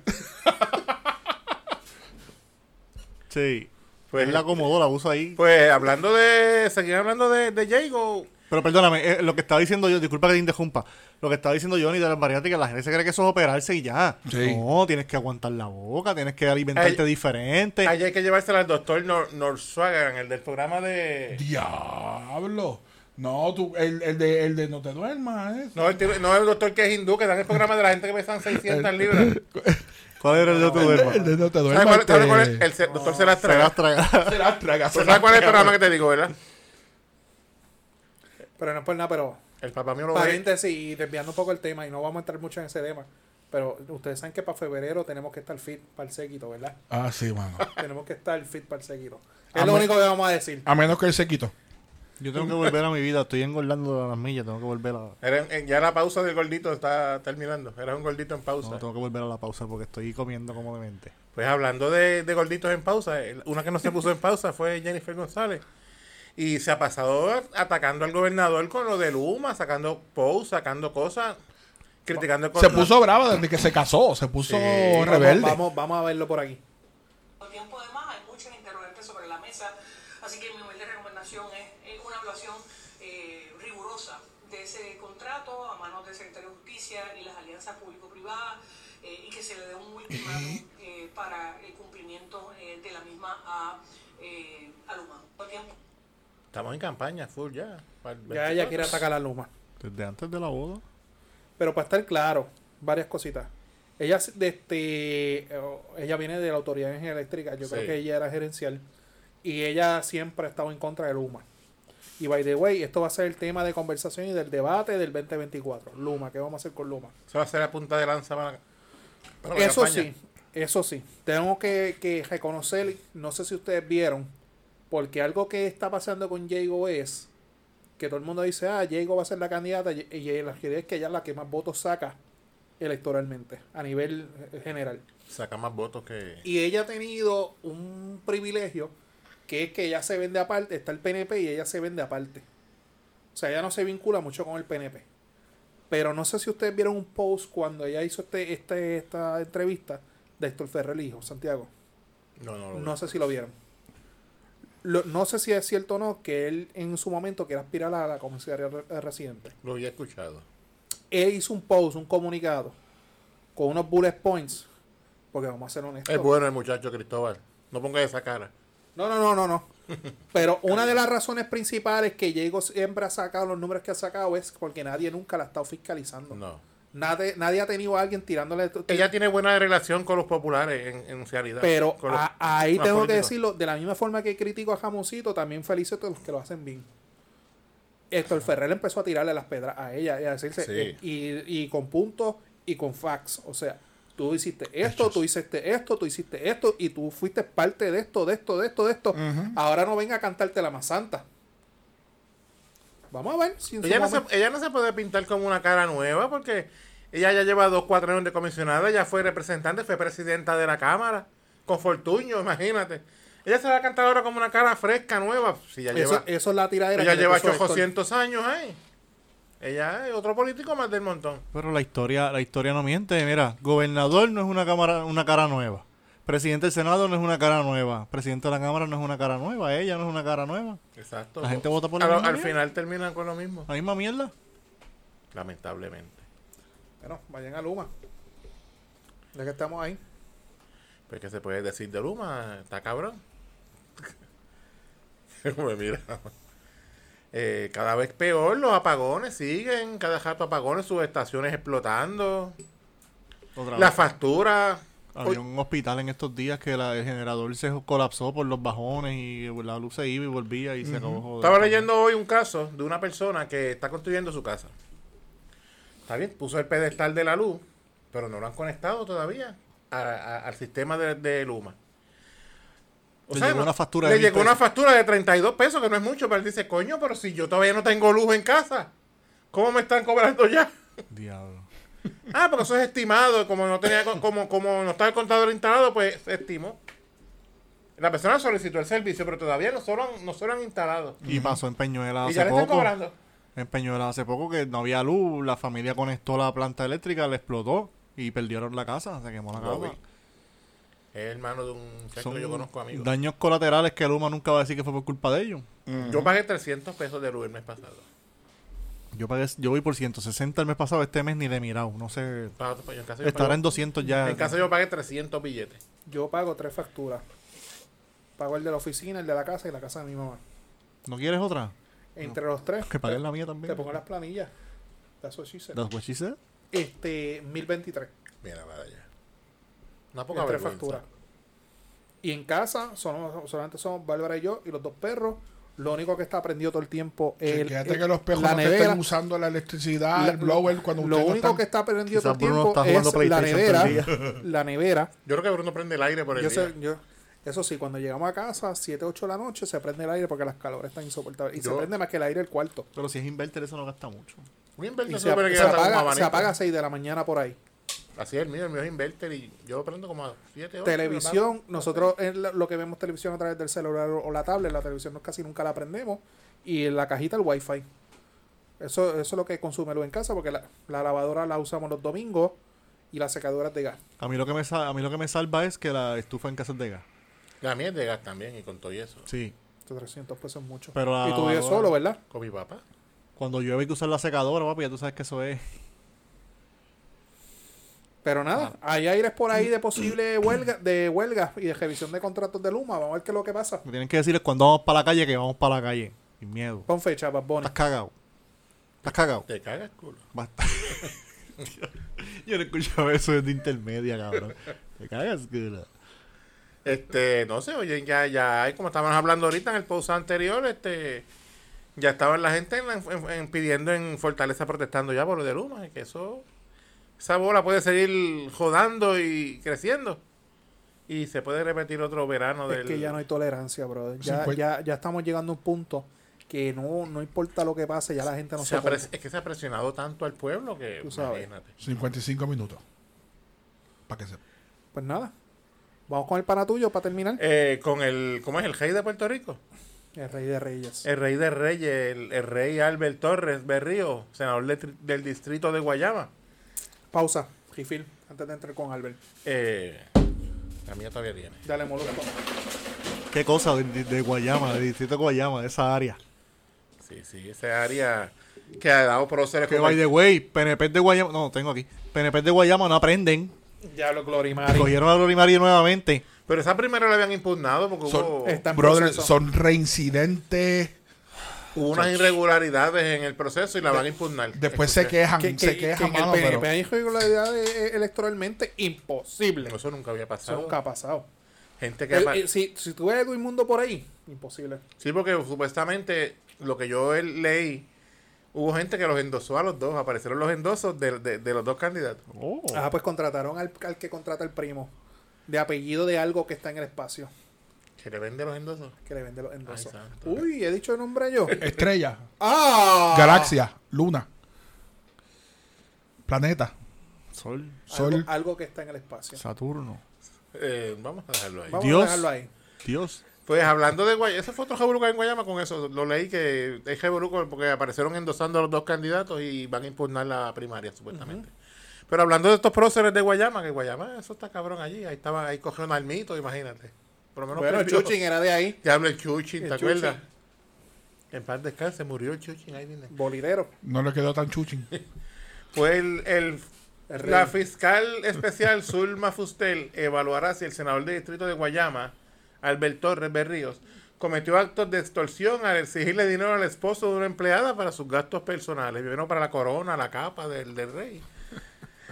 [SPEAKER 3] Sí.
[SPEAKER 4] Pues-
[SPEAKER 3] Pues él la acomodó, la puso ahí.
[SPEAKER 4] Pues hablando de. Seguir hablando de, de Jago.
[SPEAKER 3] Pero perdóname, eh, lo que estaba diciendo yo, disculpa que te interrumpa, lo que estaba diciendo Johnny de las bariátricas, la gente se cree que eso es operarse y ya.
[SPEAKER 5] Sí.
[SPEAKER 3] No, tienes que aguantar la boca, tienes que alimentarte
[SPEAKER 4] Ay.
[SPEAKER 3] diferente.
[SPEAKER 4] Allí hay que llevársela al doctor Nor Norswagger, el del programa de.
[SPEAKER 5] Diablo. No, tú, el, el de, el de no te duermas, ¿eh?
[SPEAKER 4] No, el, tío- no el doctor que es hindú, que dan el programa de la gente que pesan 600 libras.
[SPEAKER 3] ¿Cuál era el de otro del
[SPEAKER 5] El de no te
[SPEAKER 4] ¿Sabes
[SPEAKER 5] duermas.
[SPEAKER 4] Eh, [LAUGHS] cuál, sabes cuál es?
[SPEAKER 5] este,
[SPEAKER 4] El se- doctor se las
[SPEAKER 3] Se
[SPEAKER 4] traga.
[SPEAKER 3] las traga.
[SPEAKER 5] se las traga, se
[SPEAKER 4] Pues,
[SPEAKER 5] las
[SPEAKER 4] ¿Sabes cuál es el
[SPEAKER 5] traga.
[SPEAKER 4] programa que te digo, verdad?
[SPEAKER 2] Pero no es por nada, pero
[SPEAKER 4] El papá mío lo ve.
[SPEAKER 2] paréntesis y desviando un poco el tema y no vamos a entrar mucho en ese tema. Pero ustedes saben que para febrero tenemos que estar fit para el séquito, ¿verdad?
[SPEAKER 5] Ah, sí, mano.
[SPEAKER 2] tenemos que estar fit para el séquito. Es
[SPEAKER 5] Ah,
[SPEAKER 2] lo
[SPEAKER 5] me-
[SPEAKER 2] único que vamos a decir.
[SPEAKER 5] A menos que él se quitó.
[SPEAKER 3] [LAUGHS] Yo tengo que volver a mi vida, estoy engordando las millas, tengo que volver a...
[SPEAKER 4] Era- eh, ya la pausa del gordito está terminando. Era un gordito en pausa.
[SPEAKER 3] No, tengo que volver a la pausa porque estoy comiendo cómodamente.
[SPEAKER 4] eh, Pues hablando de, de gorditos en pausa, el- una que no se puso en pausa fue Jennifer González. Y se ha pasado atacando al gobernador con lo de Luma, sacando posts, sacando cosas, criticando
[SPEAKER 5] Se
[SPEAKER 4] cosas.
[SPEAKER 5] puso bravo desde que se casó, se puso
[SPEAKER 2] Vamos-
[SPEAKER 5] rebelde.
[SPEAKER 2] Vamos, vamos a verlo por aquí.
[SPEAKER 7] tiempo de más, hay muchas interrogantes sobre la mesa, así que mi humilde recomendación es eh, una evaluación eh, rigurosa de ese contrato a manos del Secretario de Justicia y las alianzas público-privadas eh, y que se le dé un ultimátum eh, para el cumplimiento eh, de la misma a, eh, a Luma. Por tiempo-
[SPEAKER 4] Estamos en campaña, full ya. para el
[SPEAKER 2] Ya
[SPEAKER 4] 24.
[SPEAKER 2] ella quiere atacar a Luma.
[SPEAKER 3] Desde antes de la boda.
[SPEAKER 2] Pero para estar claro, varias cositas. Ella, es de este, eh, ella viene de la Autoridad de Energía Eléctrica. Yo creo
[SPEAKER 4] Sí.
[SPEAKER 2] que ella era gerencial. Y ella siempre ha estado en contra de Luma. Y by the way, esto va a ser el tema de conversación y del debate del 2024. Luma, ¿qué vamos a hacer con Luma?
[SPEAKER 4] Eso va a ser la punta de lanza para, para la
[SPEAKER 2] Eso
[SPEAKER 4] campaña.
[SPEAKER 2] sí, eso sí. Tenemos que, que reconocer, no sé si ustedes vieron, porque algo que está pasando con Diego es que todo el mundo dice, ah, Diego va a ser la candidata, y, y la realidad es que ella es la que más votos saca electoralmente, a nivel eh, general.
[SPEAKER 4] Saca más votos que.
[SPEAKER 2] Y ella ha tenido un privilegio que es que ella se vende aparte, está el PNP y ella se vende aparte. O sea, ella no se vincula mucho con el PNP. Pero no sé si ustedes vieron un post cuando ella hizo este, este, esta entrevista de Héctor Ferrer, hijo, Santiago.
[SPEAKER 4] No, no,
[SPEAKER 2] No sé si lo vieron. Lo- no sé si es cierto o no que él en su momento quiere aspirar a la comisaría re- eh, residente
[SPEAKER 4] lo había escuchado.
[SPEAKER 2] él hizo un post, un comunicado, con unos bullet points, porque vamos a ser honestos.
[SPEAKER 4] Es bueno el muchacho Cristóbal. No ponga esa cara.
[SPEAKER 2] No, no, no, no, no. [LAUGHS] Pero una de las razones principales que Diego siempre ha sacado los números que ha sacado es porque nadie nunca la ha estado fiscalizando.
[SPEAKER 4] No.
[SPEAKER 2] Nadie, nadie ha tenido a alguien tirándole. tu-
[SPEAKER 4] Ella tiene buena relación con los populares en, en realidad.
[SPEAKER 2] pero
[SPEAKER 4] Con los-
[SPEAKER 2] a- ahí
[SPEAKER 4] con los
[SPEAKER 2] tengo que
[SPEAKER 4] políticos.
[SPEAKER 2] decirlo, de la misma forma que critico a Jamoncito, también felicito a todos los que lo hacen bien. Héctor Ferrer empezó a tirarle las pedras a ella y a decirse,
[SPEAKER 4] Sí.
[SPEAKER 2] eh, y, y con puntos y con facts. O sea, tú hiciste esto, tú hiciste esto, tú hiciste esto, y tú fuiste parte de esto, de esto, de esto, de esto. Ahora no venga a cantarte la más santa. Vamos a ver. Si en su
[SPEAKER 4] Ella no, se,
[SPEAKER 2] momento-
[SPEAKER 4] ella no se puede pintar como una cara nueva porque ella ya lleva dos, cuatro años de comisionada, ya fue representante, fue presidenta de la Cámara, con Fortuño, imagínate. Ella se va a cantar ahora como una cara fresca, nueva. Si ya
[SPEAKER 2] eso,
[SPEAKER 4] lleva,
[SPEAKER 2] eso es la tiradera.
[SPEAKER 4] ella
[SPEAKER 2] que le
[SPEAKER 4] lleva
[SPEAKER 2] puso Héctor.
[SPEAKER 4] 800 años ahí. Ella es otro político más del montón.
[SPEAKER 3] Pero la historia, la historia no miente. Mira, gobernador no es una cámara, una cara nueva. Presidente del Senado no es una cara nueva. Presidente de la Cámara no es una cara nueva. Ella no es una cara nueva.
[SPEAKER 4] Exacto.
[SPEAKER 3] La gente vota por la
[SPEAKER 4] Al-
[SPEAKER 3] misma
[SPEAKER 4] Al
[SPEAKER 3] mierda.
[SPEAKER 4] final terminan con lo mismo,
[SPEAKER 3] La misma mierda.
[SPEAKER 4] lamentablemente.
[SPEAKER 2] Bueno, vayan a Luma. Ya que estamos ahí.
[SPEAKER 4] Pues que se puede decir de Luma, está cabrón. [LAUGHS] Me mira. Eh, cada vez peor, los apagones siguen, cada rato apagones, sus estaciones explotando,
[SPEAKER 3] Otra
[SPEAKER 4] la
[SPEAKER 3] vez.
[SPEAKER 4] factura.
[SPEAKER 3] Había un hospital en estos días que la- el generador se colapsó por los bajones y eh, la luz se iba y volvía y se acabó. joder.
[SPEAKER 4] Estaba leyendo hoy un caso de una persona que está construyendo su casa. Está bien, puso el pedestal de la luz, pero no lo han conectado todavía a- a- al sistema de, de Luma.
[SPEAKER 3] Le llegó
[SPEAKER 4] no-
[SPEAKER 3] una factura
[SPEAKER 4] le
[SPEAKER 3] de mil
[SPEAKER 4] llegó una
[SPEAKER 3] pesos.
[SPEAKER 4] factura de 32 pesos, que no es mucho, pero él dice, coño, pero si yo todavía no tengo luz en casa, ¿cómo me están cobrando ya? [LAUGHS]
[SPEAKER 3] Diablo.
[SPEAKER 4] Ah, porque eso es estimado. Como no tenía, como, como no estaba el contador instalado, pues se estimó. La persona solicitó el servicio, pero todavía no se lo han, no se lo han instalado.
[SPEAKER 3] Y pasó en Peñuela
[SPEAKER 4] Y
[SPEAKER 3] hace
[SPEAKER 4] ya le están
[SPEAKER 3] poco.
[SPEAKER 4] cobrando.
[SPEAKER 3] En Peñuela hace poco que no había luz, la familia conectó la planta eléctrica, la explotó y perdieron la casa, se quemó la
[SPEAKER 4] Lo
[SPEAKER 3] casa.
[SPEAKER 4] vi. Es hermano de un muchacho
[SPEAKER 3] Son
[SPEAKER 4] que yo conozco, amigo.
[SPEAKER 3] daños colaterales que Luma nunca va a decir que fue por culpa de ellos.
[SPEAKER 4] Yo pagué 300 pesos de luz el mes pasado.
[SPEAKER 3] Yo pagué, yo voy por 160 el mes pasado, este mes ni le he mirado, no sé.
[SPEAKER 4] Pa- pa- en casa yo
[SPEAKER 3] Estará
[SPEAKER 4] pagué-
[SPEAKER 3] en 200 ya.
[SPEAKER 4] en casa yo pagué 300 billetes.
[SPEAKER 2] Yo pago tres facturas. Pago el de la oficina, el de la casa y la casa de mi mamá.
[SPEAKER 3] ¿No quieres otra?
[SPEAKER 2] Entre los tres,
[SPEAKER 3] Que pagues la mía
[SPEAKER 2] te
[SPEAKER 3] también.
[SPEAKER 2] pongo las planillas. That's what she said.
[SPEAKER 3] That's what she said.
[SPEAKER 2] Este, 1023.
[SPEAKER 4] Mira, para allá. Una poca
[SPEAKER 2] en tres
[SPEAKER 4] vergüenza.
[SPEAKER 2] facturas. Y en casa, son, solamente somos Bárbara y yo y los dos perros. Lo único que está prendido todo el tiempo es el-
[SPEAKER 5] Fíjate
[SPEAKER 2] el-
[SPEAKER 5] que los pejos
[SPEAKER 2] la
[SPEAKER 5] no te
[SPEAKER 2] nevera.
[SPEAKER 5] estén usando la electricidad,
[SPEAKER 2] La-
[SPEAKER 5] el blower cuando
[SPEAKER 2] lo
[SPEAKER 5] ustedes no
[SPEAKER 2] único
[SPEAKER 5] están-
[SPEAKER 2] que está prendido
[SPEAKER 3] Quizás Bruno
[SPEAKER 2] todo
[SPEAKER 3] está
[SPEAKER 2] el
[SPEAKER 3] jugando
[SPEAKER 2] tiempo es la
[SPEAKER 3] PlayStation todo
[SPEAKER 2] nevera. [LAUGHS]
[SPEAKER 3] el
[SPEAKER 2] La nevera.
[SPEAKER 4] Yo creo que Bruno prende el aire por el
[SPEAKER 2] Yo
[SPEAKER 4] día.
[SPEAKER 2] sé, yo, eso sí, cuando llegamos a casa, 7, 8 de la noche, se prende el aire porque las calores están insoportables. Y se
[SPEAKER 4] Yo-
[SPEAKER 2] prende más que el aire del cuarto.
[SPEAKER 3] Pero si es inverter, eso no gasta mucho.
[SPEAKER 4] Un
[SPEAKER 2] Y
[SPEAKER 4] inversor
[SPEAKER 2] se,
[SPEAKER 4] supone
[SPEAKER 2] ap-
[SPEAKER 4] que
[SPEAKER 2] se
[SPEAKER 4] gasta como
[SPEAKER 2] apaga, se
[SPEAKER 4] abanico.
[SPEAKER 2] apaga a 6 de la mañana por ahí.
[SPEAKER 4] Así es el mío, el mío es Inverter y yo prendo como a 7 horas.
[SPEAKER 2] televisión, nosotros en la- lo que vemos televisión a través del celular o, o la tablet, la televisión no, casi nunca la prendemos y en la cajita el wifi. Eso, eso es lo que consume lo en casa porque la, la lavadora la usamos los domingos y las secadoras de gas.
[SPEAKER 3] A mí, lo que me sa- a mí lo que me salva es que la estufa en casa es de gas.
[SPEAKER 4] La mía es de gas también y con todo y eso.
[SPEAKER 3] Sí.
[SPEAKER 2] Estos 300 pesos es mucho.
[SPEAKER 3] Pero la
[SPEAKER 2] y tú vives
[SPEAKER 3] lavadora-
[SPEAKER 2] solo, ¿verdad?
[SPEAKER 4] Con mi papá.
[SPEAKER 3] Cuando llueve hay que usar la secadora, papi, ya tú sabes que eso es.
[SPEAKER 2] Pero nada, hay aires por ahí
[SPEAKER 5] Mm.
[SPEAKER 2] de posible huelga, de huelgas y de revisión de contratos de Luma. Vamos a ver qué es lo que pasa.
[SPEAKER 3] Me tienen que decirles cuando vamos para la calle que vamos para la calle. Sin miedo.
[SPEAKER 2] Con fecha, Bad Bunny.
[SPEAKER 3] Estás cagado. Estás cagado.
[SPEAKER 4] Te cagas, culo.
[SPEAKER 3] Basta. [LAUGHS] Yo no escuchaba eso desde intermedia, cabrón. Te cagas, culo.
[SPEAKER 4] Este, no sé, oye, ya, ya hay, como estábamos hablando ahorita en el post anterior, este, ya estaban la gente en, en- en- pidiendo en Fortaleza protestando ya por lo de Luma, que eso, esa bola puede seguir jodando y creciendo. Y se puede repetir otro verano del...
[SPEAKER 2] Es que ya no hay tolerancia, brother. Ya,
[SPEAKER 5] Cincuenta-
[SPEAKER 2] ya, ya estamos llegando a un punto que no, no importa lo que pase, ya la gente no
[SPEAKER 4] se
[SPEAKER 2] se
[SPEAKER 4] ha
[SPEAKER 2] acuerda.
[SPEAKER 4] pres- es que se ha presionado tanto al pueblo que,
[SPEAKER 2] Tú sabes.
[SPEAKER 4] imagínate.
[SPEAKER 5] 55 minutos. Para que sepa.
[SPEAKER 2] Pues nada, vamos con el pana tuyo para terminar.
[SPEAKER 4] Eh, con el, ¿cómo es? El rey de Puerto Rico.
[SPEAKER 2] El rey de
[SPEAKER 5] Eh.
[SPEAKER 2] reyes.
[SPEAKER 4] El rey de reyes, el, el rey Albert Torres Berrío, senador de tri- del distrito de Guayama.
[SPEAKER 2] Pausa, refill, antes de entrar con Albert.
[SPEAKER 4] Eh, la mía todavía tiene.
[SPEAKER 2] Dale, molusco.
[SPEAKER 3] Qué cosa de, de- de Guayama, del distrito de Guayama, de esa área.
[SPEAKER 4] Sí, sí, esa área que ha dado próceres
[SPEAKER 3] Que
[SPEAKER 4] como
[SPEAKER 3] by
[SPEAKER 4] el-
[SPEAKER 3] the way, PNP de Guayama, no, tengo aquí. PNP de Guayama no aprenden.
[SPEAKER 2] Diablo, Glory Mari.
[SPEAKER 3] Cogieron a Glorimari nuevamente.
[SPEAKER 4] Pero esa primera la habían impugnado porque
[SPEAKER 5] Son-
[SPEAKER 4] hubo,
[SPEAKER 2] Está en
[SPEAKER 5] Brother,
[SPEAKER 2] proceso.
[SPEAKER 5] son reincidentes.
[SPEAKER 4] hubo unas irregularidades en el proceso y la van a impugnar.
[SPEAKER 5] Después se
[SPEAKER 4] Escuché.
[SPEAKER 5] quejan,
[SPEAKER 2] Que, que,
[SPEAKER 5] se
[SPEAKER 2] que
[SPEAKER 5] quejan,
[SPEAKER 2] en el
[SPEAKER 5] mano,
[SPEAKER 2] PNP
[SPEAKER 5] pero
[SPEAKER 2] hay irregularidades eh, electoralmente imposible.
[SPEAKER 4] Eso nunca había
[SPEAKER 2] Eso
[SPEAKER 4] pasado.
[SPEAKER 2] nunca ha pasado.
[SPEAKER 4] Gente que...
[SPEAKER 2] El-
[SPEAKER 4] apa-
[SPEAKER 2] el- Eh, si, si tú ves a Edwin Mundo por ahí, imposible.
[SPEAKER 4] Sí, porque supuestamente lo que yo he- leí, hubo gente que los endosó a los dos. Aparecieron los endosos de, de- de los dos candidatos.
[SPEAKER 2] Ah, pues contrataron al, al que contrata el primo. De apellido de algo que está en el espacio.
[SPEAKER 4] Que le vende los endosos.
[SPEAKER 2] Que le vende los endosos.
[SPEAKER 4] Ay, santo.
[SPEAKER 2] Uy, he dicho el nombre yo.
[SPEAKER 5] estrella,
[SPEAKER 2] ¡Ah!
[SPEAKER 5] galaxia, luna, planeta,
[SPEAKER 3] Sol,
[SPEAKER 5] sol.
[SPEAKER 2] Algo, algo que está en el espacio.
[SPEAKER 3] Saturno,
[SPEAKER 4] Eh, vamos a dejarlo ahí.
[SPEAKER 2] Vamos
[SPEAKER 3] Dios.
[SPEAKER 2] a dejarlo ahí.
[SPEAKER 3] Dios.
[SPEAKER 4] Pues hablando de Guayama, ese fue otro revoluco en Guayama con eso. Lo leí que es revoluco porque aparecieron endosando a los dos candidatos y van a impugnar la primaria, supuestamente. Pero hablando de estos próceres de Guayama, que Guayama, eso está cabrón allí. Ahí estaba, ahí cogió un almito, imagínate. Por lo menos
[SPEAKER 2] Bueno,
[SPEAKER 4] perdió.
[SPEAKER 2] Chuchin era de ahí.
[SPEAKER 4] Ya habla el Chuchin,
[SPEAKER 2] El
[SPEAKER 4] ¿te acuerdas?
[SPEAKER 2] Chuchin.
[SPEAKER 4] En paz descanse, murió el Chuchin ahí, nene.
[SPEAKER 2] Bolidero.
[SPEAKER 5] No le quedó tan chuchín.
[SPEAKER 4] Fue el, el-
[SPEAKER 2] El rey. [LAUGHS]
[SPEAKER 4] la fiscal especial Zulma Fustel evaluará si el senador del distrito de Guayama, Albert Torres Berríos, cometió actos de extorsión al exigirle dinero al esposo de una empleada para sus gastos personales, primero para la corona, la capa del, del rey.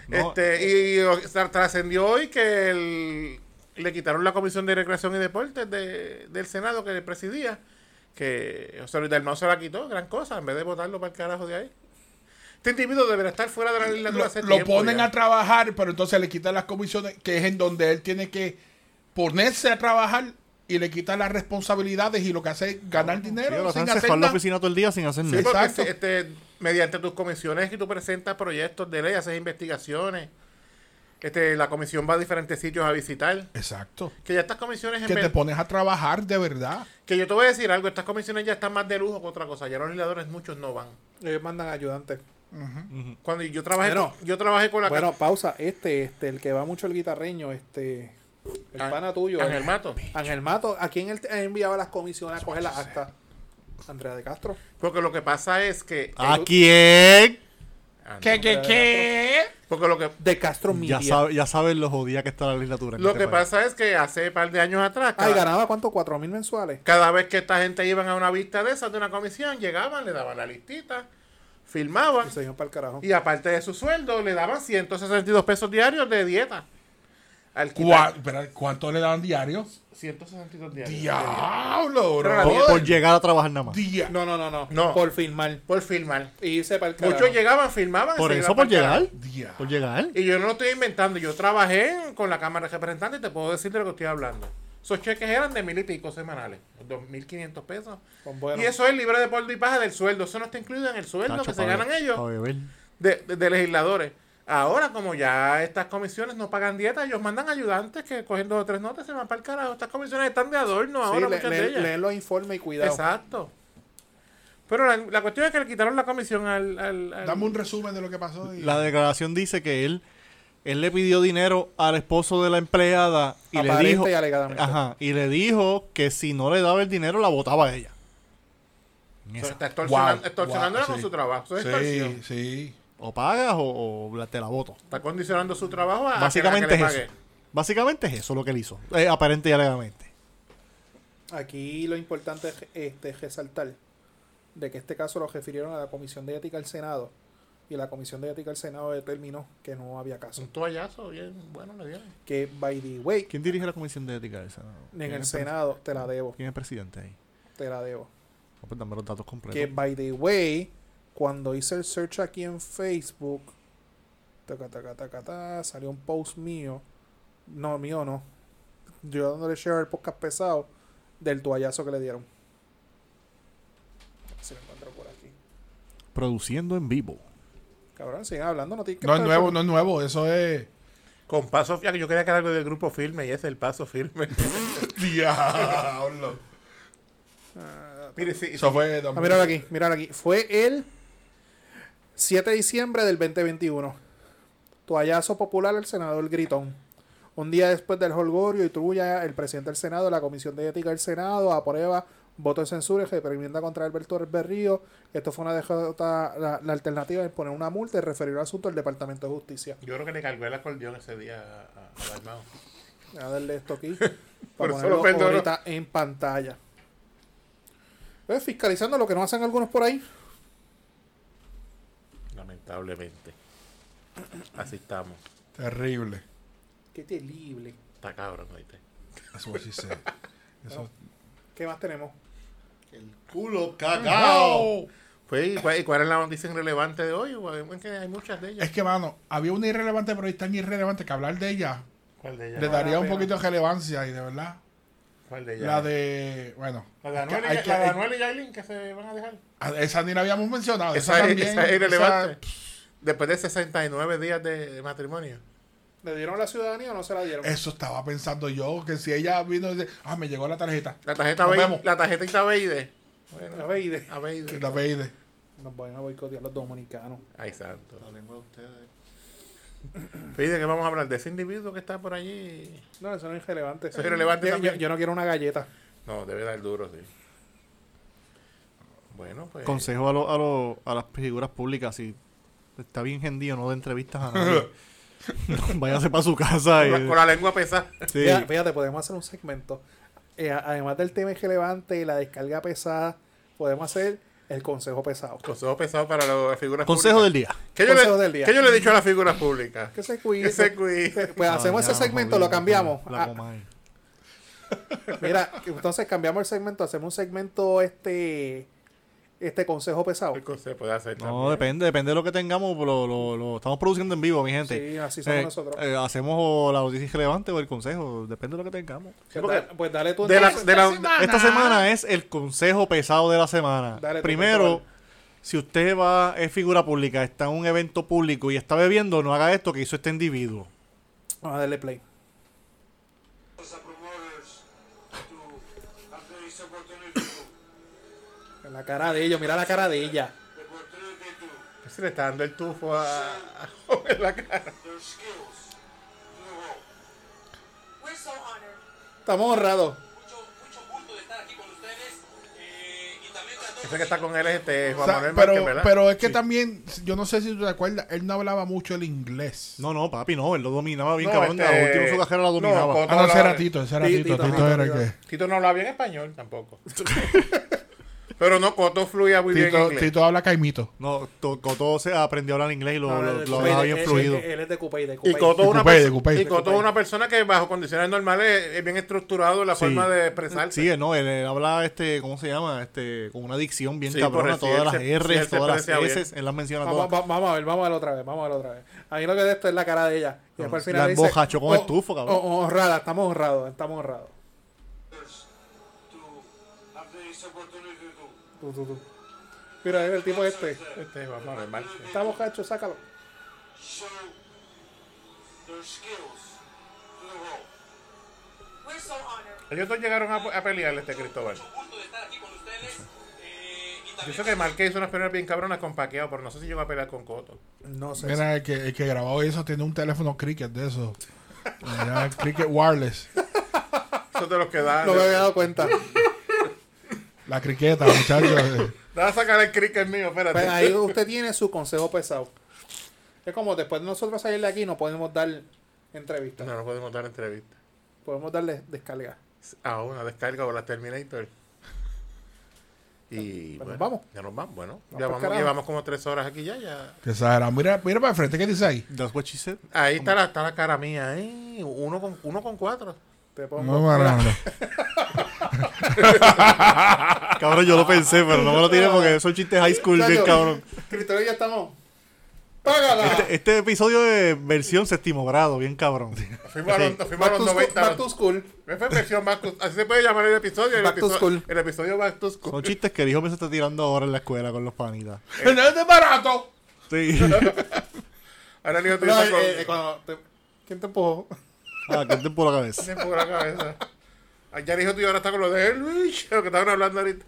[SPEAKER 3] No.
[SPEAKER 4] este
[SPEAKER 5] eh,
[SPEAKER 4] y, o- tra- trascendió hoy que el- le quitaron la comisión de recreación y deportes de- del senado que le presidía, que José Luis Dalmau se la quitó, gran cosa, en vez de votarlo para el carajo de ahí. Este individuo deberá estar fuera de la legislatura
[SPEAKER 5] Lo,
[SPEAKER 4] hace
[SPEAKER 5] lo
[SPEAKER 4] tiempo
[SPEAKER 5] ponen
[SPEAKER 4] ya.
[SPEAKER 5] a trabajar, pero entonces le quitan las comisiones, que es en donde él tiene que ponerse a trabajar y le quitan las responsabilidades y lo que hace es ganar
[SPEAKER 3] Sí,
[SPEAKER 5] dinero
[SPEAKER 3] ahora
[SPEAKER 5] sin
[SPEAKER 3] se
[SPEAKER 5] hacer
[SPEAKER 3] fue a la
[SPEAKER 5] nada.
[SPEAKER 3] oficina todo el día sin hacer
[SPEAKER 4] Sí,
[SPEAKER 3] nada.
[SPEAKER 4] porque
[SPEAKER 5] Exacto.
[SPEAKER 4] este- este, mediante tus comisiones que tú presentas proyectos de ley, haces investigaciones. Este, la comisión va a diferentes sitios a visitar.
[SPEAKER 5] Exacto.
[SPEAKER 4] Que ya estas comisiones... en
[SPEAKER 5] Que
[SPEAKER 4] vez-
[SPEAKER 5] te pones a trabajar de verdad.
[SPEAKER 4] que yo te voy a decir algo, estas comisiones ya están más de lujo que otra cosa. Ya los legisladores muchos no van.
[SPEAKER 2] Ellos Eh, mandan ayudantes.
[SPEAKER 4] Cuando yo trabajé,
[SPEAKER 2] Bueno.
[SPEAKER 4] yo trabajé con la...
[SPEAKER 2] Bueno, pausa. Este, este, el que va mucho el guitarreño, este. El
[SPEAKER 4] An-
[SPEAKER 2] pana tuyo.
[SPEAKER 4] Ángel Mato.
[SPEAKER 2] Ángel Mato. ¿A quién él te- enviaba las comisiones a coger las actas? Andrea de Castro.
[SPEAKER 4] Porque lo que pasa es que...
[SPEAKER 3] ¿A quién?
[SPEAKER 4] Ah, no.
[SPEAKER 5] qué, qué?
[SPEAKER 4] Porque lo que...
[SPEAKER 2] De Castro Media.
[SPEAKER 3] Ya, sabe- ya saben lo jodida que está la legislatura. en
[SPEAKER 4] Lo
[SPEAKER 3] este
[SPEAKER 4] que
[SPEAKER 3] país.
[SPEAKER 4] pasa es que hace un par de años atrás,
[SPEAKER 2] Ay,
[SPEAKER 4] cada,
[SPEAKER 2] ganaba cuánto? ¿Cuatro mil mensuales?
[SPEAKER 4] cada vez que esta gente iban a una vista de esas, de una comisión, llegaban, le daban la listita, filmaban,
[SPEAKER 2] Y se iban para el carajo.
[SPEAKER 4] y aparte de su sueldo, le daban 162 pesos diarios de dieta. Al
[SPEAKER 5] Cua-
[SPEAKER 4] quitar-
[SPEAKER 5] espera, ¿Cuánto le dan diario?
[SPEAKER 4] 162 diarios.
[SPEAKER 5] Diablo,
[SPEAKER 4] Pero la
[SPEAKER 5] bro.
[SPEAKER 3] Por, por llegar a trabajar nada más.
[SPEAKER 5] Dia-
[SPEAKER 2] No, no, no, no.
[SPEAKER 4] eh, No.
[SPEAKER 2] Por filmar.
[SPEAKER 4] Por filmar.
[SPEAKER 2] Y irse para el carajo.
[SPEAKER 4] Muchos llegaban, filmaban.
[SPEAKER 3] Por
[SPEAKER 4] se
[SPEAKER 3] eso,
[SPEAKER 4] iban
[SPEAKER 3] por
[SPEAKER 4] pa'l carajo.
[SPEAKER 3] llegar.
[SPEAKER 5] dia-
[SPEAKER 4] Pues
[SPEAKER 3] Por llegar.
[SPEAKER 4] Y yo no lo estoy inventando. Yo trabajé con la Cámara de Representantes y te puedo decir de lo que estoy hablando. Esos cheques eran de mil y pico semanales. 2.500 pesos.
[SPEAKER 2] Con bueno.
[SPEAKER 4] Y eso es libre de polvo y paja del sueldo. Eso no está incluido en el sueldo
[SPEAKER 3] Tacho,
[SPEAKER 4] que se
[SPEAKER 3] pa'
[SPEAKER 4] ganan
[SPEAKER 3] be- pa'
[SPEAKER 4] ellos
[SPEAKER 3] beber.
[SPEAKER 4] de, de- de legisladores. Ahora, como ya estas comisiones no pagan dieta, ellos mandan ayudantes que cogen dos o tres notas y se van para el carajo. Estas comisiones están de adorno
[SPEAKER 2] Sí,
[SPEAKER 4] ahora,
[SPEAKER 2] le-
[SPEAKER 4] muchas
[SPEAKER 2] le-
[SPEAKER 4] de ellas.
[SPEAKER 2] leen los informes y cuidado.
[SPEAKER 4] Exacto. Pero la, la cuestión es que le quitaron la comisión al. al- al-
[SPEAKER 5] Dame un resumen de lo que pasó. y-
[SPEAKER 3] La declaración dice que él, él le pidió dinero al esposo de la empleada y
[SPEAKER 2] Aparente
[SPEAKER 3] le dijo,
[SPEAKER 2] y alegadamente.
[SPEAKER 3] ajá, y le dijo que si no le daba el dinero la botaba a ella.
[SPEAKER 4] O sea, Está extorsionando,
[SPEAKER 5] Wow,
[SPEAKER 4] extorsionándola
[SPEAKER 5] wow,
[SPEAKER 4] con
[SPEAKER 5] sí.
[SPEAKER 4] su trabajo. Eso es extorsión.
[SPEAKER 5] Sí, sí.
[SPEAKER 3] O pagas o, o la- te la voto.
[SPEAKER 4] Está condicionando su trabajo
[SPEAKER 2] Ah,
[SPEAKER 4] a
[SPEAKER 3] Básicamente
[SPEAKER 4] a que
[SPEAKER 3] es
[SPEAKER 4] le
[SPEAKER 3] eso. Básicamente es eso lo que él hizo, eh, aparente y alegadamente.
[SPEAKER 2] Aquí lo importante es este, resaltar de que este caso lo refirieron a la Comisión de Ética del Senado y la Comisión de Ética del Senado determinó que no había caso.
[SPEAKER 4] Un toallazo bien bueno le dieron.
[SPEAKER 2] Que, by the way,
[SPEAKER 3] ¿Quién dirige la comisión de ética del Senado?
[SPEAKER 2] en
[SPEAKER 3] ¿Quién
[SPEAKER 2] el
[SPEAKER 3] es
[SPEAKER 2] Senado te la debo,
[SPEAKER 3] pre- ¿Quién es presidente ahí?
[SPEAKER 2] te la debo.
[SPEAKER 3] No, pues dame los datos completos.
[SPEAKER 2] Que, by the way, cuando hice el search aquí en Facebook, taca, taca, taca, ta, salió un post mío. No, mío no. Yo dándole share al podcast pesado del toallazo que le dieron. Se lo encuentro por aquí.
[SPEAKER 3] Produciendo en vivo.
[SPEAKER 2] Cabrón, siguen hablando, no tienes que
[SPEAKER 5] No es
[SPEAKER 2] estar-
[SPEAKER 5] nuevo, no es nuevo. Eso es.
[SPEAKER 4] Con paso firme, yo quería que era algo del grupo firme y ese es el paso [LAUGHS] firme.
[SPEAKER 5] Diablo.
[SPEAKER 4] Mire, sí,
[SPEAKER 5] Eso fue.
[SPEAKER 2] Ah, míralo aquí, míralo aquí. Fue el 7 de diciembre del 2021. Toallazo popular al senador Gritón. Un día después del holgorio y trulla, el presidente del Senado, la Comisión de Ética del Senado, aprueba voto de censura y reprimenda contra Alberto Berrío. Esto fue una derrota. La, la alternativa es poner una multa y referir al asunto al Departamento de Justicia.
[SPEAKER 4] yo creo que le cargué el acordeón ese día a, a- al armado.
[SPEAKER 2] Voy a darle esto
[SPEAKER 4] [LAUGHS]
[SPEAKER 2] aquí para
[SPEAKER 4] Por eso
[SPEAKER 2] ponerlo
[SPEAKER 4] lo perdono.
[SPEAKER 2] ahorita en pantalla. Pues, fiscalizando lo que no hacen algunos por ahí.
[SPEAKER 4] Lamentablemente. Así estamos.
[SPEAKER 5] Terrible.
[SPEAKER 2] Qué terrible.
[SPEAKER 4] Está cabrón, oíste.
[SPEAKER 5] Eso sí sé. Eso.
[SPEAKER 2] ¿Qué más tenemos?
[SPEAKER 4] El culo cagao. Pues, ¿y cuál, y cuál es la noticia irrelevante de hoy? Guay? Es que hay muchas de ellas.
[SPEAKER 5] Es que, mano, había una irrelevante, pero es tan irrelevante que hablar de ella
[SPEAKER 4] ¿Cuál de
[SPEAKER 5] le
[SPEAKER 4] ellas? Ah,
[SPEAKER 5] daría un
[SPEAKER 2] pena.
[SPEAKER 5] poquito de relevancia y de verdad.
[SPEAKER 4] ¿Cuál de ellas?
[SPEAKER 5] La de. Bueno.
[SPEAKER 4] La de
[SPEAKER 5] hay que-
[SPEAKER 4] Anuel y-
[SPEAKER 5] hay
[SPEAKER 4] la
[SPEAKER 5] que-
[SPEAKER 4] de
[SPEAKER 5] hay-
[SPEAKER 4] Anuel y Yailin que se van a dejar.
[SPEAKER 5] a- Esa ni la habíamos mencionado. Esa,
[SPEAKER 4] Esa, es-
[SPEAKER 5] también.
[SPEAKER 4] esa es irrelevante.
[SPEAKER 5] esa-
[SPEAKER 4] Después de 69 días de matrimonio.
[SPEAKER 2] ¿Le dieron la ciudadanía o no se la dieron?
[SPEAKER 5] eso estaba pensando yo, que si ella vino y dice, ah, me llegó la tarjeta.
[SPEAKER 4] La tarjeta
[SPEAKER 5] Nos
[SPEAKER 4] vei-
[SPEAKER 5] vemos.
[SPEAKER 4] La tarjetita veide.
[SPEAKER 2] La veide.
[SPEAKER 4] A veide.
[SPEAKER 5] La veide.
[SPEAKER 2] Ah, Nos van a boicotear los dominicanos.
[SPEAKER 4] Ay, santo. La lengua de ustedes. Pide que vamos a hablar de ese individuo que está por allí.
[SPEAKER 2] No, eso no es irrelevante.
[SPEAKER 4] Eso es irrelevante
[SPEAKER 2] Yo- yo,
[SPEAKER 4] también.
[SPEAKER 2] yo no quiero una galleta.
[SPEAKER 4] No, debe dar duro, sí. Bueno,
[SPEAKER 2] Eh.
[SPEAKER 4] pues.
[SPEAKER 3] Consejo a, lo- a, lo- a las figuras públicas, si está bien gendido, no de entrevistas
[SPEAKER 2] [LAUGHS]
[SPEAKER 3] a nadie. Váyase para su casa
[SPEAKER 4] con,
[SPEAKER 3] y...
[SPEAKER 4] la, con la lengua pesada.
[SPEAKER 3] Sí.
[SPEAKER 2] Fíjate, fíjate, podemos hacer un segmento. Eh, a- además del tema irrelevante y la descarga pesada, podemos hacer el consejo pesado.
[SPEAKER 4] Consejo pesado para las figuras
[SPEAKER 3] Consejo del
[SPEAKER 4] públicas.
[SPEAKER 3] día.
[SPEAKER 4] ¿Qué yo,
[SPEAKER 2] Consejo
[SPEAKER 4] le,
[SPEAKER 2] del día.
[SPEAKER 4] ¿Qué yo le he dicho a las figuras públicas?
[SPEAKER 2] Que se cuide.
[SPEAKER 4] Que se cuide.
[SPEAKER 2] Pues hacemos
[SPEAKER 3] No,
[SPEAKER 2] ese
[SPEAKER 3] Ah, ya,
[SPEAKER 2] segmento,
[SPEAKER 3] jodido,
[SPEAKER 2] lo cambiamos.
[SPEAKER 3] La
[SPEAKER 2] Ah,
[SPEAKER 3] Comay.
[SPEAKER 2] mira, entonces cambiamos el segmento, hacemos un segmento este este consejo pesado.
[SPEAKER 4] El consejo puede hacer
[SPEAKER 3] No,
[SPEAKER 4] también.
[SPEAKER 3] depende, depende de lo que tengamos, lo, lo, lo estamos produciendo en vivo, mi gente.
[SPEAKER 2] Sí, así somos
[SPEAKER 3] Eh,
[SPEAKER 2] nosotros.
[SPEAKER 3] eh, hacemos o la noticia irrelevante o el consejo, depende de lo que tengamos.
[SPEAKER 2] Pues,
[SPEAKER 4] porque-
[SPEAKER 2] da- pues dale tú
[SPEAKER 4] De la,
[SPEAKER 2] entonces.
[SPEAKER 4] de la-
[SPEAKER 3] Esta semana es el consejo pesado de la semana.
[SPEAKER 2] Dale, tú,
[SPEAKER 3] Primero,
[SPEAKER 2] Cristóbal.
[SPEAKER 3] si usted va, es figura pública, está en un evento público y está bebiendo, no haga esto que hizo este individuo.
[SPEAKER 2] Vamos a darle play.
[SPEAKER 8] as a promoters to after this opportunity to
[SPEAKER 2] La cara de ellos, mira la cara de ella.
[SPEAKER 8] the opportunity to
[SPEAKER 4] Se le está dando el tufo a, a [LAUGHS] Joel en la cara.
[SPEAKER 8] their skills to the world.
[SPEAKER 7] We're so honored.
[SPEAKER 2] Estamos honrados.
[SPEAKER 8] Mucho, mucho gusto de estar aquí con ustedes eh, y también a todos
[SPEAKER 4] Ese que está con él es este
[SPEAKER 5] O
[SPEAKER 4] Juan
[SPEAKER 5] sea,
[SPEAKER 4] Manuel Márquez,
[SPEAKER 5] pero,
[SPEAKER 4] ¿verdad?
[SPEAKER 5] pero es que
[SPEAKER 4] Sí.
[SPEAKER 5] también, yo no sé si tú te acuerdas, él no hablaba mucho el inglés.
[SPEAKER 3] No, no, papi, no, él lo dominaba bien,
[SPEAKER 4] No,
[SPEAKER 3] cabrón.
[SPEAKER 4] este-
[SPEAKER 3] La última su cajera la
[SPEAKER 4] no,
[SPEAKER 3] dominaba.
[SPEAKER 4] con-
[SPEAKER 5] Ah, no, ese era
[SPEAKER 4] Hablaba-
[SPEAKER 5] Tito, ese era
[SPEAKER 2] Sí,
[SPEAKER 5] Tito.
[SPEAKER 2] Tito,
[SPEAKER 5] Tito
[SPEAKER 2] ajá,
[SPEAKER 5] era el
[SPEAKER 2] Tito.
[SPEAKER 5] que.
[SPEAKER 4] Tito no hablaba bien español [LAUGHS] tampoco. pero no, Coto fluía muy bien
[SPEAKER 5] Tito,
[SPEAKER 4] inglés.
[SPEAKER 5] Tito habla caimito.
[SPEAKER 3] No, to- Cotó se aprendió a hablar inglés y lo,
[SPEAKER 2] No,
[SPEAKER 3] lo-
[SPEAKER 2] no, de
[SPEAKER 3] lo
[SPEAKER 2] Cupey,
[SPEAKER 3] hablaba
[SPEAKER 2] de-
[SPEAKER 3] bien
[SPEAKER 2] él-
[SPEAKER 3] fluido.
[SPEAKER 2] Él, él es de Cupey, de Cupey.
[SPEAKER 4] Y Coto es una,
[SPEAKER 5] Cupey, de
[SPEAKER 4] perso-
[SPEAKER 5] Cupey.
[SPEAKER 4] y Coto es una persona que bajo condiciones normales es bien estructurado en la
[SPEAKER 3] Sí.
[SPEAKER 4] forma de expresarse.
[SPEAKER 3] Sí, él, no, él, él habla, este, ¿cómo se llama? Este, con una dicción bien
[SPEAKER 4] Sí,
[SPEAKER 3] cabrona,
[SPEAKER 4] correcto, sí, él
[SPEAKER 3] todas las
[SPEAKER 4] se- sí, él
[SPEAKER 3] R's,
[SPEAKER 4] se
[SPEAKER 3] todas
[SPEAKER 4] pronuncia
[SPEAKER 3] las
[SPEAKER 4] bien.
[SPEAKER 3] S's, él las menciona
[SPEAKER 2] Vamos,
[SPEAKER 3] todas.
[SPEAKER 2] va- vamos a ver, vamos a ver otra vez, vamos a ver otra vez. A mí lo que de esto es la cara de ella. Y después al final
[SPEAKER 3] la
[SPEAKER 2] dice,
[SPEAKER 3] embojachó con estufo, cabrón.
[SPEAKER 2] oh, honrada, estamos honrados, estamos honrados.
[SPEAKER 8] to after this opportunity to
[SPEAKER 2] Tú, tú, tú. Mira, es el tipo este.
[SPEAKER 4] Este es Juan Manuel Márquez.
[SPEAKER 2] Está bocacho, sácalo.
[SPEAKER 8] show their skills to the role.
[SPEAKER 7] We're so honored.
[SPEAKER 4] Ellos dos llegaron a, a pelear este Cristóbal.
[SPEAKER 8] Mucho gusto de estar aquí con ustedes. eh, y
[SPEAKER 4] Yo
[SPEAKER 8] también
[SPEAKER 4] sé que Marquez hizo unas peleas bien cabronas con Paqueo, pero no sé si llegó a pelear con Coto.
[SPEAKER 2] No sé.
[SPEAKER 5] Mira, el que, el que grabó eso tiene un teléfono cricket de eso. Mira, el cricket wireless.
[SPEAKER 4] Eso te los que [LAUGHS] da.
[SPEAKER 2] No me había dado cuenta.
[SPEAKER 5] La criqueta, eh, muchachos.
[SPEAKER 4] Da a sacar el cricket mío, espérate.
[SPEAKER 2] Pues ahí usted tiene su consejo pesado. Es como después de nosotros salir de aquí no podemos dar entrevistas.
[SPEAKER 4] No, no podemos dar entrevista.
[SPEAKER 2] Podemos darle descarga.
[SPEAKER 4] A una descarga o la Terminator. Y
[SPEAKER 2] Pues
[SPEAKER 4] bueno,
[SPEAKER 2] nos vamos.
[SPEAKER 4] Ya nos vamos, bueno.
[SPEAKER 2] Vamos
[SPEAKER 4] ya
[SPEAKER 2] pa'l
[SPEAKER 4] vamos-
[SPEAKER 2] carajo.
[SPEAKER 4] llevamos como tres horas aquí ya. ya.
[SPEAKER 5] que exagerado. Mira, mira para el frente, ¿qué dice ahí?
[SPEAKER 3] That's what she said.
[SPEAKER 4] Ahí está la, está la cara mía, ahí. Uno con, uno con cuatro.
[SPEAKER 2] Te
[SPEAKER 5] No,
[SPEAKER 2] pongo.
[SPEAKER 5] marrano.
[SPEAKER 3] Cabrón, yo lo pensé, pero no me lo tiré porque son chistes high school, bien
[SPEAKER 2] Chacho,
[SPEAKER 3] cabrón.
[SPEAKER 2] Cristóbal y yo estamos. ¡Págala!
[SPEAKER 3] Este, este episodio de versión séptimo grado, bien cabrón.
[SPEAKER 4] Fuimos a
[SPEAKER 3] Sí.
[SPEAKER 4] los, fuimos a
[SPEAKER 2] back,
[SPEAKER 4] los
[SPEAKER 2] to school,
[SPEAKER 4] 90.
[SPEAKER 2] back to school.
[SPEAKER 4] Esa fue versión back to- Así se puede llamar el episodio. El,
[SPEAKER 2] Back to
[SPEAKER 4] episodio,
[SPEAKER 2] school.
[SPEAKER 4] el episodio Back to School.
[SPEAKER 3] Son chistes que el hijo me se está tirando ahora en la escuela con los panitas.
[SPEAKER 4] Eh.
[SPEAKER 5] ¡No este es de barato!
[SPEAKER 3] Sí.
[SPEAKER 4] Ahora el hijo tuyo
[SPEAKER 2] No,
[SPEAKER 4] está con-
[SPEAKER 2] eh, eh, cuando te- ¿Quién te empujó?
[SPEAKER 3] Ah, que te por la cabeza.
[SPEAKER 4] se fue la cabeza. Allá el hijo tuyo ahora está con lo de él, Luis, lo que estaban hablando ahorita.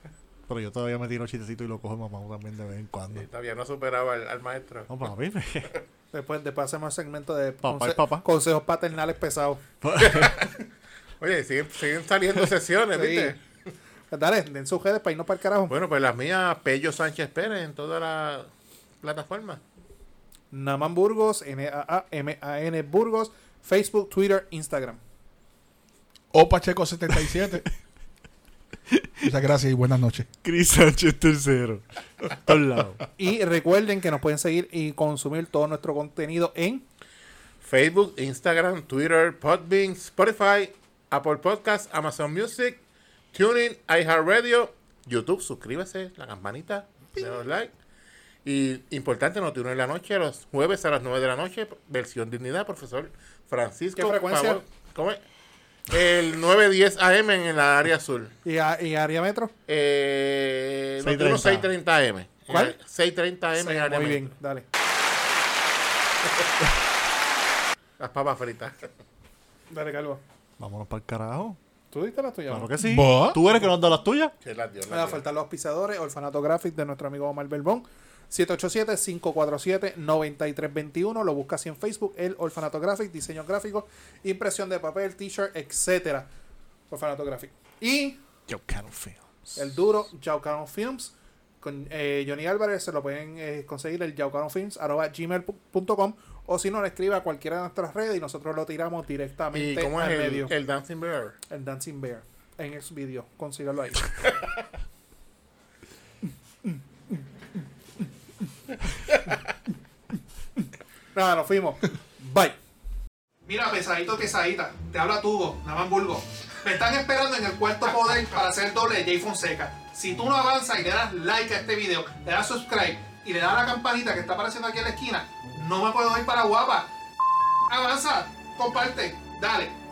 [SPEAKER 3] Pero yo todavía me tiro chistecito y lo cojo mamá también de vez en cuando.
[SPEAKER 4] Y todavía no superaba al, al maestro.
[SPEAKER 3] No, papi. [LAUGHS]
[SPEAKER 2] Después, después hacemos el segmento de
[SPEAKER 3] Papá es papá.
[SPEAKER 2] consejos paternales pesados.
[SPEAKER 4] Oye, siguen, siguen saliendo sesiones,
[SPEAKER 2] Sí.
[SPEAKER 4] ¿viste?
[SPEAKER 2] Pues Dale, den sus redes para irnos para el carajo.
[SPEAKER 4] Bueno, pues las mías, Pello Sánchez Pérez en todas las plataformas.
[SPEAKER 2] Naman Burgos, N-A-A-M-A-N Burgos, Facebook, Twitter, Instagram.
[SPEAKER 5] O Pacheco77. Muchas gracias y buenas noches.
[SPEAKER 3] Cris Sánchez tercero. Por lado.
[SPEAKER 2] Y recuerden que nos pueden seguir y consumir todo nuestro contenido en
[SPEAKER 4] Facebook, Instagram, Twitter, Podbean, Spotify, Apple Podcasts, Amazon Music, TuneIn, iHeartRadio, YouTube. Suscríbase, la campanita, denos like. Y importante, no en la noche, los jueves a las 9 de la noche, versión Dignidad, profesor Francisco.
[SPEAKER 2] ¿Qué frecuencia?
[SPEAKER 4] Pavón. ¿Cómo es? El 9.10 AM en la área azul.
[SPEAKER 2] y, a- y Área Metro.
[SPEAKER 4] Eh,
[SPEAKER 3] 6:30.
[SPEAKER 4] 630. 6.30 AM.
[SPEAKER 2] ¿Cuál?
[SPEAKER 4] 6.30 AM en área
[SPEAKER 2] Muy
[SPEAKER 4] metro.
[SPEAKER 2] bien, dale.
[SPEAKER 4] Las papas fritas.
[SPEAKER 2] Dale, Calvo.
[SPEAKER 3] Vámonos para el carajo.
[SPEAKER 2] ¿Tú diste la tuya?
[SPEAKER 3] Claro
[SPEAKER 2] mano?
[SPEAKER 3] que sí.
[SPEAKER 5] ¿Vos?
[SPEAKER 3] ¿Tú eres que nos da las tuyas?
[SPEAKER 4] Que las dio, las
[SPEAKER 2] Me va a
[SPEAKER 4] dio.
[SPEAKER 2] faltar los pisadores, Orfanato Graphic de nuestro amigo Omar Belbón. 787-547-9321. Lo buscas en Facebook, el Orfanato Graphic, diseño gráfico, impresión de papel, t-shirt, etcétera. Orfanato Graphic. Y
[SPEAKER 3] Yo can't fail.
[SPEAKER 2] el duro Yaucano Films. Con eh, Johnny Álvarez se lo pueden eh, conseguir el yaucanofilms arroba gmail.com o si no le escribe a cualquiera de nuestras redes y nosotros lo tiramos
[SPEAKER 4] ¿Y
[SPEAKER 2] directamente
[SPEAKER 4] cómo es
[SPEAKER 2] al
[SPEAKER 4] el,
[SPEAKER 2] medio.
[SPEAKER 4] el Dancing Bear?
[SPEAKER 2] El Dancing Bear en Xvideo. Consígalo ahí. [LAUGHS] Nada, nos fuimos. Bye. Mira, pesadito, pesadita. Te habla Tugo, Namán Burgo. Me están esperando en el cuarto poder para hacer doble de Jay Fonseca. Si tú no avanzas y le das like a este video, le das subscribe y le das a la campanita que está apareciendo aquí en la esquina, no me puedo ir para guapa. Avanza, comparte, dale.